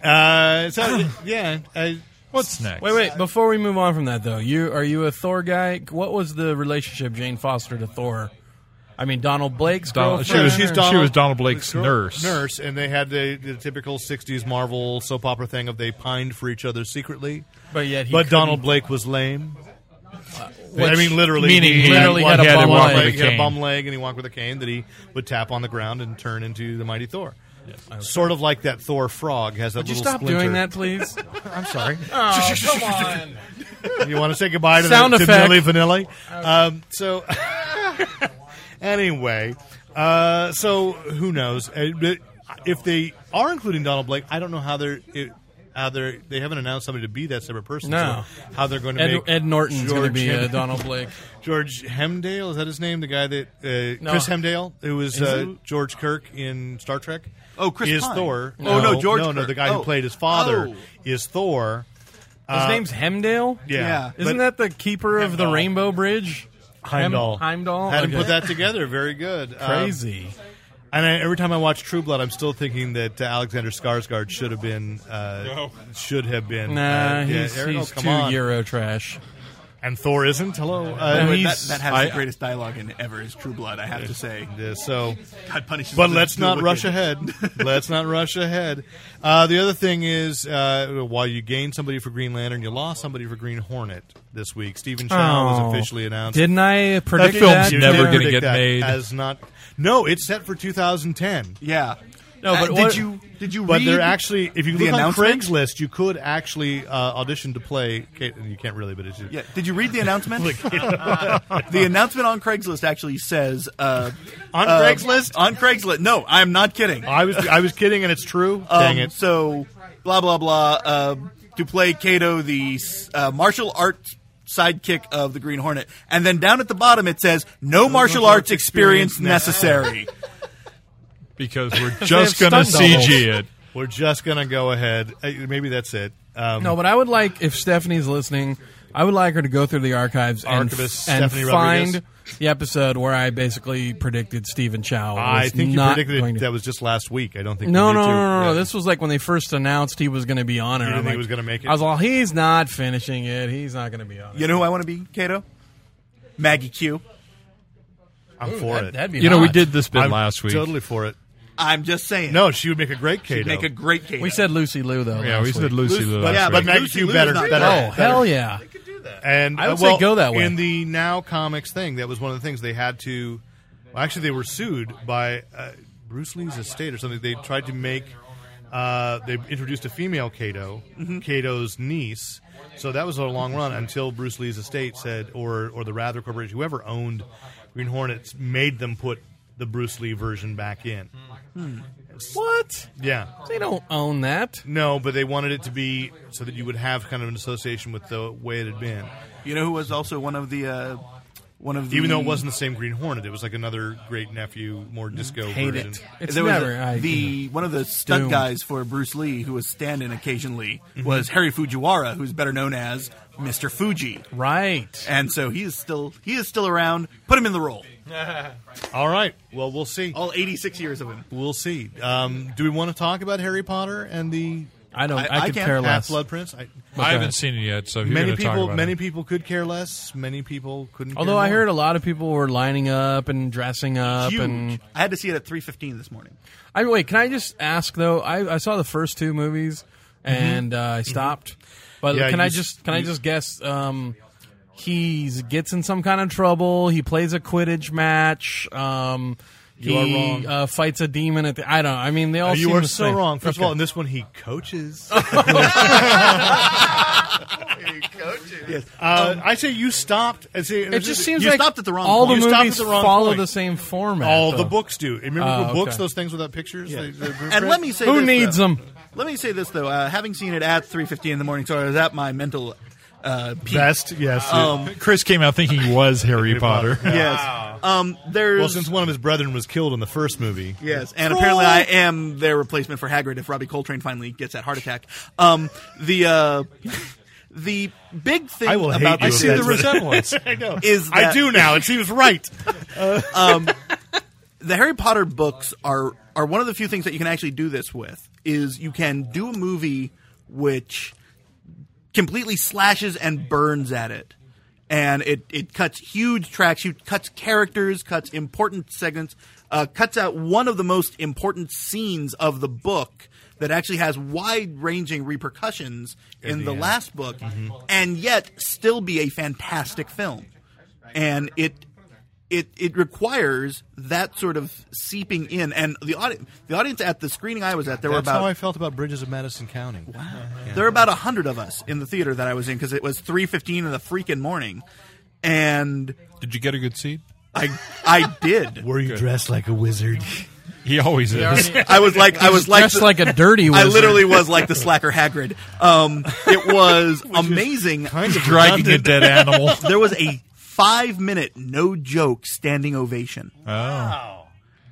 Speaker 3: Uh, so
Speaker 8: (coughs)
Speaker 3: yeah, I,
Speaker 4: What's next?
Speaker 8: Wait, wait. Before we move on from that, though, you are you a Thor guy? What was the relationship Jane Foster to Thor? I mean, Donald Blake's
Speaker 4: Donald, she
Speaker 8: girlfriend
Speaker 4: was
Speaker 8: or-
Speaker 3: She's
Speaker 4: she
Speaker 3: Donald-
Speaker 4: was Donald Blake's nurse.
Speaker 3: nurse, and they had the, the typical '60s Marvel soap opera thing of they pined for each other secretly.
Speaker 8: but yet he
Speaker 3: but Donald
Speaker 8: couldn't-
Speaker 3: Blake was lame.
Speaker 8: which-
Speaker 3: I mean, literally,
Speaker 4: meaning he
Speaker 8: literally had a
Speaker 3: one-
Speaker 8: bum
Speaker 3: one
Speaker 8: leg.
Speaker 3: He had a
Speaker 4: cane.
Speaker 3: bum leg, and he walked with a cane that he would tap on the ground and turn into the mighty Thor. Sort of like that Thor frog has that
Speaker 8: Would you
Speaker 3: little
Speaker 8: stop
Speaker 3: splinter.
Speaker 8: doing that, please?
Speaker 3: (laughs)
Speaker 8: Oh,
Speaker 3: I'm
Speaker 8: (laughs)
Speaker 3: sorry. (laughs)
Speaker 8: come on.
Speaker 3: you want to say goodbye to
Speaker 8: Sound
Speaker 3: the,
Speaker 8: effect.
Speaker 3: to Milli Vanilli? Um, so (laughs) anyway, uh, so who knows Uh, but if they are including Donald Blake? I don't know how they're. It, how they're, they haven't announced somebody to be that separate person.
Speaker 8: No.
Speaker 3: So how they're going to
Speaker 8: Ed,
Speaker 3: make
Speaker 8: Ed Norton's going to
Speaker 3: George
Speaker 8: be uh,
Speaker 3: Hem-
Speaker 8: Donald (laughs) Blake.
Speaker 3: George Hemdale is that his name? The guy that uh,
Speaker 8: No.
Speaker 3: Chris Hemdale, who was uh,
Speaker 8: it-
Speaker 3: George Kirk in Star Trek.
Speaker 5: Oh, Chris
Speaker 3: is
Speaker 5: Pine.
Speaker 3: Thor.
Speaker 5: Oh, no, George
Speaker 3: No, no,
Speaker 5: Kirk.
Speaker 3: the guy who
Speaker 5: Oh.
Speaker 3: played his father
Speaker 5: Oh.
Speaker 3: is Thor.
Speaker 8: His
Speaker 3: Uh,
Speaker 8: name's Hemdale.
Speaker 5: Yeah.
Speaker 8: Isn't that the keeper of the
Speaker 3: Heimdall.
Speaker 8: Rainbow Bridge?
Speaker 3: Heimdall.
Speaker 8: Hem- Heimdall.
Speaker 3: Had him
Speaker 8: Okay.
Speaker 3: put that together. Very good. Um,
Speaker 8: Crazy.
Speaker 3: and I, every time I watch True Blood, I'm still thinking that uh, Alexander Skarsgård should have been. Uh, Should have been.
Speaker 8: nah,
Speaker 3: uh, yeah,
Speaker 8: he's,
Speaker 3: Eric, oh,
Speaker 8: he's
Speaker 3: come
Speaker 8: too
Speaker 3: on.
Speaker 8: Euro trash.
Speaker 3: And Thor isn't. Hello.
Speaker 8: No,
Speaker 3: Uh,
Speaker 8: he's-
Speaker 5: That, that has
Speaker 4: I-
Speaker 5: the greatest dialogue in ever is True Blood. I have to say,
Speaker 3: yeah, so,
Speaker 5: God punishes.
Speaker 3: but
Speaker 5: the
Speaker 3: let's not
Speaker 5: wicked.
Speaker 3: rush ahead.
Speaker 8: (laughs)
Speaker 3: let's not rush ahead. Uh, the other thing is, uh, while you gained somebody for Green Lantern, you lost somebody for Green Hornet this week. Stephen Chow
Speaker 8: Oh.
Speaker 3: was officially announced.
Speaker 8: Didn't I predict
Speaker 4: film's
Speaker 8: that?
Speaker 3: You
Speaker 4: never
Speaker 3: did
Speaker 4: gonna
Speaker 3: predict
Speaker 4: get
Speaker 3: that
Speaker 4: made.
Speaker 3: As not, no, it's set for 2010.
Speaker 5: Yeah.
Speaker 8: No, but
Speaker 5: Uh,
Speaker 8: what-
Speaker 5: did you did you
Speaker 3: But
Speaker 5: read?
Speaker 3: they're actually, if you
Speaker 5: the
Speaker 3: look on
Speaker 5: announcement?
Speaker 3: Craigslist, you could actually uh, audition to play. Kate, You can't really, but it's
Speaker 5: Yeah. Did you read the announcement? (laughs) the announcement on Craigslist actually says uh,
Speaker 3: On
Speaker 5: uh,
Speaker 3: Craigslist?
Speaker 5: On Craigslist. No, I'm not kidding.
Speaker 3: I was I was kidding, and it's true.
Speaker 5: Um,
Speaker 3: Dang it!
Speaker 5: So, blah blah blah. Uh, to play Kato, the uh, martial arts sidekick of the Green Hornet, and then down at the bottom it says no, martial arts
Speaker 3: (laughs)
Speaker 5: experience necessary.
Speaker 4: Because we're just
Speaker 8: have
Speaker 4: going to
Speaker 8: stunt doubles.
Speaker 4: CG it.
Speaker 3: We're just gonna go ahead. Uh, Maybe that's it. Um,
Speaker 8: No, but I would like if Stephanie's listening, I would like her to go through the archives and,
Speaker 3: Archivist
Speaker 8: and
Speaker 3: Stephanie
Speaker 8: find
Speaker 3: Rodriguez?
Speaker 8: the episode where I basically predicted Stephen Chow.
Speaker 3: I
Speaker 8: was
Speaker 3: think you
Speaker 8: not
Speaker 3: predicted
Speaker 8: going to-
Speaker 3: that was just last week. I don't think
Speaker 8: No,
Speaker 3: you
Speaker 8: no,
Speaker 3: need
Speaker 8: no,
Speaker 3: to.
Speaker 8: no, no.
Speaker 3: Yeah.
Speaker 8: This was like when they first announced he was going to be on it.
Speaker 3: didn't
Speaker 8: I'm
Speaker 3: think he
Speaker 8: like-
Speaker 3: was gonna make it?
Speaker 8: I was like, he's not finishing it. He's not going to be on it.
Speaker 5: you know who I want to be, Kato? Maggie Q.
Speaker 3: I'm for it.
Speaker 8: That'd be
Speaker 4: You know, we
Speaker 8: hot.
Speaker 4: did this bit
Speaker 3: I'm
Speaker 4: last week.
Speaker 3: Totally for it.
Speaker 5: I'm just saying.
Speaker 3: No, she would make a great Kato.
Speaker 5: She'd make a great Kato.
Speaker 8: We said Lucy Lou though.
Speaker 4: Yeah,
Speaker 8: last
Speaker 4: we said
Speaker 8: week.
Speaker 4: Lucy.
Speaker 5: Lucy-
Speaker 4: Lou last
Speaker 5: but- yeah,
Speaker 4: week.
Speaker 3: but
Speaker 5: Lucy
Speaker 3: Maggie Q
Speaker 5: Lou's
Speaker 3: better,
Speaker 5: not
Speaker 3: better,
Speaker 8: Oh
Speaker 5: bad.
Speaker 3: better.
Speaker 8: hell yeah!
Speaker 3: And
Speaker 8: I would
Speaker 3: uh,
Speaker 8: say
Speaker 3: well,
Speaker 8: go that way.
Speaker 3: In the Now Comics thing, that was one of the things they had to. Well, actually, they were sued by uh, Bruce Lee's estate or something. They tried to make. Uh, they introduced a female Cato,
Speaker 8: Mm-hmm.
Speaker 3: Cato's niece. So that was a long run until Bruce Lee's estate said, or or the Rather Corporation, whoever owned Green Hornets, made them put the Bruce Lee version back in.
Speaker 8: What?
Speaker 3: Yeah.
Speaker 8: They don't own that.
Speaker 3: No, but they wanted it to be so that you would have kind of an association with the way it had been.
Speaker 5: You know who was also one of the uh, one of the
Speaker 3: Even though it
Speaker 8: Mm.
Speaker 3: wasn't the same Green Hornet, it was like another great nephew, more disco
Speaker 8: Hate
Speaker 3: version.
Speaker 8: it. It's
Speaker 5: there was
Speaker 8: never
Speaker 5: a-
Speaker 8: I-
Speaker 5: the one of the stunt
Speaker 8: Doomed.
Speaker 5: guys for Bruce Lee who was stand-in occasionally
Speaker 8: Mm-hmm.
Speaker 5: was Harry Fujiwara, who's better known as Mr. Fuji,
Speaker 8: right.
Speaker 5: and so he is still he is still around. Put him in the role.
Speaker 3: All right. Well, we'll see.
Speaker 8: Oh.
Speaker 5: All 86 years of him.
Speaker 3: We'll see. Um, do we want to talk about Harry Potter and the
Speaker 8: Oh, I don't.
Speaker 5: I-
Speaker 8: I,
Speaker 5: I
Speaker 8: could
Speaker 5: can't
Speaker 8: care
Speaker 3: Half
Speaker 8: less.
Speaker 3: Blood Prince? I,
Speaker 4: I haven't seen it yet, so if you're
Speaker 3: many
Speaker 4: gonna talk
Speaker 3: people,
Speaker 4: about
Speaker 3: many
Speaker 4: it.
Speaker 3: people could care less. Many people couldn't.
Speaker 8: Although
Speaker 3: care
Speaker 8: I
Speaker 3: more.
Speaker 8: heard a lot of people were lining up and dressing up,
Speaker 5: Huge.
Speaker 8: and
Speaker 5: I had to see it at 3:15 this morning.
Speaker 8: I mean, wait. Can I just ask though? I, I saw the first two movies and uh, I stopped. But
Speaker 3: Mm-hmm. Yeah,
Speaker 8: can
Speaker 3: you
Speaker 8: I
Speaker 3: s-
Speaker 8: just can I
Speaker 3: you-
Speaker 8: just guess? Um, he gets in some kind of trouble. He plays a Quidditch match. Um, He
Speaker 3: You are wrong. Uh,
Speaker 8: Uh, fights a demon at the. I don't. know. I mean, they all.
Speaker 3: You
Speaker 8: seem
Speaker 3: are
Speaker 8: the
Speaker 3: so
Speaker 8: same.
Speaker 3: wrong. First of
Speaker 8: Okay.
Speaker 3: all, in this one, he
Speaker 8: (laughs)
Speaker 3: coaches. Uh,
Speaker 6: coaches.
Speaker 3: Uh, I say you stopped. I say,
Speaker 8: it just seems
Speaker 5: you
Speaker 8: like
Speaker 5: stopped at the wrong
Speaker 8: all
Speaker 5: point.
Speaker 8: the
Speaker 3: You stopped
Speaker 8: movies
Speaker 3: at the wrong
Speaker 8: follow
Speaker 3: point.
Speaker 8: the same format.
Speaker 3: all
Speaker 8: though.
Speaker 3: the books do. Remember
Speaker 8: Oh,
Speaker 3: the books,
Speaker 8: okay.
Speaker 3: those things without pictures. They- they're group
Speaker 5: And
Speaker 3: read?
Speaker 5: let me say,
Speaker 8: Who
Speaker 5: this,
Speaker 8: needs
Speaker 5: though.
Speaker 8: them?
Speaker 5: Let me say this though, uh, having seen it at 3:50 in the morning, so I was at my mental uh, peak.
Speaker 3: best. Yes.
Speaker 4: Chris came out thinking he was Harry Potter.
Speaker 5: Yes. Um, there's
Speaker 3: well, since one of his brethren was killed in the first movie,
Speaker 5: Yes, and apparently I am their replacement for Hagrid if Robbie Coltrane finally gets that heart attack. Um, the uh, (laughs) the big
Speaker 3: (laughs)
Speaker 5: thing
Speaker 3: I will hate
Speaker 5: about
Speaker 3: you
Speaker 5: this
Speaker 3: if that's what-
Speaker 4: resemblance.
Speaker 5: is that
Speaker 3: (laughs) I do now. And she was right.
Speaker 5: the Harry Potter books are are one of the few things that you can actually do this with is you can do a movie which completely slashes and burns at it. And it, it cuts huge tracks, huge, cuts characters, cuts important segments, uh, cuts out one of the most important scenes of the book that actually has wide ranging repercussions in, the, last book, and yet still be a fantastic film. And it it it requires that sort of seeping in, and the audience the audience at the screening I was at there were
Speaker 3: That's
Speaker 5: about
Speaker 3: how I felt about Bridges of Madison County. Wow.
Speaker 5: there were about a hundred of us in the theater that I was in because it was three fifteen in the freaking morning, and
Speaker 4: Did you get a good seat?
Speaker 5: I I did.
Speaker 3: Were you dressed like a wizard?
Speaker 4: He always is.
Speaker 5: I was like I was like
Speaker 8: Dressed
Speaker 5: the,
Speaker 8: like a dirty.
Speaker 5: (laughs) I
Speaker 8: wizard.
Speaker 5: literally was like the slacker Hagrid. Um,
Speaker 3: (laughs)
Speaker 5: it was amazing.
Speaker 4: Dragging a (laughs) dead animal.
Speaker 5: There was a five minute no joke standing ovation,
Speaker 4: Oh.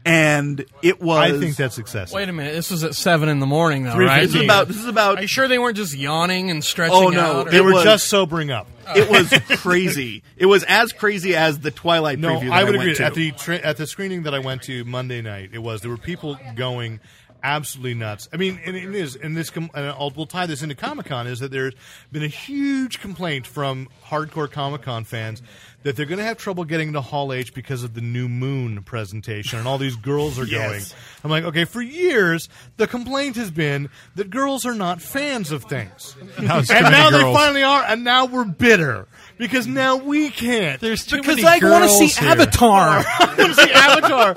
Speaker 5: and it was.
Speaker 3: I think that's excessive.
Speaker 8: Wait a minute. This was at seven in the morning, though, right?
Speaker 5: this is about this is about
Speaker 8: Are you sure they weren't just yawning and stretching
Speaker 5: Oh, no.
Speaker 8: out?
Speaker 5: It
Speaker 3: they were
Speaker 5: was-
Speaker 3: just sobering up.
Speaker 5: it was
Speaker 3: (laughs)
Speaker 5: crazy. It was as crazy as the Twilight
Speaker 3: No,
Speaker 5: preview. That
Speaker 3: I would
Speaker 5: went
Speaker 3: agree.
Speaker 5: to.
Speaker 3: At the tra- at the screening that I went to Monday night, it was there were people going absolutely nuts. I mean, and it is, and this com- and I'll, we'll tie this into Comic Con is that there's been a huge complaint from hardcore Comic Con fans that they're going to have trouble getting to Hall H because of the New Moon presentation and all these girls
Speaker 5: (laughs)
Speaker 3: are going. I'm like, okay, for years the complaint has been that girls are not fans of things,
Speaker 4: Now it's
Speaker 3: and
Speaker 4: too many
Speaker 3: now they
Speaker 4: girls.
Speaker 3: finally are, and now we're bitter. Because now we can't.
Speaker 4: There's too
Speaker 8: because
Speaker 4: many
Speaker 8: I want to
Speaker 4: girls
Speaker 8: see
Speaker 4: here. (laughs)
Speaker 8: Avatar.
Speaker 3: want to see Avatar.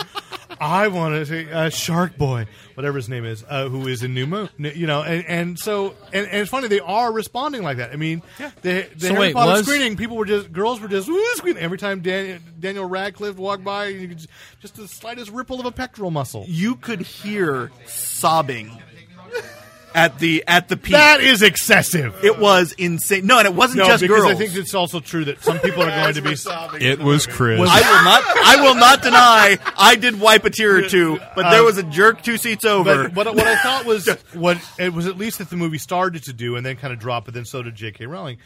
Speaker 3: I want to see uh, Shark Boy, whatever his name is, uh, who is in New Moon. You know, and, and so and, and it's funny they are responding like that. I mean, the, the
Speaker 8: So
Speaker 3: Harry
Speaker 8: wait,
Speaker 3: Potter
Speaker 8: was-
Speaker 3: screening, people were just girls were just "Woo," screaming every time Dan, Daniel Radcliffe walked by. You could just, just the slightest ripple of a pectoral muscle.
Speaker 5: you could hear sobbing at the at the peak.
Speaker 3: That is excessive.
Speaker 5: it was insane. No, and it wasn't
Speaker 3: no,
Speaker 5: just
Speaker 3: because
Speaker 5: girls.
Speaker 3: I think it's also true that some people
Speaker 4: (laughs)
Speaker 3: are going to be.
Speaker 4: It was Chris.
Speaker 5: I will not. I will not deny. I did wipe a tear
Speaker 3: (laughs)
Speaker 5: or two, but there
Speaker 3: Uh,
Speaker 5: was a jerk two seats over.
Speaker 3: But what, what I thought was what it was at least that the movie started to do, and then kind of drop, but then so did J.K. Rowling.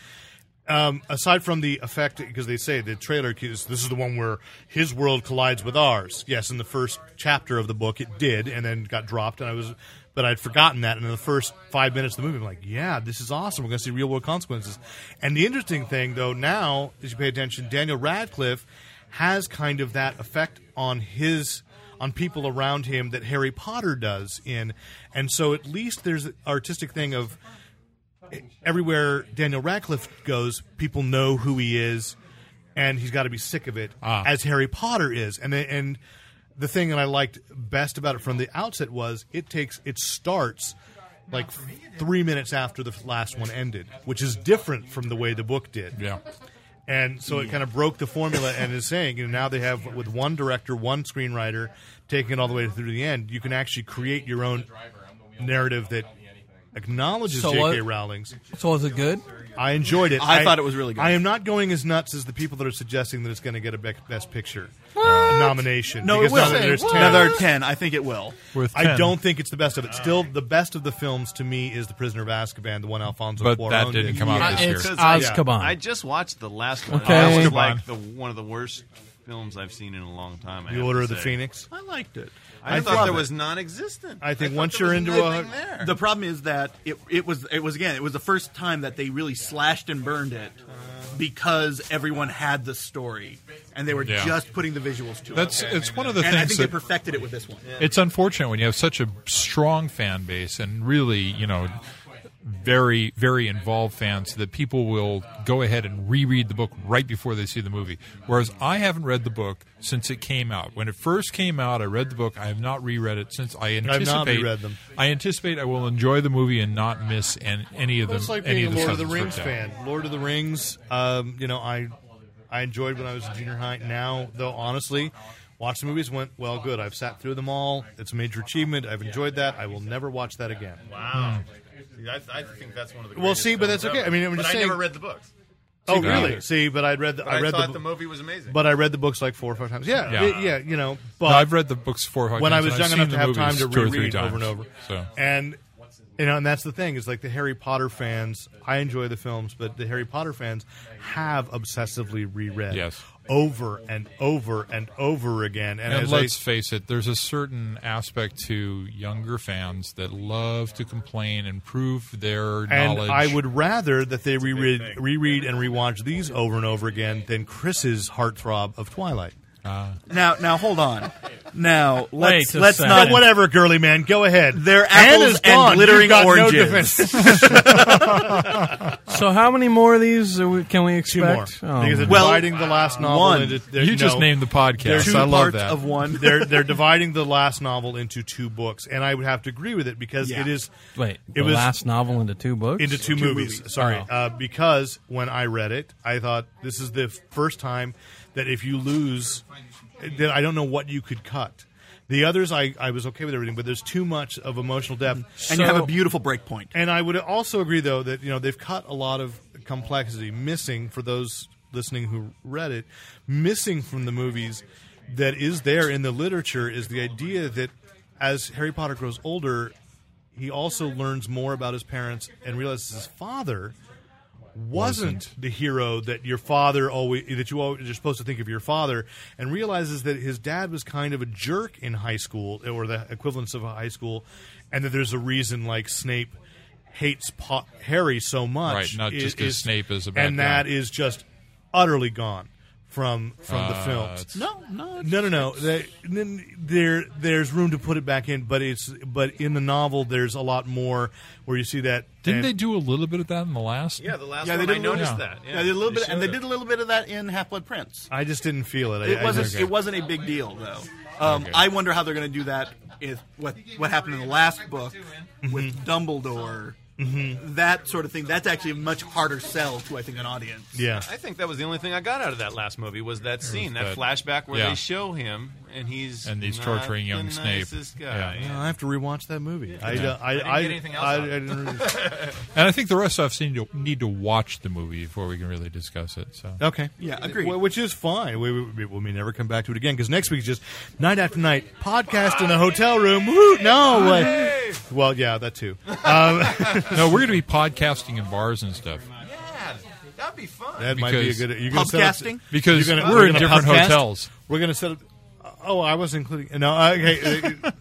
Speaker 3: Um, aside from the effect, because they say the trailer is this is the one where his world collides with ours. Yes, in the first chapter of the book it did, and then got dropped, and I was. But I'd forgotten that, and in the first five minutes of the movie, I'm like, "Yeah, this is awesome. We're going to see real world consequences." And the interesting thing, though, now as you pay attention, Daniel Radcliffe has kind of that effect on his on people around him that Harry Potter does in, and so at least there's the artistic thing of everywhere Daniel Radcliffe goes, people know who he is, and he's got to be sick of it,
Speaker 8: Ah.
Speaker 3: as Harry Potter is. And the- and the thing that I liked best about it from the outset was it takes it starts like three minutes after the last one ended, which is different from the way the book did.
Speaker 4: yeah.
Speaker 3: And so it kind of broke the formula and is saying, you know, now they have with one director, one screenwriter, taking it all the way through the end, you can actually create your own narrative that acknowledges
Speaker 8: So
Speaker 3: J.K.
Speaker 8: what-
Speaker 3: Rowling's.
Speaker 8: (laughs) so was it good?
Speaker 3: I enjoyed it.
Speaker 5: I thought it was really good.
Speaker 3: I am not going as nuts as the people that are suggesting that it's going to get a bec- Best Picture uh, nomination.
Speaker 5: no, it
Speaker 3: because
Speaker 5: will.
Speaker 3: now that there's
Speaker 5: Now
Speaker 3: 10.
Speaker 5: there are ten. I think it will.
Speaker 4: With
Speaker 3: I
Speaker 4: 10.
Speaker 3: don't think it's the best of it. Still, the best of the films to me is The Prisoner of Azkaban, the one Alfonso
Speaker 4: But
Speaker 3: Cuarón
Speaker 4: that didn't
Speaker 3: did.
Speaker 4: come out
Speaker 8: Uh,
Speaker 4: this year.
Speaker 8: it's
Speaker 3: I- yeah.
Speaker 8: Azkaban.
Speaker 6: I just watched the last one.
Speaker 8: Okay.
Speaker 6: That was
Speaker 4: Azkaban.
Speaker 6: like the one of the worst films I've seen in a long time. I
Speaker 3: The
Speaker 6: have
Speaker 3: Order
Speaker 6: to
Speaker 3: of the
Speaker 6: say.
Speaker 3: Phoenix.
Speaker 5: I liked it.
Speaker 6: I,
Speaker 3: I
Speaker 6: thought
Speaker 3: love
Speaker 6: there
Speaker 3: it.
Speaker 6: was non-existent.
Speaker 3: I think
Speaker 6: thought
Speaker 3: once
Speaker 6: there
Speaker 3: you're
Speaker 6: was
Speaker 3: into a-
Speaker 6: nothing there.
Speaker 5: The problem is that it it was it was again it was the first time that they really slashed and burned it because everyone had the story and they were
Speaker 4: Yeah.
Speaker 5: just putting the visuals to
Speaker 4: That's
Speaker 5: it.
Speaker 4: it's one of the
Speaker 5: and I
Speaker 4: things that
Speaker 5: think they perfected it with this one.
Speaker 4: it's unfortunate when you have such a strong fan base and really, you know, very, very involved fans that people will go ahead and reread the book right before they see the movie. Whereas I haven't read the book since it came out. When it first came out, I read the book. I have not reread it since. I
Speaker 3: not
Speaker 4: anticipate
Speaker 3: reread them.
Speaker 4: I anticipate I will enjoy the movie and not miss an, any of them.
Speaker 3: It's like
Speaker 4: any
Speaker 3: being a
Speaker 4: of the
Speaker 3: Lord of the
Speaker 4: substance
Speaker 3: Rings
Speaker 4: worked out.
Speaker 3: fan. Lord of the Rings, um, you know, I I enjoyed when I was in junior high. Now, though, honestly, watch the movies went well, good. I've sat through them all. It's a major achievement. I've enjoyed that. I will never watch that again.
Speaker 6: Wow. See, I, I think that's one of the
Speaker 3: Well,
Speaker 6: greatest
Speaker 3: see, but
Speaker 6: films
Speaker 3: that's okay.
Speaker 6: ever.
Speaker 3: I mean, I'm
Speaker 6: But
Speaker 3: just
Speaker 6: I
Speaker 3: saying-
Speaker 6: never read the books.
Speaker 3: Oh,
Speaker 4: Yeah.
Speaker 3: really? See, but I read the,
Speaker 6: But I,
Speaker 3: I read
Speaker 6: thought the,
Speaker 3: the, bu-
Speaker 6: movie was amazing.
Speaker 3: but I read the books like four or five times. Yeah,
Speaker 4: Yeah.
Speaker 3: yeah, yeah you know. But
Speaker 4: No, I've read the books four or five
Speaker 3: when I
Speaker 4: times,
Speaker 3: was
Speaker 4: and
Speaker 3: young
Speaker 4: I've
Speaker 3: enough
Speaker 4: seen
Speaker 3: to
Speaker 4: the
Speaker 3: have
Speaker 4: movies
Speaker 3: time to
Speaker 4: two or three
Speaker 3: reread over and
Speaker 4: times.
Speaker 3: over.
Speaker 4: So.
Speaker 3: And you know, and that's the thing is like the Harry Potter fans. I enjoy the films, but the Harry Potter fans have obsessively reread
Speaker 4: Yes.
Speaker 3: over and over and over again. And,
Speaker 4: And
Speaker 3: as
Speaker 4: let's
Speaker 3: they,
Speaker 4: face it, there's a certain aspect to younger fans that love to complain and prove their
Speaker 3: and
Speaker 4: knowledge.
Speaker 3: I would rather that they reread, reread and rewatch these over and over again than Chris's heartthrob of Twilight.
Speaker 5: Now, now
Speaker 8: (laughs)
Speaker 5: hold on. Now let's
Speaker 8: Wait a
Speaker 5: let's
Speaker 8: second.
Speaker 5: not.
Speaker 3: But whatever, girly man, go ahead.
Speaker 5: They're
Speaker 3: Anna's
Speaker 5: apples and
Speaker 3: gone.
Speaker 5: glittering
Speaker 3: You've got
Speaker 5: oranges.
Speaker 3: No defense.
Speaker 8: So how many more of these are we, can we
Speaker 3: Two more
Speaker 8: expect? Oh,
Speaker 3: because they're
Speaker 5: Well,
Speaker 3: dividing the last novel.
Speaker 5: one.
Speaker 3: Into, they're-
Speaker 4: you just
Speaker 3: no.
Speaker 4: named the podcast.
Speaker 5: two
Speaker 4: I love
Speaker 5: parts
Speaker 4: that.
Speaker 5: of one. (laughs)
Speaker 3: they're they're dividing the last novel into two books, and I would have to agree with it because
Speaker 5: Yeah.
Speaker 3: it is
Speaker 8: wait,
Speaker 3: It
Speaker 8: the
Speaker 3: was-
Speaker 8: last novel into two books.
Speaker 3: into two, movies.
Speaker 5: movies.
Speaker 3: Sorry,
Speaker 8: Oh.
Speaker 3: uh, because when I read it, I thought this is the first time that if you lose, that I don't know what you could cut. The others, I, I was okay with everything, but there's too much of emotional depth.
Speaker 5: and you have
Speaker 8: So-
Speaker 5: a beautiful break point.
Speaker 3: And I would also agree, though, that you know they've cut a lot of complexity missing for those listening who read it, missing from the movies. That is there in the literature is the idea that as Harry Potter grows older, he also learns more about his parents and realizes his father wasn't the hero that your father always that you always you're supposed to think of your father and realizes that his dad was kind of a jerk in high school or the equivalence of a high school and that there's a reason like Snape hates pa- Harry so much
Speaker 4: Right, not
Speaker 3: is-
Speaker 4: just 'cause
Speaker 3: is-
Speaker 4: Snape is a bad
Speaker 3: and
Speaker 4: guy.
Speaker 3: that is just utterly gone from from the
Speaker 4: Uh,
Speaker 3: films
Speaker 4: it's-
Speaker 3: no no no no no They- then there there's room to put it back in but it's but in the novel there's a lot more where you see that
Speaker 4: Didn't
Speaker 3: and-
Speaker 4: they do a little bit of that in the last?
Speaker 6: yeah, the last
Speaker 5: Yeah, they
Speaker 6: one
Speaker 5: did
Speaker 6: I
Speaker 5: a little-
Speaker 6: noticed
Speaker 4: yeah.
Speaker 6: that.
Speaker 5: Yeah, they did a little bit, and they
Speaker 6: showed
Speaker 5: did a little bit of that in Half Blood Prince.
Speaker 3: I just didn't feel it. I-
Speaker 5: It
Speaker 3: I
Speaker 5: wasn't.
Speaker 3: agree.
Speaker 5: It wasn't a big deal though. Um, I wonder how they're going to do that. Is what what happened in the last book with
Speaker 6: Mm-hmm.
Speaker 5: Dumbledore? That sort of thing. That's actually a much harder sell to I think an audience.
Speaker 3: Yeah.
Speaker 6: I think that was the only thing I got out of that last movie was that scene, that,
Speaker 4: that-
Speaker 6: flashback where
Speaker 4: yeah.
Speaker 6: they show him and he's
Speaker 4: And he's
Speaker 6: not
Speaker 4: torturing young
Speaker 6: the
Speaker 4: Snape.
Speaker 6: nicest guy.
Speaker 4: Yeah.
Speaker 6: Yeah.
Speaker 3: I have to rewatch that movie. I,
Speaker 4: Yeah.
Speaker 3: I,
Speaker 6: didn't
Speaker 3: I,
Speaker 6: get anything else
Speaker 3: I,
Speaker 6: out of
Speaker 3: I didn't
Speaker 6: (laughs)
Speaker 3: really-
Speaker 4: And I think the rest of us need to need to watch the movie before we can really discuss it. So
Speaker 3: okay.
Speaker 5: Yeah, agreed.
Speaker 3: Wh- Which is fine. We, we, we- we may never come back to it again because next week's just night after night podcast in a hotel room. Woo! No. Like, well, yeah, that too.
Speaker 4: no, we're going to be podcasting in bars and stuff
Speaker 6: Yeah, that'd be fun.
Speaker 3: That might be a
Speaker 4: Because-
Speaker 3: good. You're gonna set up-
Speaker 5: Pubcasting?
Speaker 4: because
Speaker 3: you're gonna-
Speaker 4: we're, in
Speaker 3: gonna
Speaker 4: different
Speaker 3: pubcast?
Speaker 4: hotels.
Speaker 3: We're going to set up. Oh, I was including. No, okay. (laughs) uh,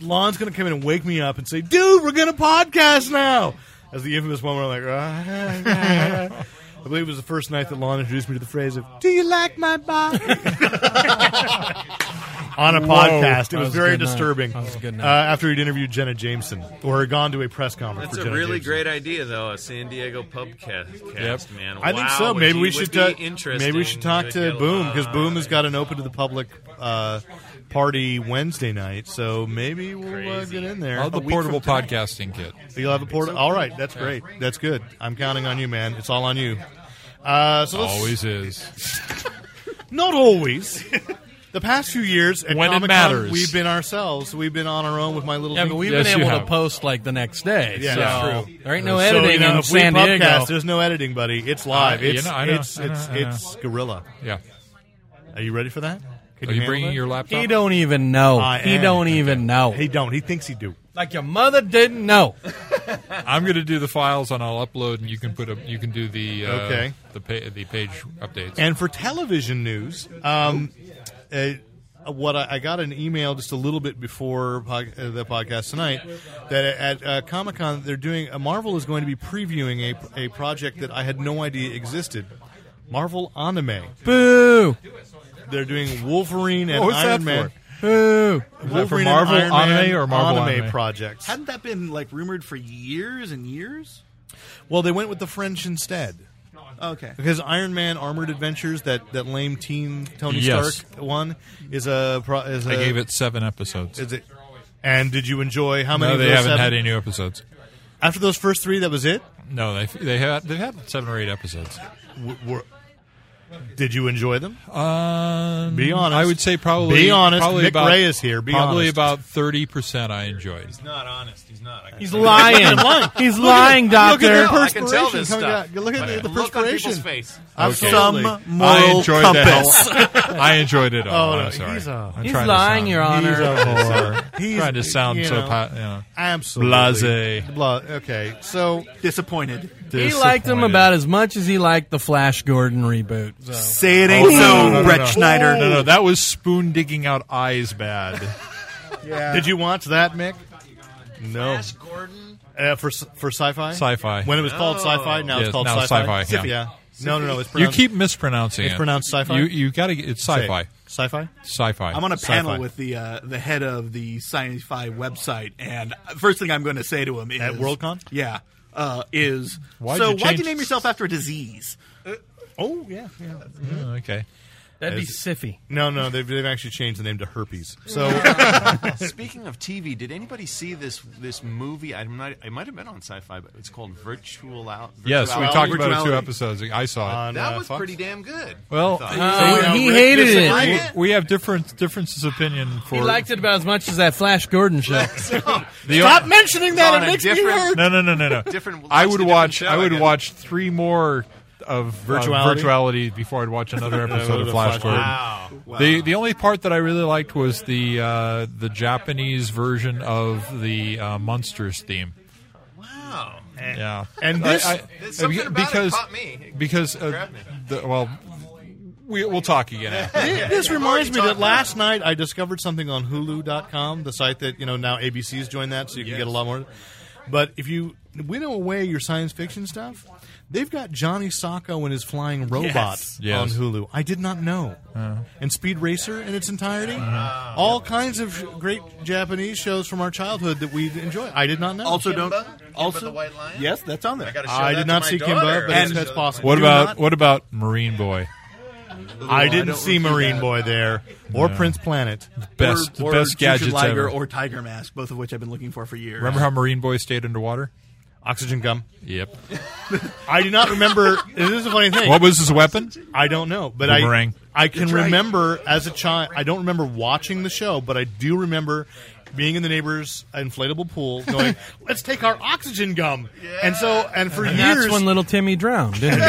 Speaker 3: Lon's going to come in and wake me up and say, "Dude, we're going to podcast now." As the infamous one, where I'm like, (laughs) "Ah." I believe it was the first night that Lon introduced me to the phrase of "Do you like
Speaker 8: (laughs)
Speaker 3: my body?" On a podcast, it
Speaker 8: That
Speaker 3: was,
Speaker 8: was a
Speaker 3: very
Speaker 8: good night.
Speaker 3: disturbing.
Speaker 8: That was a good
Speaker 3: Uh,
Speaker 8: night.
Speaker 3: after he'd interviewed Jenna Jameson or had gone to a press conference.
Speaker 6: That's
Speaker 3: for
Speaker 6: a
Speaker 3: Jenna
Speaker 6: really
Speaker 3: Jameson.
Speaker 6: great idea, though. A San Diego pub cast,
Speaker 4: Yep.
Speaker 6: man.
Speaker 3: I think
Speaker 6: Wow,
Speaker 3: so.
Speaker 6: would
Speaker 3: Maybe
Speaker 6: you-
Speaker 3: we
Speaker 6: would
Speaker 3: should
Speaker 6: be
Speaker 3: talk.
Speaker 6: interesting. Uh,
Speaker 3: Maybe we should talk
Speaker 6: You'd
Speaker 3: to
Speaker 6: get a
Speaker 3: Boom
Speaker 6: lot
Speaker 3: because
Speaker 6: out
Speaker 3: Boom
Speaker 6: of
Speaker 3: has
Speaker 6: it.
Speaker 3: got an open to the public uh, party Wednesday night. So maybe we'll uh,
Speaker 6: Crazy.
Speaker 3: get in there.
Speaker 4: I love the portable podcasting kit.
Speaker 3: You'll have a portal. All right, that's great. That's good. I'm counting on you, man. It's all on you. Uh, so let's,
Speaker 4: Always is.
Speaker 3: not always. (laughs) The past few years, at
Speaker 4: When it
Speaker 3: Comic-Con,
Speaker 4: matters.
Speaker 3: we've been ourselves. We've been on our own with my little.
Speaker 8: yeah,
Speaker 3: pink-
Speaker 8: but we've
Speaker 4: Yes,
Speaker 8: been
Speaker 4: you
Speaker 8: able to
Speaker 4: have.
Speaker 8: post like the next day.
Speaker 3: Yeah,
Speaker 8: so
Speaker 3: that's true.
Speaker 8: There ain't no
Speaker 3: So,
Speaker 8: editing
Speaker 3: you know,
Speaker 8: in
Speaker 3: if
Speaker 8: San
Speaker 3: we
Speaker 8: Diego.
Speaker 3: Podcast, there's no editing, buddy. It's live.
Speaker 4: Uh, you
Speaker 3: It's
Speaker 4: know, I know,
Speaker 3: it's
Speaker 4: I know,
Speaker 3: it's
Speaker 4: I know.
Speaker 3: it's gorilla.
Speaker 4: Yeah.
Speaker 3: Are you ready for that? Can
Speaker 4: Are you
Speaker 3: handle
Speaker 4: bringing
Speaker 3: that?
Speaker 4: your laptop?
Speaker 8: He don't even know.
Speaker 3: I
Speaker 8: he
Speaker 3: am.
Speaker 8: don't even know.
Speaker 3: He don't. He thinks he do.
Speaker 8: like your mother didn't know.
Speaker 4: I'm going to do the files and I'll upload, and you can put a, you can do the uh,
Speaker 3: Okay.
Speaker 4: the pa- the page updates.
Speaker 3: And for television news, um, uh, what I, I got an email just a little bit before pod, uh, the podcast tonight that at uh, Comic Con they're doing uh, Marvel is going to be previewing a, a project that I had no idea existed. Marvel anime.
Speaker 8: Boo.
Speaker 3: They're doing Wolverine and
Speaker 4: What was
Speaker 3: Iron
Speaker 4: that
Speaker 3: Man.
Speaker 4: for?
Speaker 8: Ooh.
Speaker 4: that for
Speaker 3: Wolverine and
Speaker 4: Marvel
Speaker 3: Iron
Speaker 4: anime
Speaker 3: Man
Speaker 4: or Marvel
Speaker 3: anime,
Speaker 4: anime?
Speaker 3: projects?
Speaker 7: Hadn't that been like rumored for years and years?
Speaker 3: Well, they went with the French instead.
Speaker 7: Okay.
Speaker 3: Because Iron Man Armored Adventures, that, that lame teen Tony
Speaker 4: Yes.
Speaker 3: Stark one, is a. Pro, is
Speaker 4: I
Speaker 3: a-
Speaker 4: gave it seven episodes.
Speaker 3: Is it? And did you enjoy how many?
Speaker 4: No,
Speaker 3: of
Speaker 4: they
Speaker 3: those
Speaker 4: haven't
Speaker 3: seven?
Speaker 4: had any new episodes.
Speaker 3: After those first three, that was it.
Speaker 4: No, they they had they've had seven or eight episodes.
Speaker 3: W- were- did you enjoy them?
Speaker 4: Um,
Speaker 3: Be honest.
Speaker 4: I would say probably.
Speaker 3: Be honest.
Speaker 4: Probably
Speaker 3: Mick
Speaker 4: about,
Speaker 3: Ray is here. Be
Speaker 4: probably
Speaker 3: honest.
Speaker 4: about thirty percent. I enjoyed.
Speaker 6: not honest. He's not. I can
Speaker 8: He's
Speaker 6: tell.
Speaker 8: lying. He's lying,
Speaker 3: Look at
Speaker 8: Doctor.
Speaker 3: the
Speaker 6: No, I can tell
Speaker 3: perspiration
Speaker 6: this
Speaker 3: coming
Speaker 6: stuff.
Speaker 3: out. Look at
Speaker 6: But
Speaker 3: the, the
Speaker 6: look on
Speaker 3: perspiration.
Speaker 6: people's face.
Speaker 3: Absolutely.
Speaker 7: Some
Speaker 4: I
Speaker 7: moral
Speaker 4: enjoyed the
Speaker 7: compass.
Speaker 4: hell. (laughs) I enjoyed it all.
Speaker 3: Oh, no,
Speaker 4: I'm sorry.
Speaker 3: he's a-
Speaker 4: I'm
Speaker 8: He's
Speaker 4: trying to
Speaker 8: lying,
Speaker 4: sound-
Speaker 8: Your Honor.
Speaker 3: He's
Speaker 4: Trying to sound
Speaker 3: you
Speaker 4: so.
Speaker 3: know,
Speaker 4: pa- you know.
Speaker 3: absolutely
Speaker 4: Blasé.
Speaker 3: Bla- okay, so
Speaker 7: Disappointed.
Speaker 8: He liked him
Speaker 4: Disappointed.
Speaker 8: about as much as he liked the Flash Gordon reboot. So.
Speaker 7: Say it ain't
Speaker 4: Oh, no,
Speaker 7: so,
Speaker 4: no, no, no,
Speaker 7: Brett
Speaker 4: no.
Speaker 7: Schneider.
Speaker 4: No, no, that was spoon digging out eyes bad.
Speaker 3: did you watch that, Mick? No,
Speaker 9: Flash Gordon.
Speaker 3: uh, for s- for sci-fi.
Speaker 4: Sci-fi.
Speaker 3: When it was called sci-fi, now it's
Speaker 4: Yes,
Speaker 3: called
Speaker 4: now it's
Speaker 3: sci-fi.
Speaker 4: sci-fi,
Speaker 3: Sci-
Speaker 4: yeah.
Speaker 3: No, no, no. It's
Speaker 4: you
Speaker 3: pronounced,
Speaker 4: keep mispronouncing
Speaker 3: It's
Speaker 4: it.
Speaker 3: pronounced sci-fi?
Speaker 4: You you got to get it's
Speaker 3: Say it.
Speaker 4: sci-fi.
Speaker 3: Sci-fi.
Speaker 4: Sci-fi.
Speaker 7: I'm on a panel
Speaker 3: Sci-fi.
Speaker 7: with the uh, the head of the sci-fi website, and first thing I'm going to say to him is
Speaker 3: At Worldcon?
Speaker 7: Yeah, uh, is
Speaker 4: Why'd
Speaker 7: so
Speaker 4: you
Speaker 7: why'd
Speaker 4: change-
Speaker 7: you name yourself after a disease?
Speaker 3: Oh yeah, yeah.
Speaker 4: Oh, okay.
Speaker 8: That'd be siffy.
Speaker 3: No, no, they've, they've actually changed the name to herpes.
Speaker 6: (laughs)
Speaker 3: So
Speaker 6: Speaking of TV, did anybody see this this movie? I might I might have been on Sci-Fi, but it's called Virtual Out.
Speaker 4: Yes, we
Speaker 6: Virtuality.
Speaker 4: talked about it two
Speaker 7: virtuality.
Speaker 4: episodes. ago. I saw it.
Speaker 3: on,
Speaker 6: That
Speaker 3: uh,
Speaker 6: was
Speaker 3: Fox?
Speaker 6: pretty damn good. (laughs)
Speaker 4: Well,
Speaker 6: I
Speaker 4: uh,
Speaker 6: thought.
Speaker 8: Uh, he hated
Speaker 6: disagree.
Speaker 8: it.
Speaker 6: Yeah.
Speaker 4: we have different differences of opinion for
Speaker 8: He liked it about as much as that Flash Gordon show. (laughs)
Speaker 4: the
Speaker 8: Stop mentioning that.
Speaker 6: On
Speaker 8: It
Speaker 6: a
Speaker 8: makes me
Speaker 6: different-
Speaker 8: hurt.
Speaker 4: No, no, no, no, no.
Speaker 6: Different-
Speaker 4: I
Speaker 6: watch
Speaker 4: would
Speaker 6: the
Speaker 4: watch.
Speaker 6: different
Speaker 4: I
Speaker 6: show, I
Speaker 4: would
Speaker 6: guess.
Speaker 4: watch three more of virtuality,
Speaker 3: Virtuality?
Speaker 4: virtuality before I'd watch another episode of
Speaker 3: the
Speaker 4: Flash
Speaker 3: Flash
Speaker 4: Gordon.
Speaker 6: Wow.
Speaker 4: The the only part that I really liked was the uh, the Japanese version of the uh, monsters theme.
Speaker 6: Wow.
Speaker 4: Yeah,
Speaker 3: And
Speaker 4: I-
Speaker 3: this-
Speaker 4: I-
Speaker 6: There's something about it
Speaker 4: because
Speaker 6: caught me.
Speaker 4: because uh,
Speaker 6: Grabbed me.
Speaker 4: the, well, we we'll talk again. after.
Speaker 3: (laughs) This reminds me
Speaker 6: talked
Speaker 3: that
Speaker 6: about
Speaker 3: last night I discovered something on Hulu.com, the site that you know now ABC's joined that, so you can get a lot more. But if you winnow away your science fiction stuff, they've got Johnny Sacco and his flying robot
Speaker 4: Yes.
Speaker 3: on Hulu. I did not know, and Speed Racer in its entirety, all kinds of sh- great Japanese shows from our childhood that we enjoy. I did not know.
Speaker 7: Also, don't
Speaker 6: Oh, Kimba? Kimba
Speaker 7: also
Speaker 6: the White Lion?
Speaker 7: Yes, that's on there.
Speaker 6: I,
Speaker 4: Uh,
Speaker 6: gotta show uh,
Speaker 3: I
Speaker 6: that
Speaker 3: did
Speaker 6: to
Speaker 3: not
Speaker 6: my
Speaker 3: see
Speaker 6: daughter.
Speaker 3: Kimbo, but
Speaker 6: I
Speaker 3: it's
Speaker 6: gotta
Speaker 3: that's
Speaker 6: show that to
Speaker 3: possible.
Speaker 4: What
Speaker 3: Do
Speaker 4: about
Speaker 3: not-
Speaker 4: what about Marine Boy?
Speaker 3: I didn't see Marine Boy there or Prince Planet.
Speaker 4: Best
Speaker 7: or, or
Speaker 4: best
Speaker 7: Future
Speaker 4: gadgets
Speaker 7: Liger
Speaker 4: ever.
Speaker 7: or Tiger Mask, both of which I've been looking for for years.
Speaker 4: Remember how Marine Boy stayed underwater?
Speaker 3: Oxygen gum.
Speaker 4: Yep.
Speaker 3: I do not remember. (laughs) this is a funny thing.
Speaker 4: What was his weapon?
Speaker 3: I don't know, but
Speaker 4: Boomerang.
Speaker 3: I I can remember as a child. I don't remember watching the show, but I do remember being in the neighbor's inflatable
Speaker 7: (laughs)
Speaker 3: pool, going, "Let's take our oxygen gum." And so, and for
Speaker 8: And
Speaker 3: years,
Speaker 8: that's when little Timmy drowned, didn't he?
Speaker 3: (laughs)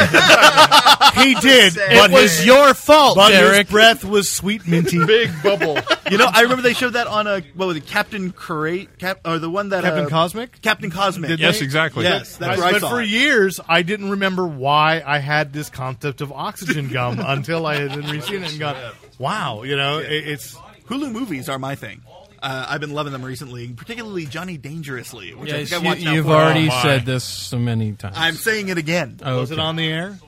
Speaker 8: (laughs)
Speaker 3: he did.
Speaker 8: it was your fault,
Speaker 3: but
Speaker 8: Derek.
Speaker 3: his breath was sweet
Speaker 7: (laughs)
Speaker 3: minty, big bubble. (laughs)
Speaker 7: you know, I remember they showed that on a what was it, Captain Crate, Cap, or the one that
Speaker 3: Captain
Speaker 7: uh,
Speaker 3: Cosmic?
Speaker 7: Captain Cosmic.
Speaker 4: Yes, exactly.
Speaker 7: Yes, that's
Speaker 3: but
Speaker 7: where I saw
Speaker 3: for
Speaker 7: it.
Speaker 3: years, I didn't remember why I had this concept of oxygen gum
Speaker 7: (laughs)
Speaker 3: until I had then seen it and gone, "Wow!" You know, it, it's
Speaker 7: Hulu movies are my thing. Uh, I've been loving them recently, particularly Johnny Dangerously, which I
Speaker 8: Yes,
Speaker 7: think I watched.
Speaker 8: you, have already said this so many times.
Speaker 7: I'm saying it again.
Speaker 8: oh,
Speaker 3: was it
Speaker 8: okay.
Speaker 3: on the air?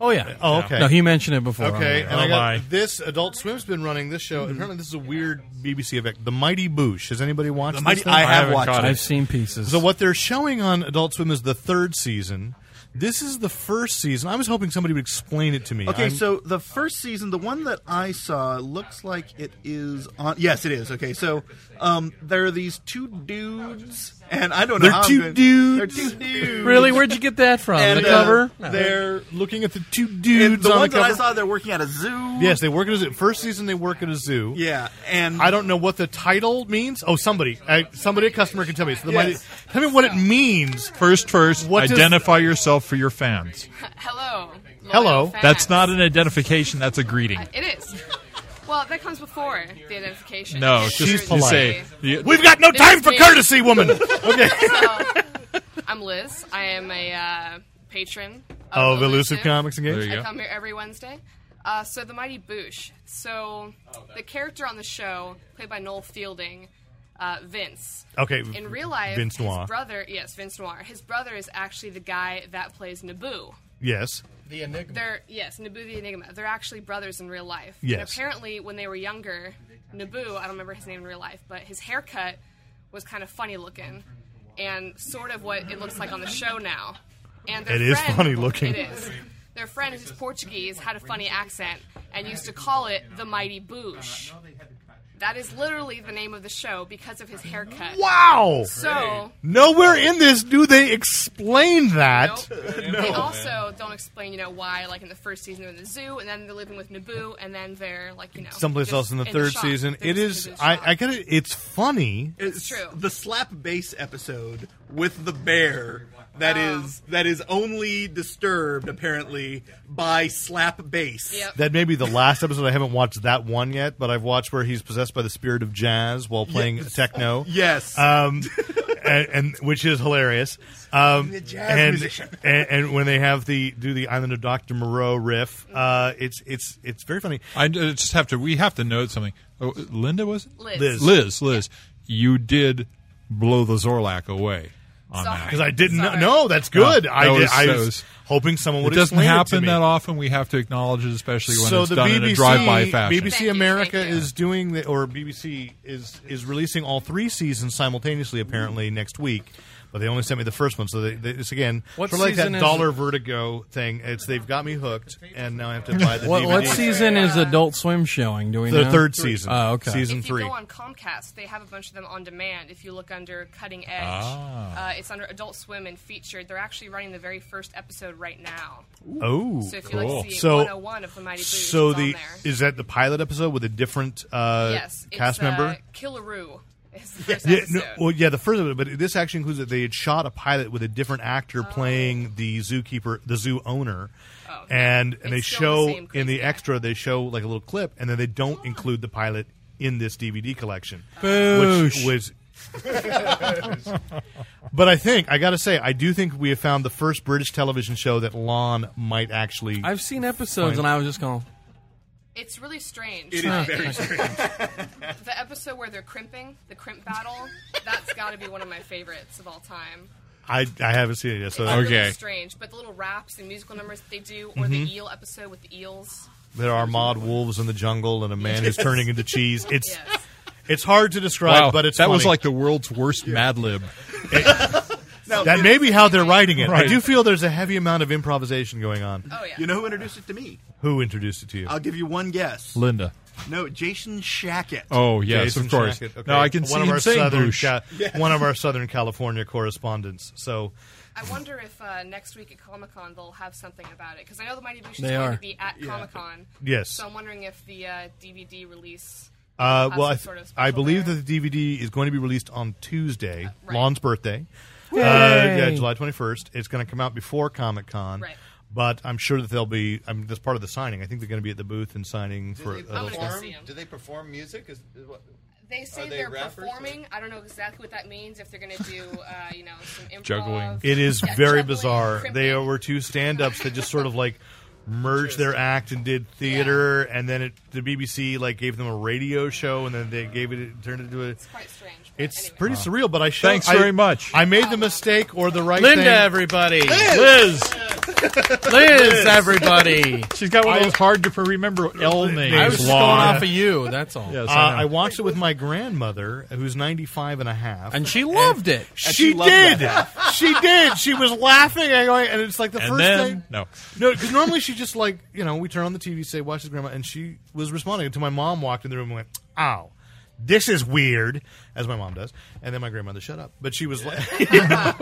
Speaker 8: Oh yeah.
Speaker 3: Oh, okay.
Speaker 8: No, he mentioned it before.
Speaker 3: Okay, and
Speaker 8: Oh,
Speaker 3: I got
Speaker 4: my.
Speaker 3: this. Adult Swim's been running this
Speaker 7: Mm-hmm.
Speaker 3: show. Apparently, this is a weird BBC effect. The Mighty Boosh. Has anybody watched
Speaker 7: The
Speaker 3: this
Speaker 7: Mighty-
Speaker 3: thing?
Speaker 7: I have
Speaker 4: haven't
Speaker 7: watched
Speaker 4: caught
Speaker 7: it.
Speaker 8: I've seen pieces.
Speaker 3: So what they're showing on Adult Swim is the third season. This is the first season. I was hoping somebody would explain it to me.
Speaker 7: Okay,
Speaker 3: I'm-
Speaker 7: so the first season, the one that I saw, looks like it is on. Yes, it is. Okay, so um, there are these two dudes, and I don't know.
Speaker 3: They're
Speaker 7: how I'm
Speaker 3: two
Speaker 7: going-
Speaker 3: dudes?
Speaker 7: They're two dudes.
Speaker 8: Really, where'd you get that from?
Speaker 7: And,
Speaker 8: the
Speaker 7: uh,
Speaker 8: cover?
Speaker 3: (laughs) they're looking at the two
Speaker 7: And
Speaker 3: dudes
Speaker 7: the
Speaker 3: on
Speaker 7: one
Speaker 3: the
Speaker 7: that I
Speaker 3: cover.
Speaker 7: saw, they're working at a zoo.
Speaker 3: yes, they work at a zoo. First season, they work at a zoo.
Speaker 7: Yeah, and
Speaker 3: I don't know what the title means. Oh, somebody, I, somebody, a customer can tell me. It's the
Speaker 7: Yes.
Speaker 3: Mighty- tell me what it means.
Speaker 4: First, first,
Speaker 3: What does-
Speaker 4: identify yourself for your fans.
Speaker 10: Hello. loyal
Speaker 3: Hello.
Speaker 10: fans.
Speaker 4: That's not an identification. That's a greeting.
Speaker 10: It is. Well, that comes before the identification.
Speaker 4: No,
Speaker 10: It's
Speaker 4: just
Speaker 10: usually-
Speaker 4: you
Speaker 3: polite.
Speaker 4: say you-
Speaker 3: We've got no
Speaker 10: This
Speaker 3: time
Speaker 10: is
Speaker 3: for
Speaker 10: me.
Speaker 3: courtesy, woman.
Speaker 7: (laughs)
Speaker 3: okay.
Speaker 10: I'm Liz. I am a uh, patron
Speaker 3: Of Oh, Elusive Comics and Games.
Speaker 4: There you
Speaker 10: I
Speaker 4: go.
Speaker 10: come here every Wednesday. Uh, so the Mighty Boosh. So the character on the show, played by Noel Fielding, uh, Vince.
Speaker 3: Okay.
Speaker 10: In real life,
Speaker 3: Vince Noir.
Speaker 10: his brother, yes, Vince Noir. His brother is actually the guy that plays Naboo.
Speaker 3: Yes.
Speaker 11: The Enigma.
Speaker 10: They're yes, Naboo the Enigma. They're actually brothers in real life. And
Speaker 3: Yes.
Speaker 10: apparently, when they were younger, Naboo I don't remember his name in real life, but his haircut was kind of funny looking, and sort of what it looks like on the show now. And their
Speaker 3: It is
Speaker 10: friend-
Speaker 3: funny looking.
Speaker 10: It is. Their friend who's Portuguese had a funny accent and used to call it the Mighty Boosh. That is literally the name of the show because of his haircut.
Speaker 3: Wow.
Speaker 10: So
Speaker 3: Nowhere in this do they explain (laughs) that.
Speaker 10: Nope. They also don't explain, you know, why. Like in the first season, they're in the zoo, and then they're living with Naboo, and then they're like, you know,
Speaker 3: Someplace
Speaker 10: just
Speaker 3: else in the third
Speaker 10: shop.
Speaker 3: season.
Speaker 10: They're
Speaker 3: It
Speaker 10: just
Speaker 3: is.
Speaker 10: in the
Speaker 3: I,
Speaker 10: shop.
Speaker 3: I gotta. It's funny.
Speaker 10: It's true.
Speaker 7: The slap bass episode with the bear that
Speaker 10: Oh.
Speaker 7: is that is only disturbed apparently by slap bass.
Speaker 10: Yep.
Speaker 3: That may be the last episode. I haven't watched that one yet, but I've watched where he's possessed by the spirit of jazz while playing techno.
Speaker 7: Yes.
Speaker 10: Oh,
Speaker 3: um, and, and which is hilarious. Um,
Speaker 7: a jazz
Speaker 3: and,
Speaker 7: musician.
Speaker 3: and and when they have the do the Island of Doctor Moreau riff, uh, it's it's it's very funny.
Speaker 4: I uh, just have to. We have to note something. Oh, Linda was it?
Speaker 10: Liz.
Speaker 3: Liz.
Speaker 4: Liz. Liz, you did blow the Zorlak away on
Speaker 10: Sorry.
Speaker 3: Because I didn't
Speaker 10: Sorry.
Speaker 3: know. That's good.
Speaker 4: Yeah,
Speaker 3: I,
Speaker 4: that
Speaker 3: did-
Speaker 4: was-
Speaker 3: I
Speaker 4: that
Speaker 3: was
Speaker 4: was-
Speaker 3: hoping someone
Speaker 4: It
Speaker 3: would
Speaker 4: doesn't
Speaker 3: explain it to
Speaker 4: happen
Speaker 3: me.
Speaker 4: that often. We have to acknowledge it, especially when
Speaker 3: so
Speaker 4: it's
Speaker 3: the
Speaker 4: done in
Speaker 3: BBC,
Speaker 4: a drive-by fashion.
Speaker 3: BBC
Speaker 10: Thank you,
Speaker 3: America
Speaker 10: thank you.
Speaker 3: is doing the, or BBC is is releasing all three seasons simultaneously apparently next week. But they only sent me the first one, so they, they, it's again
Speaker 8: What
Speaker 3: sort of like that
Speaker 8: season is
Speaker 3: dollar
Speaker 8: it?
Speaker 3: vertigo thing. It's they've got me hooked, and now I have to buy
Speaker 4: (laughs)
Speaker 3: the
Speaker 8: What,
Speaker 3: DVD.
Speaker 8: what season is Adult Swim showing? Do we
Speaker 3: the
Speaker 8: know?
Speaker 3: third season.
Speaker 8: Oh, okay.
Speaker 3: Season
Speaker 10: If you
Speaker 3: three.
Speaker 10: go on Comcast, they have a bunch of them on demand. If you look under Cutting Edge, uh, it's under Adult Swim and featured. They're actually running the very first episode right now.
Speaker 3: oh,
Speaker 10: So if you like to see
Speaker 3: So-
Speaker 10: 101 of the Mighty Boosh,
Speaker 3: so
Speaker 10: it's on
Speaker 3: the
Speaker 10: there.
Speaker 3: is that the pilot episode with a different uh,
Speaker 10: yes,
Speaker 3: cast
Speaker 10: it's, Uh,
Speaker 3: member?
Speaker 10: Killaroo is the first
Speaker 3: Yeah,
Speaker 10: episode.
Speaker 3: no, well, yeah, the first of it, but this actually includes that they had shot a pilot with a different actor playing the zookeeper, the zoo owner,
Speaker 10: Oh.
Speaker 3: and and they
Speaker 10: It's still
Speaker 3: show
Speaker 10: the same
Speaker 3: in the
Speaker 10: crazy guy.
Speaker 3: extra they show like a little clip, and then they don't include the pilot in this DVD collection, which
Speaker 8: Boosh.
Speaker 3: was. (laughs) but I think I got to say I do think we have found the first British television show that Lon might actually.
Speaker 8: I've seen episodes and I was just going,
Speaker 10: It's really strange.
Speaker 7: It
Speaker 10: Uh,
Speaker 8: (laughs)
Speaker 7: is very strange.
Speaker 10: The episode where they're crimping, the crimp battle, that's got to be one of my favorites of all time.
Speaker 3: I I haven't seen it yet, so
Speaker 10: It's
Speaker 4: Okay.
Speaker 10: really strange, but the little raps and musical numbers that they do, or
Speaker 8: Mm-hmm.
Speaker 10: the eel episode with the eels.
Speaker 3: there are mod wolves in the jungle and a man who's turning into
Speaker 10: (laughs)
Speaker 3: cheese. It's
Speaker 10: Yes.
Speaker 3: it's hard to describe,
Speaker 4: wow,
Speaker 3: but it's
Speaker 4: that was
Speaker 3: funny.
Speaker 4: like the world's worst Mad Lib.
Speaker 3: That may be how they're writing it. I
Speaker 4: Right.
Speaker 3: do feel there's a heavy amount of improvisation going on.
Speaker 10: Oh yeah.
Speaker 5: You know who introduced it to me?
Speaker 3: Who introduced it to you?
Speaker 5: I'll give you one
Speaker 3: (laughs)
Speaker 5: guess.
Speaker 4: Linda.
Speaker 5: No, Jason Shackett.
Speaker 4: Oh yes,
Speaker 3: Jason
Speaker 4: of course.
Speaker 3: Shackett. Okay.
Speaker 4: No, I can
Speaker 3: one
Speaker 4: see
Speaker 3: of
Speaker 4: him
Speaker 3: our
Speaker 4: saying
Speaker 3: southern,
Speaker 4: Boosh. (laughs)
Speaker 3: Ca- one of our Southern California correspondents. So
Speaker 10: I wonder if uh, next week at Comic Con they'll have something about it because I know the Mighty Boosh is
Speaker 8: They
Speaker 10: going
Speaker 8: are.
Speaker 10: to be at Comic Con.
Speaker 3: Yes.
Speaker 10: So I'm wondering if the uh, DVD release.
Speaker 3: Uh,
Speaker 10: Have
Speaker 3: well,
Speaker 10: some
Speaker 3: I, th-
Speaker 10: sort of
Speaker 3: I
Speaker 10: special
Speaker 3: believe
Speaker 10: there.
Speaker 3: that the DVD is going to be released on Tuesday,
Speaker 10: right.
Speaker 3: Lon's birthday. Uh,
Speaker 8: Yay.
Speaker 3: yeah, July 21st. It's going to come out before Comic Con.
Speaker 10: Right.
Speaker 3: But I'm sure that they'll be. I mean, that's part of the signing. I think they're going to be at the booth and signing for.
Speaker 11: do, they
Speaker 10: I'm
Speaker 3: adult
Speaker 10: gonna
Speaker 3: stuff.
Speaker 10: go
Speaker 11: perform,
Speaker 10: see 'em.
Speaker 11: do they perform music? Is, is what,
Speaker 10: They say
Speaker 11: Are they
Speaker 10: they're
Speaker 11: rappers or-
Speaker 10: performing. I don't know exactly what that means. If they're going to do, uh, you know, some improv.
Speaker 4: Juggling.
Speaker 3: It is
Speaker 10: Yeah,
Speaker 3: very
Speaker 10: juggling,
Speaker 3: bizarre. They
Speaker 10: crimping.
Speaker 3: were two stand-ups that just sort of like merged their act and did theater, and then it, the BBC like gave them a radio show, and then they gave it, it turned it into a.
Speaker 10: It's quite strange. but
Speaker 3: It's
Speaker 10: anyway.
Speaker 3: pretty surreal, but I show,
Speaker 4: Thanks
Speaker 3: I-
Speaker 4: very much.
Speaker 3: I made the mistake or the right
Speaker 8: Linda,
Speaker 3: thing.
Speaker 8: everybody, Liz, Liz, (laughs) everybody.
Speaker 4: She's got one
Speaker 3: I-
Speaker 4: of those hard to remember L names.
Speaker 8: I was just going
Speaker 4: Lon.
Speaker 8: off of uh, you. That's all.
Speaker 4: Yes,
Speaker 3: Uh,
Speaker 4: I know.
Speaker 3: I watched it with my grandmother, who's 95 and a half.
Speaker 8: And she loved it.
Speaker 3: she
Speaker 5: loved
Speaker 3: did. (laughs) she did. She was laughing. and going- And it's like the
Speaker 4: and
Speaker 3: first
Speaker 4: then
Speaker 3: thing.
Speaker 4: no.
Speaker 3: No, because normally she just like you know we turn on the TV, say watch this grandma, and she was responding until my mom walked in the room and went, "Ow, this is weird," as my mom does, and then my grandmother shut up. But she was, like,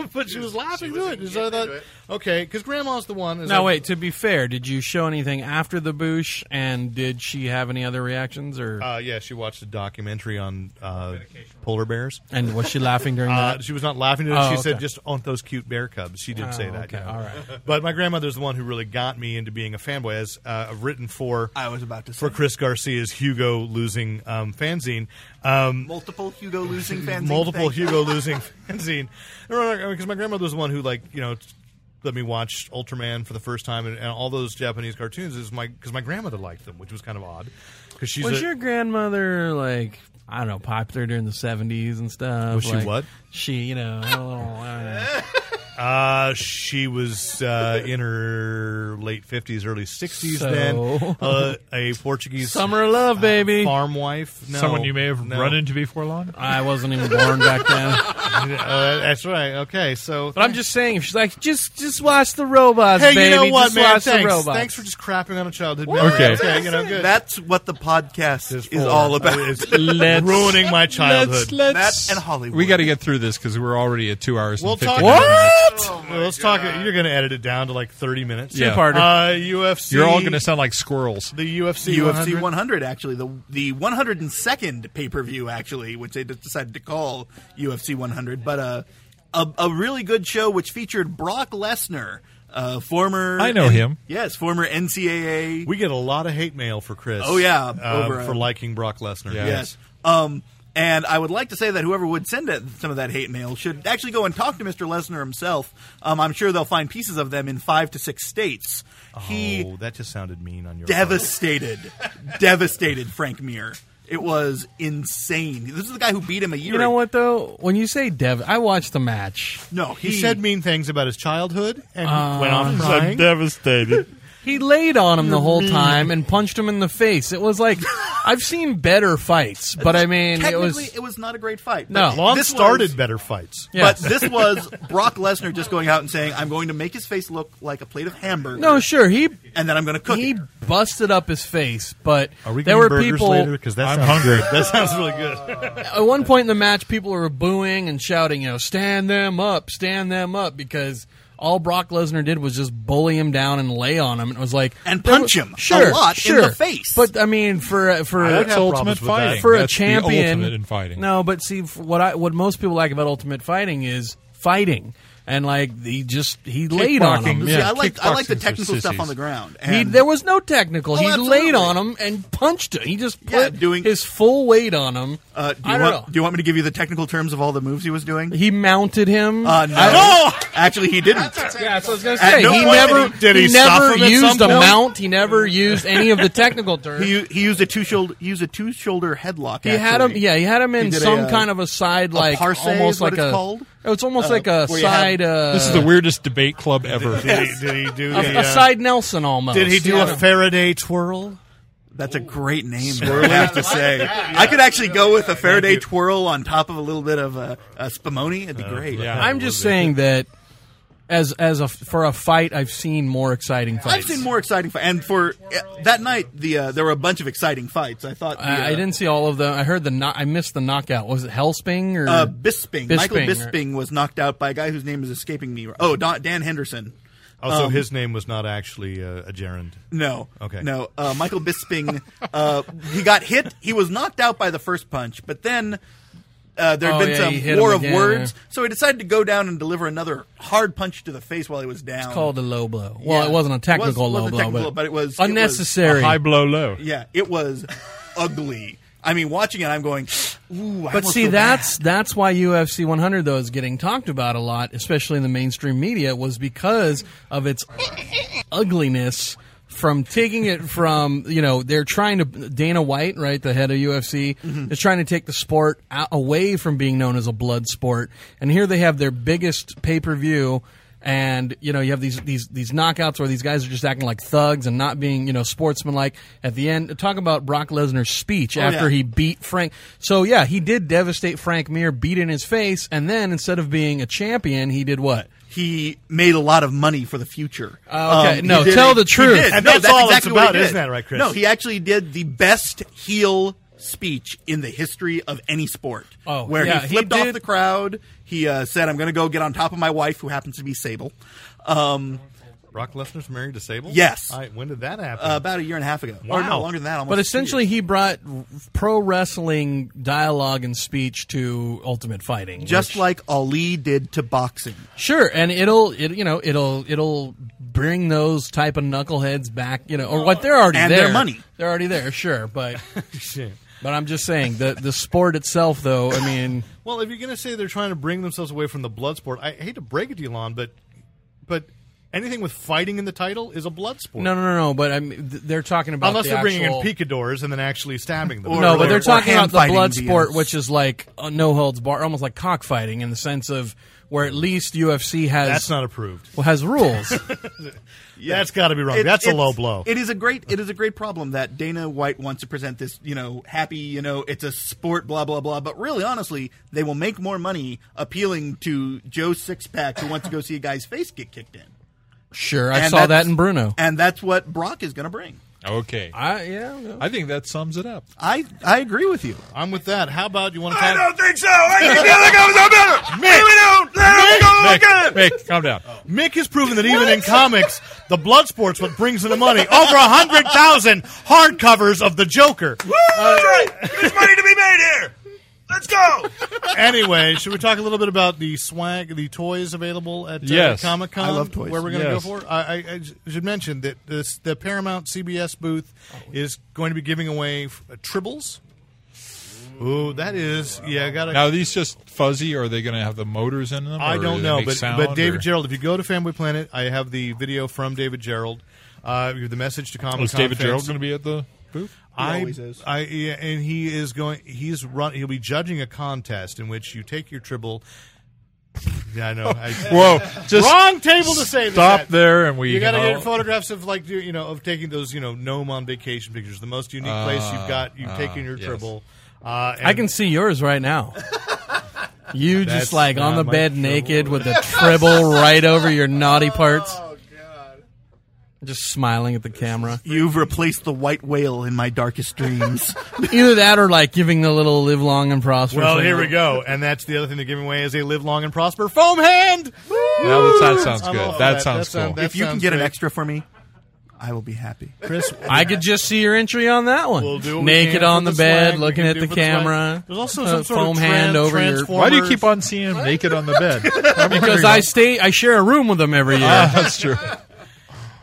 Speaker 3: (laughs) but she was laughing through it. And so I thought, okay, because grandma's the one. is
Speaker 8: Now,
Speaker 3: like-
Speaker 8: wait. To be fair, did you show anything after the boosh, and did she have any other reactions, or
Speaker 3: Uh, yeah, she watched a documentary on uh, polar bears.
Speaker 8: and was she laughing during
Speaker 3: Uh,
Speaker 8: that?
Speaker 3: she was not laughing at it.
Speaker 8: Oh,
Speaker 3: she said,
Speaker 8: okay.
Speaker 3: "Just aren't those cute bear cubs?" She did
Speaker 8: Oh,
Speaker 3: say that.
Speaker 8: okay,
Speaker 3: yeah.
Speaker 8: all right.
Speaker 3: But my grandmother's the one who really got me into being a fanboy. As uh, I've written for
Speaker 5: I was about to say
Speaker 3: for Chris Garcia's Hugo losing um, fanzine. Um,
Speaker 5: multiple Hugo losing fans.
Speaker 3: multiple Hugo losing fanzine. Because my grandmother was the one who, like, you know, let me watch Ultraman for the first time and, and all those Japanese cartoons. Is my because my grandmother liked them, which was kind of odd. Because she's
Speaker 8: was
Speaker 3: a-
Speaker 8: your grandmother like I don't know popular during the seventies and stuff?
Speaker 3: Was she
Speaker 8: Like,
Speaker 3: what? (laughs)
Speaker 8: She you know had a little. I don't know.
Speaker 3: Uh, she was uh, in her late 50s, early 60s then.
Speaker 8: So?
Speaker 3: Uh, a Portuguese
Speaker 8: Summer of
Speaker 3: Uh,
Speaker 8: love, baby.
Speaker 3: farm wife. No,
Speaker 4: Someone you may have
Speaker 3: no.
Speaker 4: run into before long.
Speaker 8: I wasn't even born back then.
Speaker 3: (laughs) Uh, that's right. Okay, so.
Speaker 8: But I'm just saying, if she's like, just just watch the robots,
Speaker 3: Hey,
Speaker 8: baby.
Speaker 3: you know what,
Speaker 8: just
Speaker 3: man?
Speaker 8: watch the
Speaker 3: Thanks.
Speaker 8: robots.
Speaker 3: Thanks for just crapping on a childhood
Speaker 8: What?
Speaker 3: memory.
Speaker 4: Okay.
Speaker 3: you know, good.
Speaker 5: That's what the podcast is,
Speaker 3: for-
Speaker 5: all about. (laughs)
Speaker 3: It's
Speaker 8: Let's-
Speaker 3: (laughs) ruining my childhood.
Speaker 5: that and Hollywood.
Speaker 4: We got to get through this because we're already at two hours.
Speaker 3: We'll
Speaker 4: and 50
Speaker 3: talk.
Speaker 4: minutes.
Speaker 5: Oh
Speaker 3: Well, let's talk. You're going to edit it down to like 30 minutes.
Speaker 4: Yeah.
Speaker 3: Uh,
Speaker 4: Two-parter.
Speaker 3: UFC.
Speaker 4: You're all going to sound like squirrels.
Speaker 3: the UFC.
Speaker 5: UFC
Speaker 3: 100.
Speaker 5: 100 actually the the 102nd pay per view actually which they just decided to call UFC 100 but uh, a a really good show which featured Brock Lesnar uh, former
Speaker 4: I know him.
Speaker 5: yes former NCAA
Speaker 3: We get a lot of hate mail for Chris.
Speaker 5: Oh, yeah,
Speaker 3: uh,
Speaker 5: over, uh,
Speaker 3: for liking Brock Lesnar.
Speaker 4: Yeah.
Speaker 5: yes um and I would like to say that whoever would send it, some of that hate mail should actually go and talk to Mr. Lesnar himself. Um, I'm sure they'll find pieces of them in five to six states. he
Speaker 3: Oh, that just sounded mean on your.
Speaker 5: devastated, devastated Frank Mir. It was insane. This is the guy who beat him a year.
Speaker 8: You know what though? When you say Dev, I watched the match.
Speaker 5: No,
Speaker 3: He, Uh,
Speaker 5: he,
Speaker 3: said mean things about his childhood and went off crying.
Speaker 6: devastated.
Speaker 8: He laid on him the whole time and punched him in the face. It was
Speaker 5: (laughs)
Speaker 8: like I've seen better fights, but I mean, it
Speaker 5: Technically,
Speaker 8: was
Speaker 5: not a great fight.
Speaker 8: No.
Speaker 5: But
Speaker 3: Long
Speaker 5: this
Speaker 3: started
Speaker 5: was-
Speaker 3: better fights.
Speaker 8: Yes.
Speaker 5: But this was Brock Lesnar just going out and saying, "I'm going to make his face look like a plate of hamburgers."
Speaker 8: no, sure he
Speaker 5: and then I'm going to cook
Speaker 8: he
Speaker 5: it.
Speaker 8: busted up his face, but
Speaker 3: Are we
Speaker 8: there
Speaker 3: getting
Speaker 8: were
Speaker 3: burgers
Speaker 8: people
Speaker 3: later? Because that
Speaker 4: I'm
Speaker 3: sounds
Speaker 4: hungry.
Speaker 3: good. That sounds really (laughs) good.
Speaker 8: at one point in the match, people were booing and shouting, you know, stand them up, stand them up, because all Brock Lesnar did was just bully him down and lay on him. And it was like.
Speaker 5: And
Speaker 8: there
Speaker 5: punch
Speaker 8: were-
Speaker 5: him a
Speaker 8: sure,
Speaker 5: lot in
Speaker 8: sure.
Speaker 5: the face.
Speaker 8: But, I mean, for, a- for,
Speaker 3: I would
Speaker 4: That's
Speaker 3: have
Speaker 8: a-
Speaker 4: ultimate
Speaker 3: problems with that.
Speaker 4: fighting.
Speaker 8: for a
Speaker 4: That's the
Speaker 8: champion.
Speaker 4: ultimate in fighting.
Speaker 8: No, but see, f- what, I, what most people like about Ultimate Fighting is fighting. And, like, he just, he laid on him.
Speaker 4: Kickboxing,
Speaker 5: See,
Speaker 4: yeah,
Speaker 5: I like I like the
Speaker 4: kickboxers are
Speaker 5: technical stuff
Speaker 4: sissies.
Speaker 5: on the ground. And
Speaker 8: He, there was no technical.
Speaker 5: Oh,
Speaker 8: he
Speaker 5: absolutely.
Speaker 8: laid on him and punched him. He just put
Speaker 5: Yeah, doing-
Speaker 8: his full weight on him.
Speaker 5: uh, do you
Speaker 8: I don't
Speaker 5: want
Speaker 8: know.
Speaker 5: do you want me to give you the technical terms of all the moves he
Speaker 8: (laughs)
Speaker 5: was doing?
Speaker 8: He mounted him.
Speaker 5: Uh, no. actually he didn't.
Speaker 8: Yeah, so I was gonna
Speaker 5: At
Speaker 8: say
Speaker 5: no
Speaker 8: he
Speaker 5: point
Speaker 8: never
Speaker 5: did he-
Speaker 3: did he stop
Speaker 8: never
Speaker 3: him at
Speaker 8: used
Speaker 3: some
Speaker 8: a
Speaker 3: point?
Speaker 8: mount. He never used any of the technical terms. he,
Speaker 5: He, he used a two shoulder he used a two shoulder headlock.
Speaker 8: had him.
Speaker 5: actually.
Speaker 8: Yeah, he had him in
Speaker 5: did a,
Speaker 8: some
Speaker 5: uh,
Speaker 8: kind of a side, like
Speaker 5: parse is
Speaker 8: almost
Speaker 5: what
Speaker 8: like
Speaker 5: it's
Speaker 8: a.
Speaker 5: called?
Speaker 8: It's almost like a
Speaker 5: where you have-
Speaker 8: side. uh,
Speaker 4: This is the weirdest debate club ever.
Speaker 3: Did he, did he do
Speaker 8: a,
Speaker 3: the,
Speaker 8: a
Speaker 3: uh,
Speaker 8: side Nelson almost.
Speaker 3: Did he do
Speaker 8: Yeah.
Speaker 3: a Faraday twirl?
Speaker 5: That's a great name. I have to say,
Speaker 3: (laughs)
Speaker 5: I could actually go with a Faraday twirl on top of a little bit of a, a spumoni. It'd be great.
Speaker 4: Oh, yeah.
Speaker 8: I'm just saying that as as a for a fight, I've seen more exciting
Speaker 5: I've
Speaker 8: fights.
Speaker 5: seen more exciting fights, and for uh, that night, the uh, there were a bunch of exciting fights. I thought the,
Speaker 8: I, I
Speaker 5: uh,
Speaker 8: didn't see all of them. I heard the kno- I missed the knockout. Was it Hellsping or
Speaker 5: Uh, Bisping, Michael
Speaker 8: Bisping, or-
Speaker 5: Bisping was knocked out by a guy whose name is escaping me. Oh, Don, Dan Henderson. Um,
Speaker 3: Also, his name was not actually uh, a gerund.
Speaker 5: No.
Speaker 3: Okay.
Speaker 5: No. Uh, Michael Bisping, uh, he got hit. He was knocked out by the first punch, but then uh, there had
Speaker 8: Oh,
Speaker 5: been
Speaker 8: yeah, he hit
Speaker 5: some
Speaker 8: him
Speaker 5: war of
Speaker 8: again,
Speaker 5: words,
Speaker 8: yeah.
Speaker 5: so he decided to go down and deliver another hard punch to the face while he was down.
Speaker 8: called a low blow. Well,
Speaker 5: Yeah.
Speaker 8: it wasn't a technical
Speaker 5: It
Speaker 8: low
Speaker 5: was- wasn't
Speaker 8: blow,
Speaker 5: technical,
Speaker 8: but,
Speaker 5: but it was- it was
Speaker 8: unnecessary.
Speaker 4: High blow, low.
Speaker 5: yeah, it was ugly. I mean, watching it, I'm going, ooh. I
Speaker 8: but
Speaker 5: almost
Speaker 8: see,
Speaker 5: feel
Speaker 8: that's
Speaker 5: bad.
Speaker 8: that's why UFC 100 though is getting talked about a lot, especially in the mainstream media, was because of its ugliness. From taking it from you know they're trying to Dana White right the head of UFC
Speaker 5: Mm-hmm.
Speaker 8: is trying to take the sport out, away from being known as a blood sport and here they have their biggest pay per view and you know you have these these these knockouts where these guys are just acting like thugs and not being you know sportsmanlike at the end talk about Brock Lesnar's speech after
Speaker 5: Oh, yeah.
Speaker 8: he beat Frank so yeah he did devastate Frank Mir beat in his face and then instead of being a champion he did what
Speaker 5: he made a lot of money for the future.
Speaker 8: Uh, okay.
Speaker 5: he
Speaker 8: No,
Speaker 5: did
Speaker 8: tell
Speaker 5: it-
Speaker 8: the
Speaker 5: he
Speaker 8: truth.
Speaker 5: did.
Speaker 3: And
Speaker 5: No,
Speaker 3: that's all it's
Speaker 5: exactly what he
Speaker 3: about,
Speaker 5: did.
Speaker 3: isn't that right, Chris?
Speaker 5: No, he actually did the best heel speech in the history of any sport.
Speaker 8: Oh,
Speaker 5: where
Speaker 8: yeah,
Speaker 5: he
Speaker 8: he
Speaker 5: flipped off
Speaker 8: did-
Speaker 5: the crowd. He uh, said, "I'm going to go get on top of my wife, who happens to be Sable." Um,
Speaker 3: Brock Lesnar's married to Sable.
Speaker 5: Yes.
Speaker 3: I, when did that happen?
Speaker 5: uh, about a year and a half ago, or no
Speaker 3: Wow.
Speaker 5: longer than that. Almost
Speaker 8: but
Speaker 5: two
Speaker 8: essentially
Speaker 5: years.
Speaker 8: he brought r- pro wrestling dialogue and speech to Ultimate Fighting
Speaker 5: just
Speaker 8: which-
Speaker 5: like Ali did to boxing.
Speaker 8: Sure, and it'll it you know it'll it'll bring those type of knuckleheads back, you know, or what they're already
Speaker 5: And
Speaker 8: there.
Speaker 5: their money.
Speaker 8: They're already there, sure, (laughs) but but I'm just saying the the sport itself, though. I mean,
Speaker 3: well, if you're going to say they're trying to bring themselves away from the blood sport, I hate to break it to you, Lon, but but anything with fighting in the title is a blood sport.
Speaker 8: no, no, no, no. But I mean, th- they're talking about
Speaker 3: Unless
Speaker 8: the
Speaker 3: they're bringing
Speaker 8: actual-
Speaker 3: in picadors and then actually stabbing them.
Speaker 8: (laughs) No, but
Speaker 5: or-
Speaker 8: they're
Speaker 5: or
Speaker 8: talking about
Speaker 5: hand
Speaker 8: the
Speaker 5: fighting
Speaker 8: blood
Speaker 5: via-
Speaker 8: sport, which is like uh, no holds bar, almost like cockfighting in the sense of where at least UFC has
Speaker 3: That's not approved.
Speaker 8: well, has rules.
Speaker 3: That's got to be wrong.
Speaker 5: It-
Speaker 3: Um, That's a
Speaker 5: it's-
Speaker 3: low blow.
Speaker 5: It is a great it is a great problem that Dana White wants to present this, you know, happy, you know, it's a sport, blah blah blah. But really, honestly, they will make more money appealing to Joe Sixpack who wants to go see a guy's face get kicked in.
Speaker 8: sure, I
Speaker 5: And
Speaker 8: saw that
Speaker 5: that's-
Speaker 8: in Bruno.
Speaker 5: and that's what Brock is going to bring.
Speaker 4: Okay. I,
Speaker 8: I, yeah, no.
Speaker 4: think that sums it up.
Speaker 5: I I agree with you.
Speaker 3: I'm with that. How about you want to talk?
Speaker 6: think so. I think the other guy was
Speaker 4: (laughs)
Speaker 6: all better.
Speaker 4: Mick,
Speaker 6: Maybe
Speaker 4: Mick, calm down.
Speaker 3: Mick has proven that even in comics, the blood sports what brings in the money. Over hundred thousand hardcovers of the Joker.
Speaker 6: There's money to be made here. Let's go.
Speaker 3: Anyway, should we talk a little bit about the swag, the toys available at uh,
Speaker 4: Yes.
Speaker 3: Comic Con?
Speaker 5: I love toys.
Speaker 3: Where we're going to
Speaker 4: Yes.
Speaker 3: go for? I, I, I j- should mention that this, the Paramount CBS booth
Speaker 5: Oh.
Speaker 3: is going to be giving away f- uh, Tribbles. Ooh, that is yeah. Got to
Speaker 4: Now, are these just fuzzy, or are they going to have the motors in them?
Speaker 3: I
Speaker 4: or
Speaker 3: don't
Speaker 4: they
Speaker 3: know,
Speaker 4: make
Speaker 3: but
Speaker 4: sound,
Speaker 3: but David
Speaker 4: or-
Speaker 3: Gerald, if you go to Fanboy Planet, I have the video from David Gerald. Uh, the message to Comic Con.
Speaker 4: Was Oh, David Gerald going to be at the booth?
Speaker 3: I,
Speaker 5: always is.
Speaker 3: I yeah, and he is going. He's run. He'll be judging a contest in which you take your tribble. (laughs) Yeah, I know. I,
Speaker 5: Oh,
Speaker 4: Whoa! Just
Speaker 3: wrong table to say.
Speaker 4: stop
Speaker 3: that.
Speaker 4: there, and we
Speaker 3: You got to
Speaker 4: can
Speaker 3: get
Speaker 4: all-
Speaker 3: photographs of like you you know of taking those you know gnome on vacation pictures. The most unique place you've got. You've taken your
Speaker 6: yes.
Speaker 3: tribble. Uh, and
Speaker 8: I can see yours right now. You
Speaker 3: That's
Speaker 8: just like on
Speaker 3: not
Speaker 8: the
Speaker 3: my
Speaker 8: bed
Speaker 3: trouble.
Speaker 8: naked with the tribble right over your naughty parts. Oh god. Just smiling at the camera.
Speaker 5: You've replaced the white whale in my darkest dreams.
Speaker 8: Either that or like giving the little live long and prosper.
Speaker 3: Well, here we
Speaker 8: thing.
Speaker 3: go. And that's the other thing they're giving away is a live long and prosper foam hand.
Speaker 4: Now that- that sounds
Speaker 3: I'm all
Speaker 4: good.
Speaker 3: for
Speaker 4: That
Speaker 3: that.
Speaker 4: sounds
Speaker 3: That
Speaker 4: cool.
Speaker 3: sound-
Speaker 5: if you can
Speaker 3: sounds
Speaker 5: get an
Speaker 3: great.
Speaker 5: extra for me, (laughs) I will be happy.
Speaker 3: Chris,
Speaker 8: I could just see your entry on that one.
Speaker 3: we'll do what we
Speaker 8: Naked
Speaker 3: can
Speaker 8: on
Speaker 3: for
Speaker 8: the, bed,
Speaker 3: swag. We
Speaker 8: looking
Speaker 3: can
Speaker 8: at
Speaker 3: do
Speaker 8: the
Speaker 3: for swag.
Speaker 8: camera.
Speaker 3: There's also
Speaker 8: uh,
Speaker 3: some sort
Speaker 8: foam
Speaker 3: of
Speaker 8: hand
Speaker 3: tran-
Speaker 8: over your
Speaker 3: transform-
Speaker 4: (laughs) Why do you
Speaker 3: Farmers-
Speaker 4: keep on seeing him naked on the (laughs) bed? I'm
Speaker 8: because
Speaker 4: wondering
Speaker 8: I
Speaker 4: why.
Speaker 8: stay, I share a room with them every year.
Speaker 4: Ah, that's true.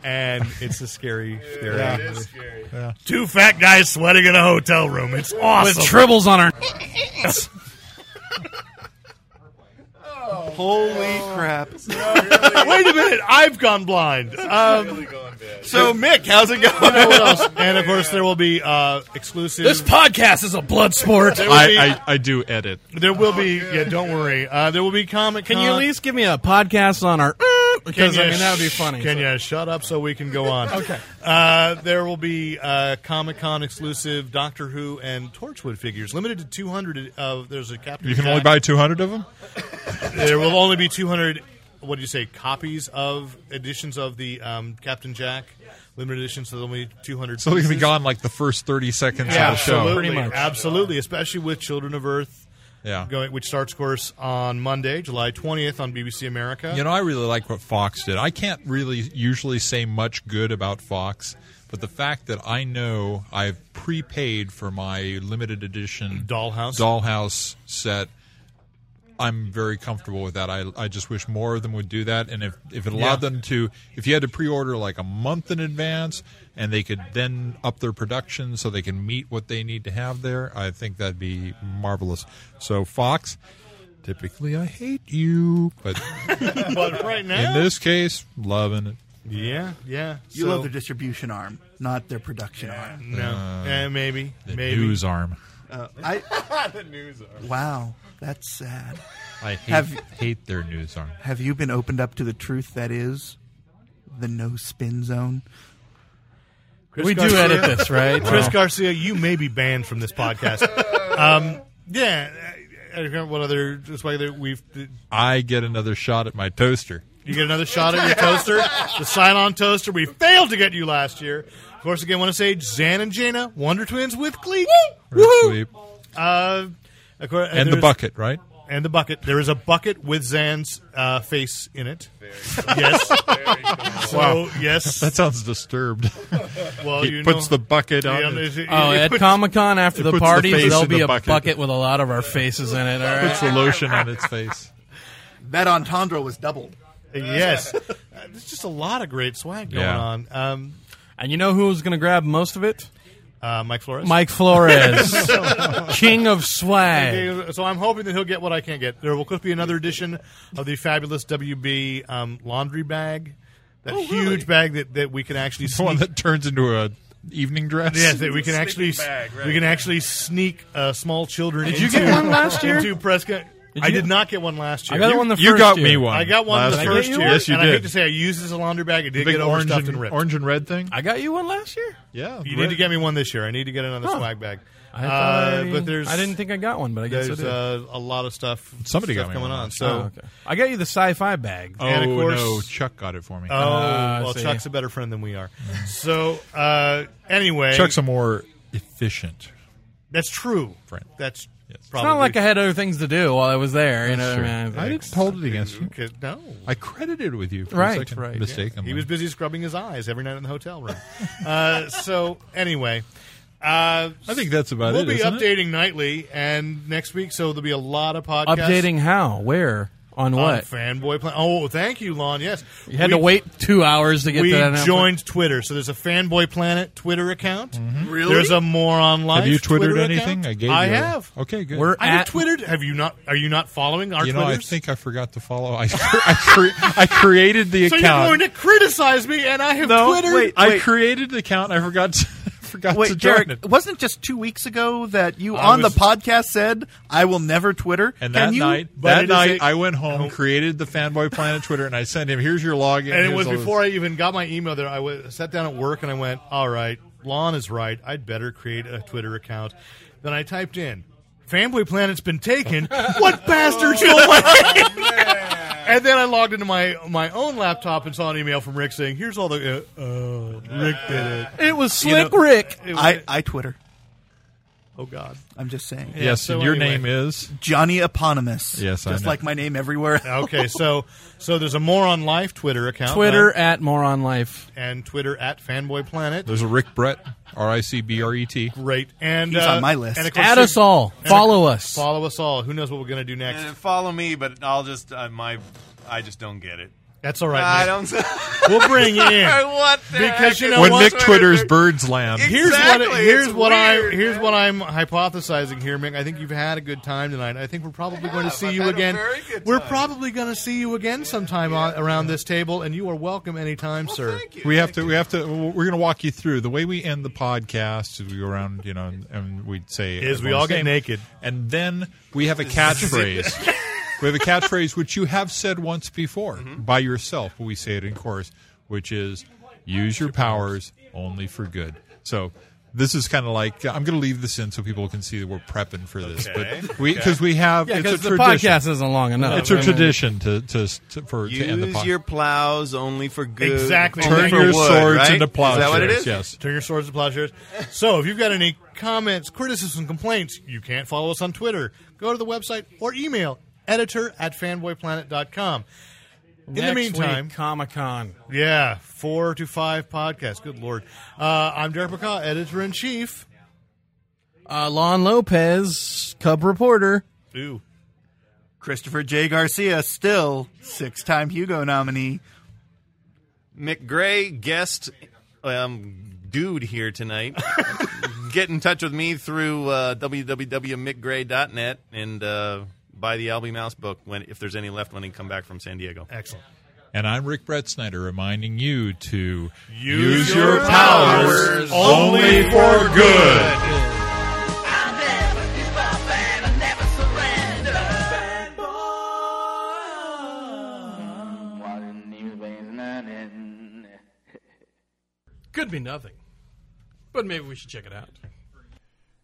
Speaker 3: and it's a scary, scary.
Speaker 6: Two fat guys sweating in a hotel room. It's
Speaker 8: with tribbles on our.
Speaker 5: Holy crap!
Speaker 3: Wait a minute, I've gone blind. Um,
Speaker 5: So Mick, how's it going?
Speaker 3: what else? And of course, there will be uh, exclusive.
Speaker 8: This podcast is a blood sport.
Speaker 3: there will be,
Speaker 4: I, (laughs) I, I do edit.
Speaker 3: there will be yeah. Don't worry. Uh, there will be comic.
Speaker 8: Can you at least give me a podcast on our? uh, Because I mean that would be funny.
Speaker 3: Can you shut up so we can go on? okay. Uh, there will be uh, Comic Con exclusive Doctor Who and Torchwood figures, limited to 200. Of there's a Captain.
Speaker 4: You can
Speaker 3: Jack.
Speaker 4: only buy 200 of them?
Speaker 3: There will only be 200. What do you say? Copies of editions of the um, Captain Jack limited editions. So there'll be 200.
Speaker 4: So they're going to be
Speaker 3: pieces.
Speaker 4: gone like the first 30 seconds
Speaker 3: Yeah,
Speaker 4: of the show.
Speaker 3: absolutely,
Speaker 8: Pretty much.
Speaker 3: absolutely, especially with Children of Earth.
Speaker 4: Yeah.
Speaker 3: Going, which starts, of course, on Monday, July 20th on BBC America.
Speaker 4: You know, I really like what Fox did. I can't really usually say much good about Fox, but the fact that I know I've prepaid for my limited edition
Speaker 3: Dollhouse.
Speaker 4: dollhouse set. I'm very comfortable with that. I, I just wish more of them would do that. And if, if it allowed
Speaker 3: Yeah.
Speaker 4: them to, if you had to pre order like a month in advance and they could then up their production so they can meet what they need to have there, I think that'd be marvelous. So, Fox, typically I hate you, but
Speaker 3: but right (laughs)
Speaker 4: in
Speaker 3: now,
Speaker 4: this case, loving it.
Speaker 3: yeah, yeah,
Speaker 5: You
Speaker 3: so-
Speaker 5: love their distribution arm, not their production arm.
Speaker 3: no, Eh, maybe,
Speaker 4: Uh, The
Speaker 3: maybe.
Speaker 4: news arm.
Speaker 5: I, wow, that's sad.
Speaker 4: I hate,
Speaker 5: Have-
Speaker 4: hate their news arm.
Speaker 5: Have you been opened up to the truth that is the no spin zone?
Speaker 3: Chris
Speaker 8: We do
Speaker 3: Garcia-
Speaker 8: edit this, right?
Speaker 3: Chris Garcia, you may be banned from this
Speaker 4: (laughs)
Speaker 3: podcast. um, yeah, eh, I, I forgot what other just like that we've.
Speaker 4: I get another shot at my toaster.
Speaker 3: You get another shot at your toaster, the sign-on toaster. We failed to get you last year. Of course, again, want to say Zan and Jaina, Wonder Twins with Glee.
Speaker 4: Or sweep.
Speaker 3: Uh, of course,
Speaker 4: And the
Speaker 3: there's-
Speaker 4: bucket, right?
Speaker 3: And the bucket. There is a bucket with Zan's uh, face in it. yes. wow.
Speaker 4: (laughs)
Speaker 3: Yes.
Speaker 4: That sounds disturbed. (laughs)
Speaker 3: well,
Speaker 4: he
Speaker 3: you
Speaker 4: puts
Speaker 3: know,
Speaker 4: the bucket
Speaker 3: Yeah,
Speaker 4: on.
Speaker 3: there's-
Speaker 4: it.
Speaker 8: Oh,
Speaker 3: (laughs) you
Speaker 8: at
Speaker 3: put-
Speaker 8: Comic Con after the
Speaker 4: puts the
Speaker 8: party,
Speaker 4: face
Speaker 8: there'll
Speaker 4: in the
Speaker 8: be a
Speaker 4: bucket.
Speaker 8: bucket with a lot of our faces in it. All right.
Speaker 4: Puts the lotion on its face.
Speaker 5: That entendre was doubled.
Speaker 3: yes. Uh, There's just a lot of great swag going
Speaker 4: Yeah.
Speaker 3: on. Um,
Speaker 8: And you know who was going to grab most of it?
Speaker 3: uh, Mike Flores.
Speaker 8: Mike
Speaker 4: (laughs)
Speaker 8: Flores, king of swag.
Speaker 3: Okay, So I'm hoping that he'll get what I can't get. There will of course be another edition of the fabulous WB um, laundry bag,
Speaker 11: Oh,
Speaker 3: that huge bag that, that we can actually
Speaker 4: The (laughs) one
Speaker 3: sneak.
Speaker 4: that turns into a evening dress.
Speaker 3: Yes, that we can
Speaker 11: Sneaking
Speaker 3: actually
Speaker 11: bag, right.
Speaker 3: we can actually sneak uh, small children.
Speaker 8: you
Speaker 3: into,
Speaker 8: get one last year?
Speaker 3: Into Prescott.
Speaker 8: Did
Speaker 3: I
Speaker 8: you-
Speaker 3: did not get one last year.
Speaker 8: I got
Speaker 3: You-
Speaker 8: one the first
Speaker 4: you got
Speaker 8: year.
Speaker 4: me one.
Speaker 3: I got one
Speaker 4: last
Speaker 3: the first year,
Speaker 4: Yes, you
Speaker 3: and
Speaker 4: did.
Speaker 3: I hate to say I used it as a laundry bag. It did
Speaker 4: Big
Speaker 3: get
Speaker 4: orange
Speaker 3: overstuffed
Speaker 4: and,
Speaker 3: and ripped.
Speaker 4: orange and red thing.
Speaker 2: I got you one last year.
Speaker 4: yeah,
Speaker 3: You
Speaker 4: red.
Speaker 3: need to get me one this year. I need to get another swag bag.
Speaker 8: I thought
Speaker 3: uh,
Speaker 8: I-
Speaker 3: but there's
Speaker 8: I didn't think I got one, but I guess I
Speaker 3: there's
Speaker 8: did.
Speaker 3: uh, a lot of stuff.
Speaker 4: Somebody
Speaker 3: stuff
Speaker 4: got me
Speaker 3: coming
Speaker 4: one
Speaker 3: on.
Speaker 4: last
Speaker 3: So
Speaker 8: Oh, okay. I got you the sci-fi bag.
Speaker 4: Oh
Speaker 3: and of course-
Speaker 4: no, Chuck got it for me. Uh,
Speaker 3: Oh,
Speaker 8: Ah, I
Speaker 3: well,
Speaker 8: see.
Speaker 3: Chuck's a better friend than we are. So, uh, anyway,
Speaker 4: Chuck's a more efficient.
Speaker 3: that's true.
Speaker 4: Friend.
Speaker 3: That's
Speaker 4: Yes. It's
Speaker 8: it's
Speaker 3: probably
Speaker 8: not like I had other things to do while I was there. You know,
Speaker 4: Sure.
Speaker 8: man.
Speaker 4: I didn't hold it against you.
Speaker 3: Okay, no.
Speaker 4: I credited with you for
Speaker 8: Right,
Speaker 4: a second,
Speaker 8: right, yeah.
Speaker 4: mistakenly.
Speaker 3: He was busy scrubbing his eyes every night in the
Speaker 8: (laughs)
Speaker 3: hotel room. uh, so, anyway. Uh,
Speaker 4: I think that's about
Speaker 3: we'll
Speaker 4: it,
Speaker 3: be
Speaker 4: isn't it?
Speaker 3: updating nightly and next week, so there'll be a lot of podcasts.
Speaker 8: updating how, where,
Speaker 4: Oh,
Speaker 8: on
Speaker 3: on
Speaker 8: what?
Speaker 3: Fanboy Planet. Oh, thank you, Lon. Yes.
Speaker 8: You had to
Speaker 3: We-
Speaker 8: wait two hours to get
Speaker 3: We
Speaker 8: to that. announcement.
Speaker 3: joined Twitter, so there's a Fanboy Planet Twitter account.
Speaker 8: Mm-hmm.
Speaker 5: Really?
Speaker 3: There's a moron life.
Speaker 4: Have you twittered
Speaker 3: Twitter
Speaker 4: anything?
Speaker 3: account.
Speaker 4: I gave.
Speaker 3: I
Speaker 4: you a-
Speaker 3: have.
Speaker 4: Okay, good.
Speaker 8: We're
Speaker 3: I
Speaker 8: at
Speaker 3: have twittered. Have you not? Are you not following our
Speaker 4: you know,
Speaker 3: Twitters?
Speaker 4: I think I forgot to follow. I (laughs) I, cre- I created the
Speaker 3: so.
Speaker 4: account.
Speaker 3: You're going to criticize me, and I have
Speaker 5: No,
Speaker 3: twittered.
Speaker 5: wait.
Speaker 4: I created the account. I forgot to, (laughs) forgot to
Speaker 5: Wait,
Speaker 4: join
Speaker 5: Derek,
Speaker 4: it.
Speaker 5: it wasn't just two weeks ago that you
Speaker 3: I
Speaker 5: on
Speaker 3: was-
Speaker 5: the podcast said, "I will never Twitter."
Speaker 4: And
Speaker 5: Can
Speaker 4: that
Speaker 5: you-
Speaker 4: night,
Speaker 3: but it
Speaker 4: that
Speaker 3: is
Speaker 4: night,
Speaker 3: a-
Speaker 4: I went home, created the Fanboy Planet Twitter, and I sent him, "Here's your login."
Speaker 3: And it
Speaker 4: here's
Speaker 3: was
Speaker 4: all this."
Speaker 3: before I even got my email there. I wa- sat down at work and I went, all right, Lon is right. I'd better create a Twitter account. Then I typed in, Fanboy Planet's been taken. what bastards will (laughs) And then I logged into my my own laptop and saw an email from Rick saying, here's all the. Uh, oh, Rick did it.
Speaker 8: It was Slick Rick.
Speaker 3: It was-
Speaker 5: I, I Twitter.
Speaker 3: oh, God.
Speaker 5: I'm just saying,
Speaker 4: Yes,
Speaker 3: so
Speaker 4: and your
Speaker 3: anyway.
Speaker 4: name is
Speaker 5: Johnny Eponymous.
Speaker 4: Yes, I
Speaker 5: just
Speaker 4: know.
Speaker 5: like my name everywhere.
Speaker 3: Okay, so so there's a Moron Life Twitter
Speaker 4: Uh-huh.
Speaker 3: account.
Speaker 8: Twitter
Speaker 3: right?
Speaker 8: at Moron Life.
Speaker 3: And Twitter at Fanboy Planet.
Speaker 4: There's a Rick Brett, R I C B R E T.
Speaker 3: Great. And
Speaker 5: He's
Speaker 3: uh,
Speaker 5: on my list.
Speaker 3: And of course,
Speaker 8: At us all.
Speaker 3: and of-
Speaker 8: Follow us.
Speaker 3: Follow us all. Who knows what we're going to do next?
Speaker 11: And follow me, but I'll just uh, my I just don't get it.
Speaker 3: That's all right.
Speaker 11: I
Speaker 3: Nick.
Speaker 11: don't. (laughs)
Speaker 3: We'll bring you in.
Speaker 11: what the
Speaker 3: Because
Speaker 11: heck
Speaker 3: you
Speaker 11: is
Speaker 3: know
Speaker 4: When
Speaker 3: what?
Speaker 11: this
Speaker 4: Mick Twitters
Speaker 11: Twitter?
Speaker 4: birds lamb.
Speaker 11: (laughs) Exactly.
Speaker 3: Here's
Speaker 11: It's
Speaker 3: what here's what
Speaker 11: weird,
Speaker 3: I'm here's
Speaker 11: man.
Speaker 3: what I'm hypothesizing here, Mick. I think you've had a good time tonight. I think we're probably going to
Speaker 11: have.
Speaker 3: see
Speaker 11: I've
Speaker 3: you
Speaker 11: had a
Speaker 3: again.
Speaker 11: very good
Speaker 3: We're
Speaker 11: time.
Speaker 3: probably going to see you again sometime on, around this table, and you are welcome anytime, sir.
Speaker 11: Thank you.
Speaker 4: We have to. We have to. We're going to walk you through the way we end the podcast. Is we go around, you know, and, and we'd say
Speaker 3: Is we
Speaker 4: everyone's
Speaker 3: all get
Speaker 4: name.
Speaker 3: naked.
Speaker 4: and then we have
Speaker 11: (laughs)
Speaker 4: a catchphrase. we have a catchphrase which you have said once before
Speaker 11: Mm-hmm.
Speaker 4: by yourself. but We say it in chorus, which is "Use your powers only for good." So. This is kind of like I'm going to leave this in so people can see that we're prepping for this, but we because we have
Speaker 8: Yeah,
Speaker 4: it's a
Speaker 8: because the
Speaker 4: tradition.
Speaker 8: podcast isn't long enough.
Speaker 4: It's
Speaker 8: I
Speaker 4: a
Speaker 8: mean,
Speaker 4: tradition to to, to for to end the
Speaker 11: Use
Speaker 4: podcast.
Speaker 11: your plows only for good.
Speaker 3: Exactly.
Speaker 11: Only
Speaker 4: Turn
Speaker 11: for
Speaker 4: your
Speaker 11: wood,
Speaker 4: swords
Speaker 11: right?
Speaker 4: into plowshares.
Speaker 11: Is that what it is?
Speaker 4: Yes.
Speaker 3: Turn your swords to plowshares. So, if you've got any comments, criticisms, complaints, you can't follow us on Twitter. Go to the website or email editor at fanboyplanet.com. In the
Speaker 8: next
Speaker 3: meantime,
Speaker 8: week, Comic Con.
Speaker 3: Yeah, four to five podcasts. Good lord. Uh, I'm Derek McCaw, editor in chief.
Speaker 8: Uh, Lon Lopez, Cub reporter.
Speaker 3: Ooh.
Speaker 5: Christopher J. Garcia, still six-time Hugo nominee.
Speaker 11: Mick Gray, guest um, dude here tonight.
Speaker 4: (laughs)
Speaker 11: Get in touch with me through uh, www.mickgray.net and uh, buy the Albie Mouse book when if there's any left when he come back from San Diego.
Speaker 3: Excellent.
Speaker 4: And I'm Rick Brett Snyder reminding you to
Speaker 3: Use
Speaker 11: your powers
Speaker 3: only
Speaker 5: (laughs)
Speaker 3: for
Speaker 4: good.
Speaker 1: I never give up and I never surrender. Fanboy.
Speaker 8: Could be nothing, but maybe we should check it out.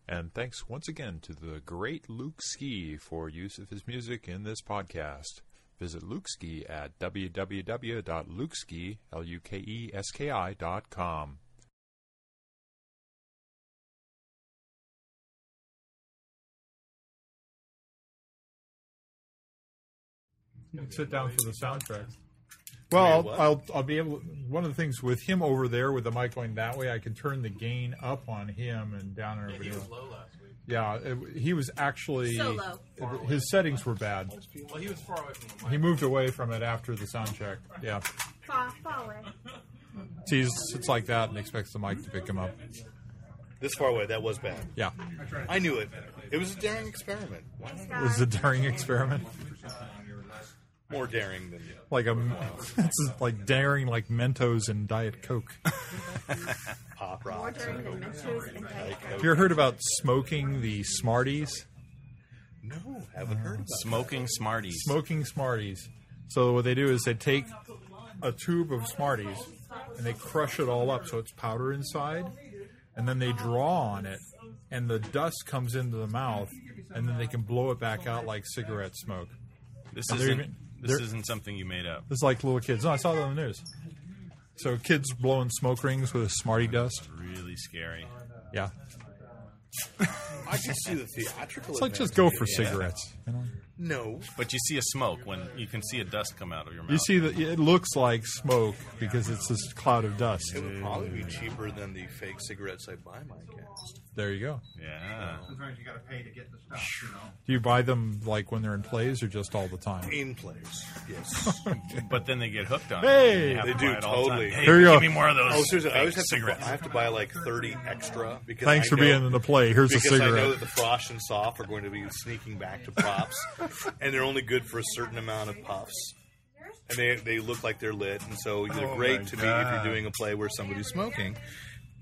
Speaker 12: And thanks once again to the great Luke Ski for use of his music in this podcast. Visit Luke Ski at www.lukeski, L-U-K-E-S-K-I dot com.
Speaker 4: sit down for the soundtrack. Well, I'll, I'll I'll be able. One of the things with him over there, with the mic going that way, I can turn the gain up on him and down on everybody else. Yeah, it- he was actually
Speaker 10: So low.
Speaker 4: it- His settings were bad.
Speaker 8: Well, he was far away from the
Speaker 4: He moved away from it after the sound check. Yeah, See, he sits like that and expects the mic to pick him up.
Speaker 3: This far away, that was bad.
Speaker 4: Yeah,
Speaker 3: I knew it. It was a daring experiment. Why not?
Speaker 4: it was a daring experiment.
Speaker 3: More daring than
Speaker 4: Like a, (laughs) it's like daring, like Mentos and Diet Coke.
Speaker 3: pop rock.
Speaker 4: Have you ever heard about smoking the Smarties? No,
Speaker 6: Haven't heard about smoking Smarties.
Speaker 4: smoking Smarties. So what they do is they take a tube of Smarties and they crush it all up so it's powder inside, and then they draw on it, and the dust comes into the mouth, and then they can blow it back out like cigarette smoke.
Speaker 6: This
Speaker 4: They're
Speaker 6: isn't
Speaker 4: even-
Speaker 6: this
Speaker 4: they're-
Speaker 6: isn't something you made up.
Speaker 4: It's like little kids. No, I saw that on the news. So kids blowing smoke rings with Smartie dust.
Speaker 6: Really scary.
Speaker 4: Yeah,
Speaker 7: I can see the theatrical.
Speaker 4: it's like just go for cigarettes. You know?
Speaker 7: No,
Speaker 6: But you see a smoke when you can see a dust come out of your mouth.
Speaker 4: You see that it looks like smoke because it's this cloud of dust.
Speaker 3: It would probably be cheaper than the fake cigarettes I buy my cast.
Speaker 4: There you go.
Speaker 6: Yeah.
Speaker 13: Sometimes you got to pay to get the stuff. You know.
Speaker 4: Do you buy them like when they're in plays or just all the time?
Speaker 3: In place, yes.
Speaker 6: But then they get hooked on
Speaker 4: Hey!
Speaker 6: it. and you have
Speaker 3: They
Speaker 6: to
Speaker 3: do,
Speaker 6: buy it all the time.
Speaker 3: totally.
Speaker 6: Hey,
Speaker 4: Here you
Speaker 6: give
Speaker 4: go.
Speaker 6: me more of those.
Speaker 3: oh, seriously, I
Speaker 6: fake
Speaker 3: always have to. Buy,
Speaker 6: cigarettes.
Speaker 3: I have to buy like thirty extra because
Speaker 4: Thanks
Speaker 3: I
Speaker 4: for
Speaker 3: know-
Speaker 4: being in the play. Here's a
Speaker 3: because I know that
Speaker 4: cigarette.
Speaker 3: the frosh and soft are going to be sneaking back to props, and they're only good for a certain amount of puffs. And they, they look like they're lit, and so they're
Speaker 4: Oh
Speaker 3: great to me if you're doing a play where somebody's smoking.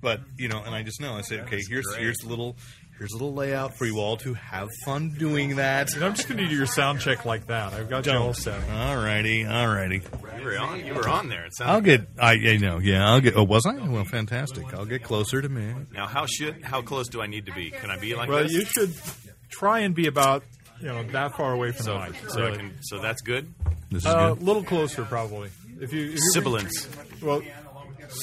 Speaker 3: But you know, and I just know I said, okay, here's here's a little here's a little layout for you all to have fun doing
Speaker 4: (laughs)
Speaker 3: that.
Speaker 4: I'm just going to do your sound check like that. I've got you all set.
Speaker 3: Alrighty, alrighty.
Speaker 6: You were on, you were on there. It sounded
Speaker 3: I'll get. I, I know. Yeah, I'll get. Oh, was I? Well, fantastic. I'll get closer to me.
Speaker 6: Now, how should how close do I need to be? Can I be like
Speaker 4: Well,
Speaker 6: this?
Speaker 4: you should try and be about you know that far away from
Speaker 6: so,
Speaker 4: the mic.
Speaker 6: so, I
Speaker 4: really.
Speaker 6: can, so that's good.
Speaker 3: This is
Speaker 4: Uh,
Speaker 3: good.
Speaker 4: little closer, probably. If you if you're-
Speaker 6: Sibilance,
Speaker 4: Well,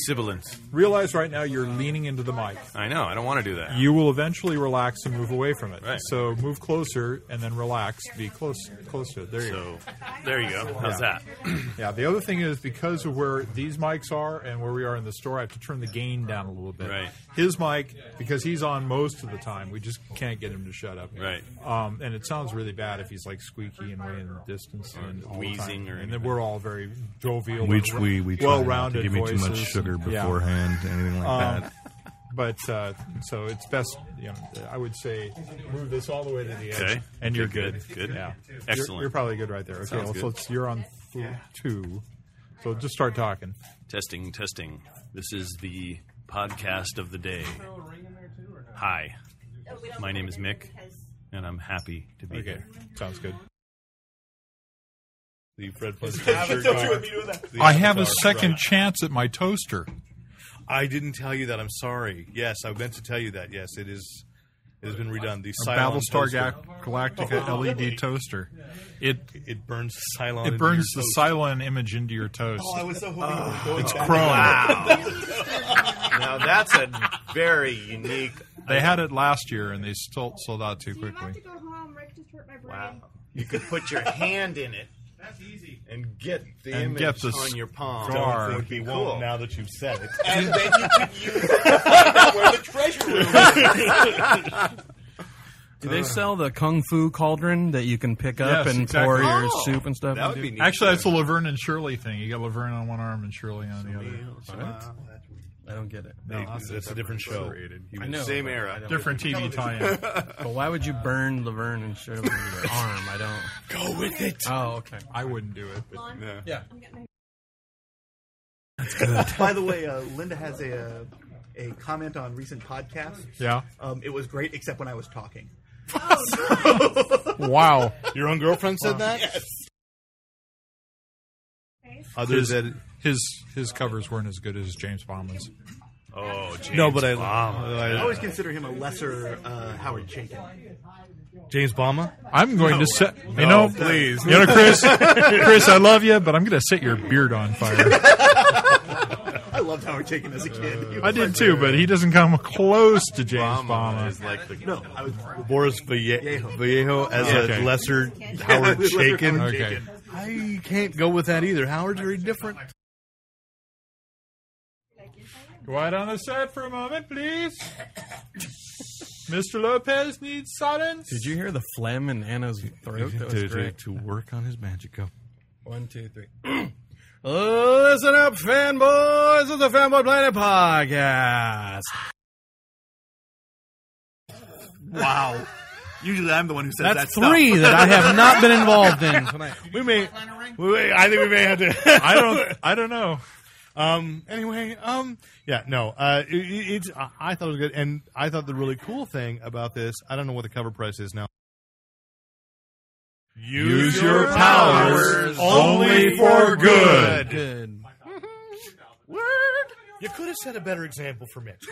Speaker 6: sibilance.
Speaker 4: realize right now you're leaning into the mic.
Speaker 6: I know. I don't want to do that.
Speaker 4: You will eventually relax and move away from it.
Speaker 6: Right.
Speaker 4: So move closer and then relax. Be close, close to it. There you go.
Speaker 6: So there you go. How's
Speaker 4: Yeah.
Speaker 6: that?
Speaker 4: Yeah. The other thing is because of where these mics are and where we are in the store, I have to turn the gain down a little bit.
Speaker 6: Right.
Speaker 4: His mic, because he's on most of the time, we just can't get him to shut up.
Speaker 6: Right.
Speaker 4: Um, and it sounds really bad if he's like squeaky and way in the distance and all the
Speaker 6: wheezing
Speaker 4: time.
Speaker 6: or
Speaker 4: and then
Speaker 6: anything.
Speaker 4: we're all very jovial,
Speaker 3: Which
Speaker 4: and
Speaker 3: we we try not to
Speaker 4: well-rounded
Speaker 3: give me too much
Speaker 4: voices.
Speaker 3: sugar
Speaker 4: Yeah.
Speaker 3: beforehand, anything like
Speaker 6: Uh,
Speaker 4: Um,
Speaker 3: that.
Speaker 4: But uh, so it's best. You know, I would say move this all the way to the edge,
Speaker 6: Okay.
Speaker 4: and you're
Speaker 6: Okay,
Speaker 4: good.
Speaker 6: good, good.
Speaker 4: Yeah,
Speaker 6: Excellent.
Speaker 4: You're, you're probably good right there. Okay,
Speaker 6: Sounds
Speaker 4: well, so
Speaker 6: good.
Speaker 4: it's, you're on floor two. So just start talking.
Speaker 6: Testing, testing. This is the podcast of the day. Hi, my name is Mick, and I'm happy to be
Speaker 4: Okay,
Speaker 6: here.
Speaker 4: sounds good.
Speaker 3: The Fred
Speaker 4: (laughs)
Speaker 3: Flintstone shirt
Speaker 7: don't you
Speaker 3: guy.
Speaker 7: want me to do that?
Speaker 3: The avatar. Right.
Speaker 4: chance at my toaster.
Speaker 3: I didn't tell you that. I'm sorry. Yes, I meant to tell you that. Yes, it is. It has been redone. The Cylon
Speaker 4: Battlestar
Speaker 3: poster.
Speaker 4: Galactica
Speaker 3: Oh,
Speaker 4: LED
Speaker 3: really?
Speaker 4: toaster. It
Speaker 3: It burns Cylon.
Speaker 4: it
Speaker 3: into
Speaker 4: burns
Speaker 3: your
Speaker 4: the
Speaker 3: toast.
Speaker 4: Cylon image into your toast.
Speaker 7: Oh, I was so hoping you were going
Speaker 4: it's
Speaker 7: back.
Speaker 4: chrome.
Speaker 8: Ah.
Speaker 6: Now that's a very unique.
Speaker 4: They had it last year and they sold sold out too
Speaker 13: You have to
Speaker 4: quickly.
Speaker 13: go home. Rick just hurt my brain.
Speaker 6: Wow, you could put your hand in it. That's easy. And get the
Speaker 4: And
Speaker 6: image
Speaker 4: get the
Speaker 6: on your palm.
Speaker 4: scar.
Speaker 3: It would be won't
Speaker 6: Cool.
Speaker 3: now that you've said (laughs) it.
Speaker 7: and then you could use that where the treasure room is.
Speaker 8: Do they sell the kung fu cauldron that you can pick up
Speaker 4: Yes,
Speaker 8: and
Speaker 4: exactly. Oh,
Speaker 8: pour your soup and stuff?
Speaker 6: That
Speaker 8: into?
Speaker 6: would be neat.
Speaker 4: Actually, that's a Laverne and Shirley thing. You got Laverne on one arm and Shirley on the other.
Speaker 8: I don't get it.
Speaker 3: Hey, that's a different show.
Speaker 8: I know.
Speaker 6: Same era.
Speaker 4: Different TV tie-in.
Speaker 8: But why would you burn Laverne and Shirley with your arm? I don't.
Speaker 3: Go with it.
Speaker 8: Oh, okay.
Speaker 4: I wouldn't do it. But
Speaker 8: Yeah.
Speaker 7: By the way, uh, Linda has a, uh, a a comment on recent podcasts.
Speaker 4: yeah.
Speaker 7: Um, it was great, except when I was talking.
Speaker 4: Wow.
Speaker 3: Your own girlfriend said that. Other
Speaker 4: His,
Speaker 3: than
Speaker 4: his his covers weren't as good as James Bond's.
Speaker 6: Oh, James
Speaker 3: no, but I,
Speaker 6: Bond.
Speaker 7: I
Speaker 3: I uh,
Speaker 7: always consider him a lesser uh, Howard Chaykin.
Speaker 3: James Bama.
Speaker 4: I'm going to set. you
Speaker 3: No,
Speaker 4: know,
Speaker 3: please.
Speaker 4: You know, Chris. Chris, I love you, but I'm going to set your beard on fire.
Speaker 7: I loved Howard Chaykin as a kid. He was
Speaker 4: I did
Speaker 7: like-
Speaker 4: too, but he doesn't come close to James
Speaker 6: Obama
Speaker 4: Bond.
Speaker 6: is like the
Speaker 7: No, I was.
Speaker 3: Boris Vallejo, Vallejo as
Speaker 4: Okay.
Speaker 3: a
Speaker 6: (laughs)
Speaker 3: lesser Howard
Speaker 7: Lesser Howard
Speaker 3: Chaykin.
Speaker 4: Okay.
Speaker 3: I can't go with that either. Howard's very different.
Speaker 4: Quiet on the set for a moment, please. Mr. Lopez needs silence.
Speaker 8: Did you hear the phlegm in Anna's throat? That was
Speaker 3: To, to,
Speaker 8: great.
Speaker 3: to work on his magico.
Speaker 8: One, two, three. (clears throat)
Speaker 2: Listen up, fanboys of the Fanboy Planet Podcast.
Speaker 5: Wow. Usually I'm the one who says
Speaker 8: That's
Speaker 5: that stuff.
Speaker 8: three that I have not been involved
Speaker 5: (laughs)
Speaker 8: in tonight.
Speaker 3: We may. We may I think we may have (laughs) to.
Speaker 4: I don't. I don't know.
Speaker 3: Um. Anyway. Um. Yeah. No. Uh. It, it- it's. I- I thought it was good, and I thought the really cool thing about this. I don't know what the cover price is now.
Speaker 4: Use your powers only for good.
Speaker 14: Good.
Speaker 15: Word.
Speaker 3: You could have set a better example for Mitch.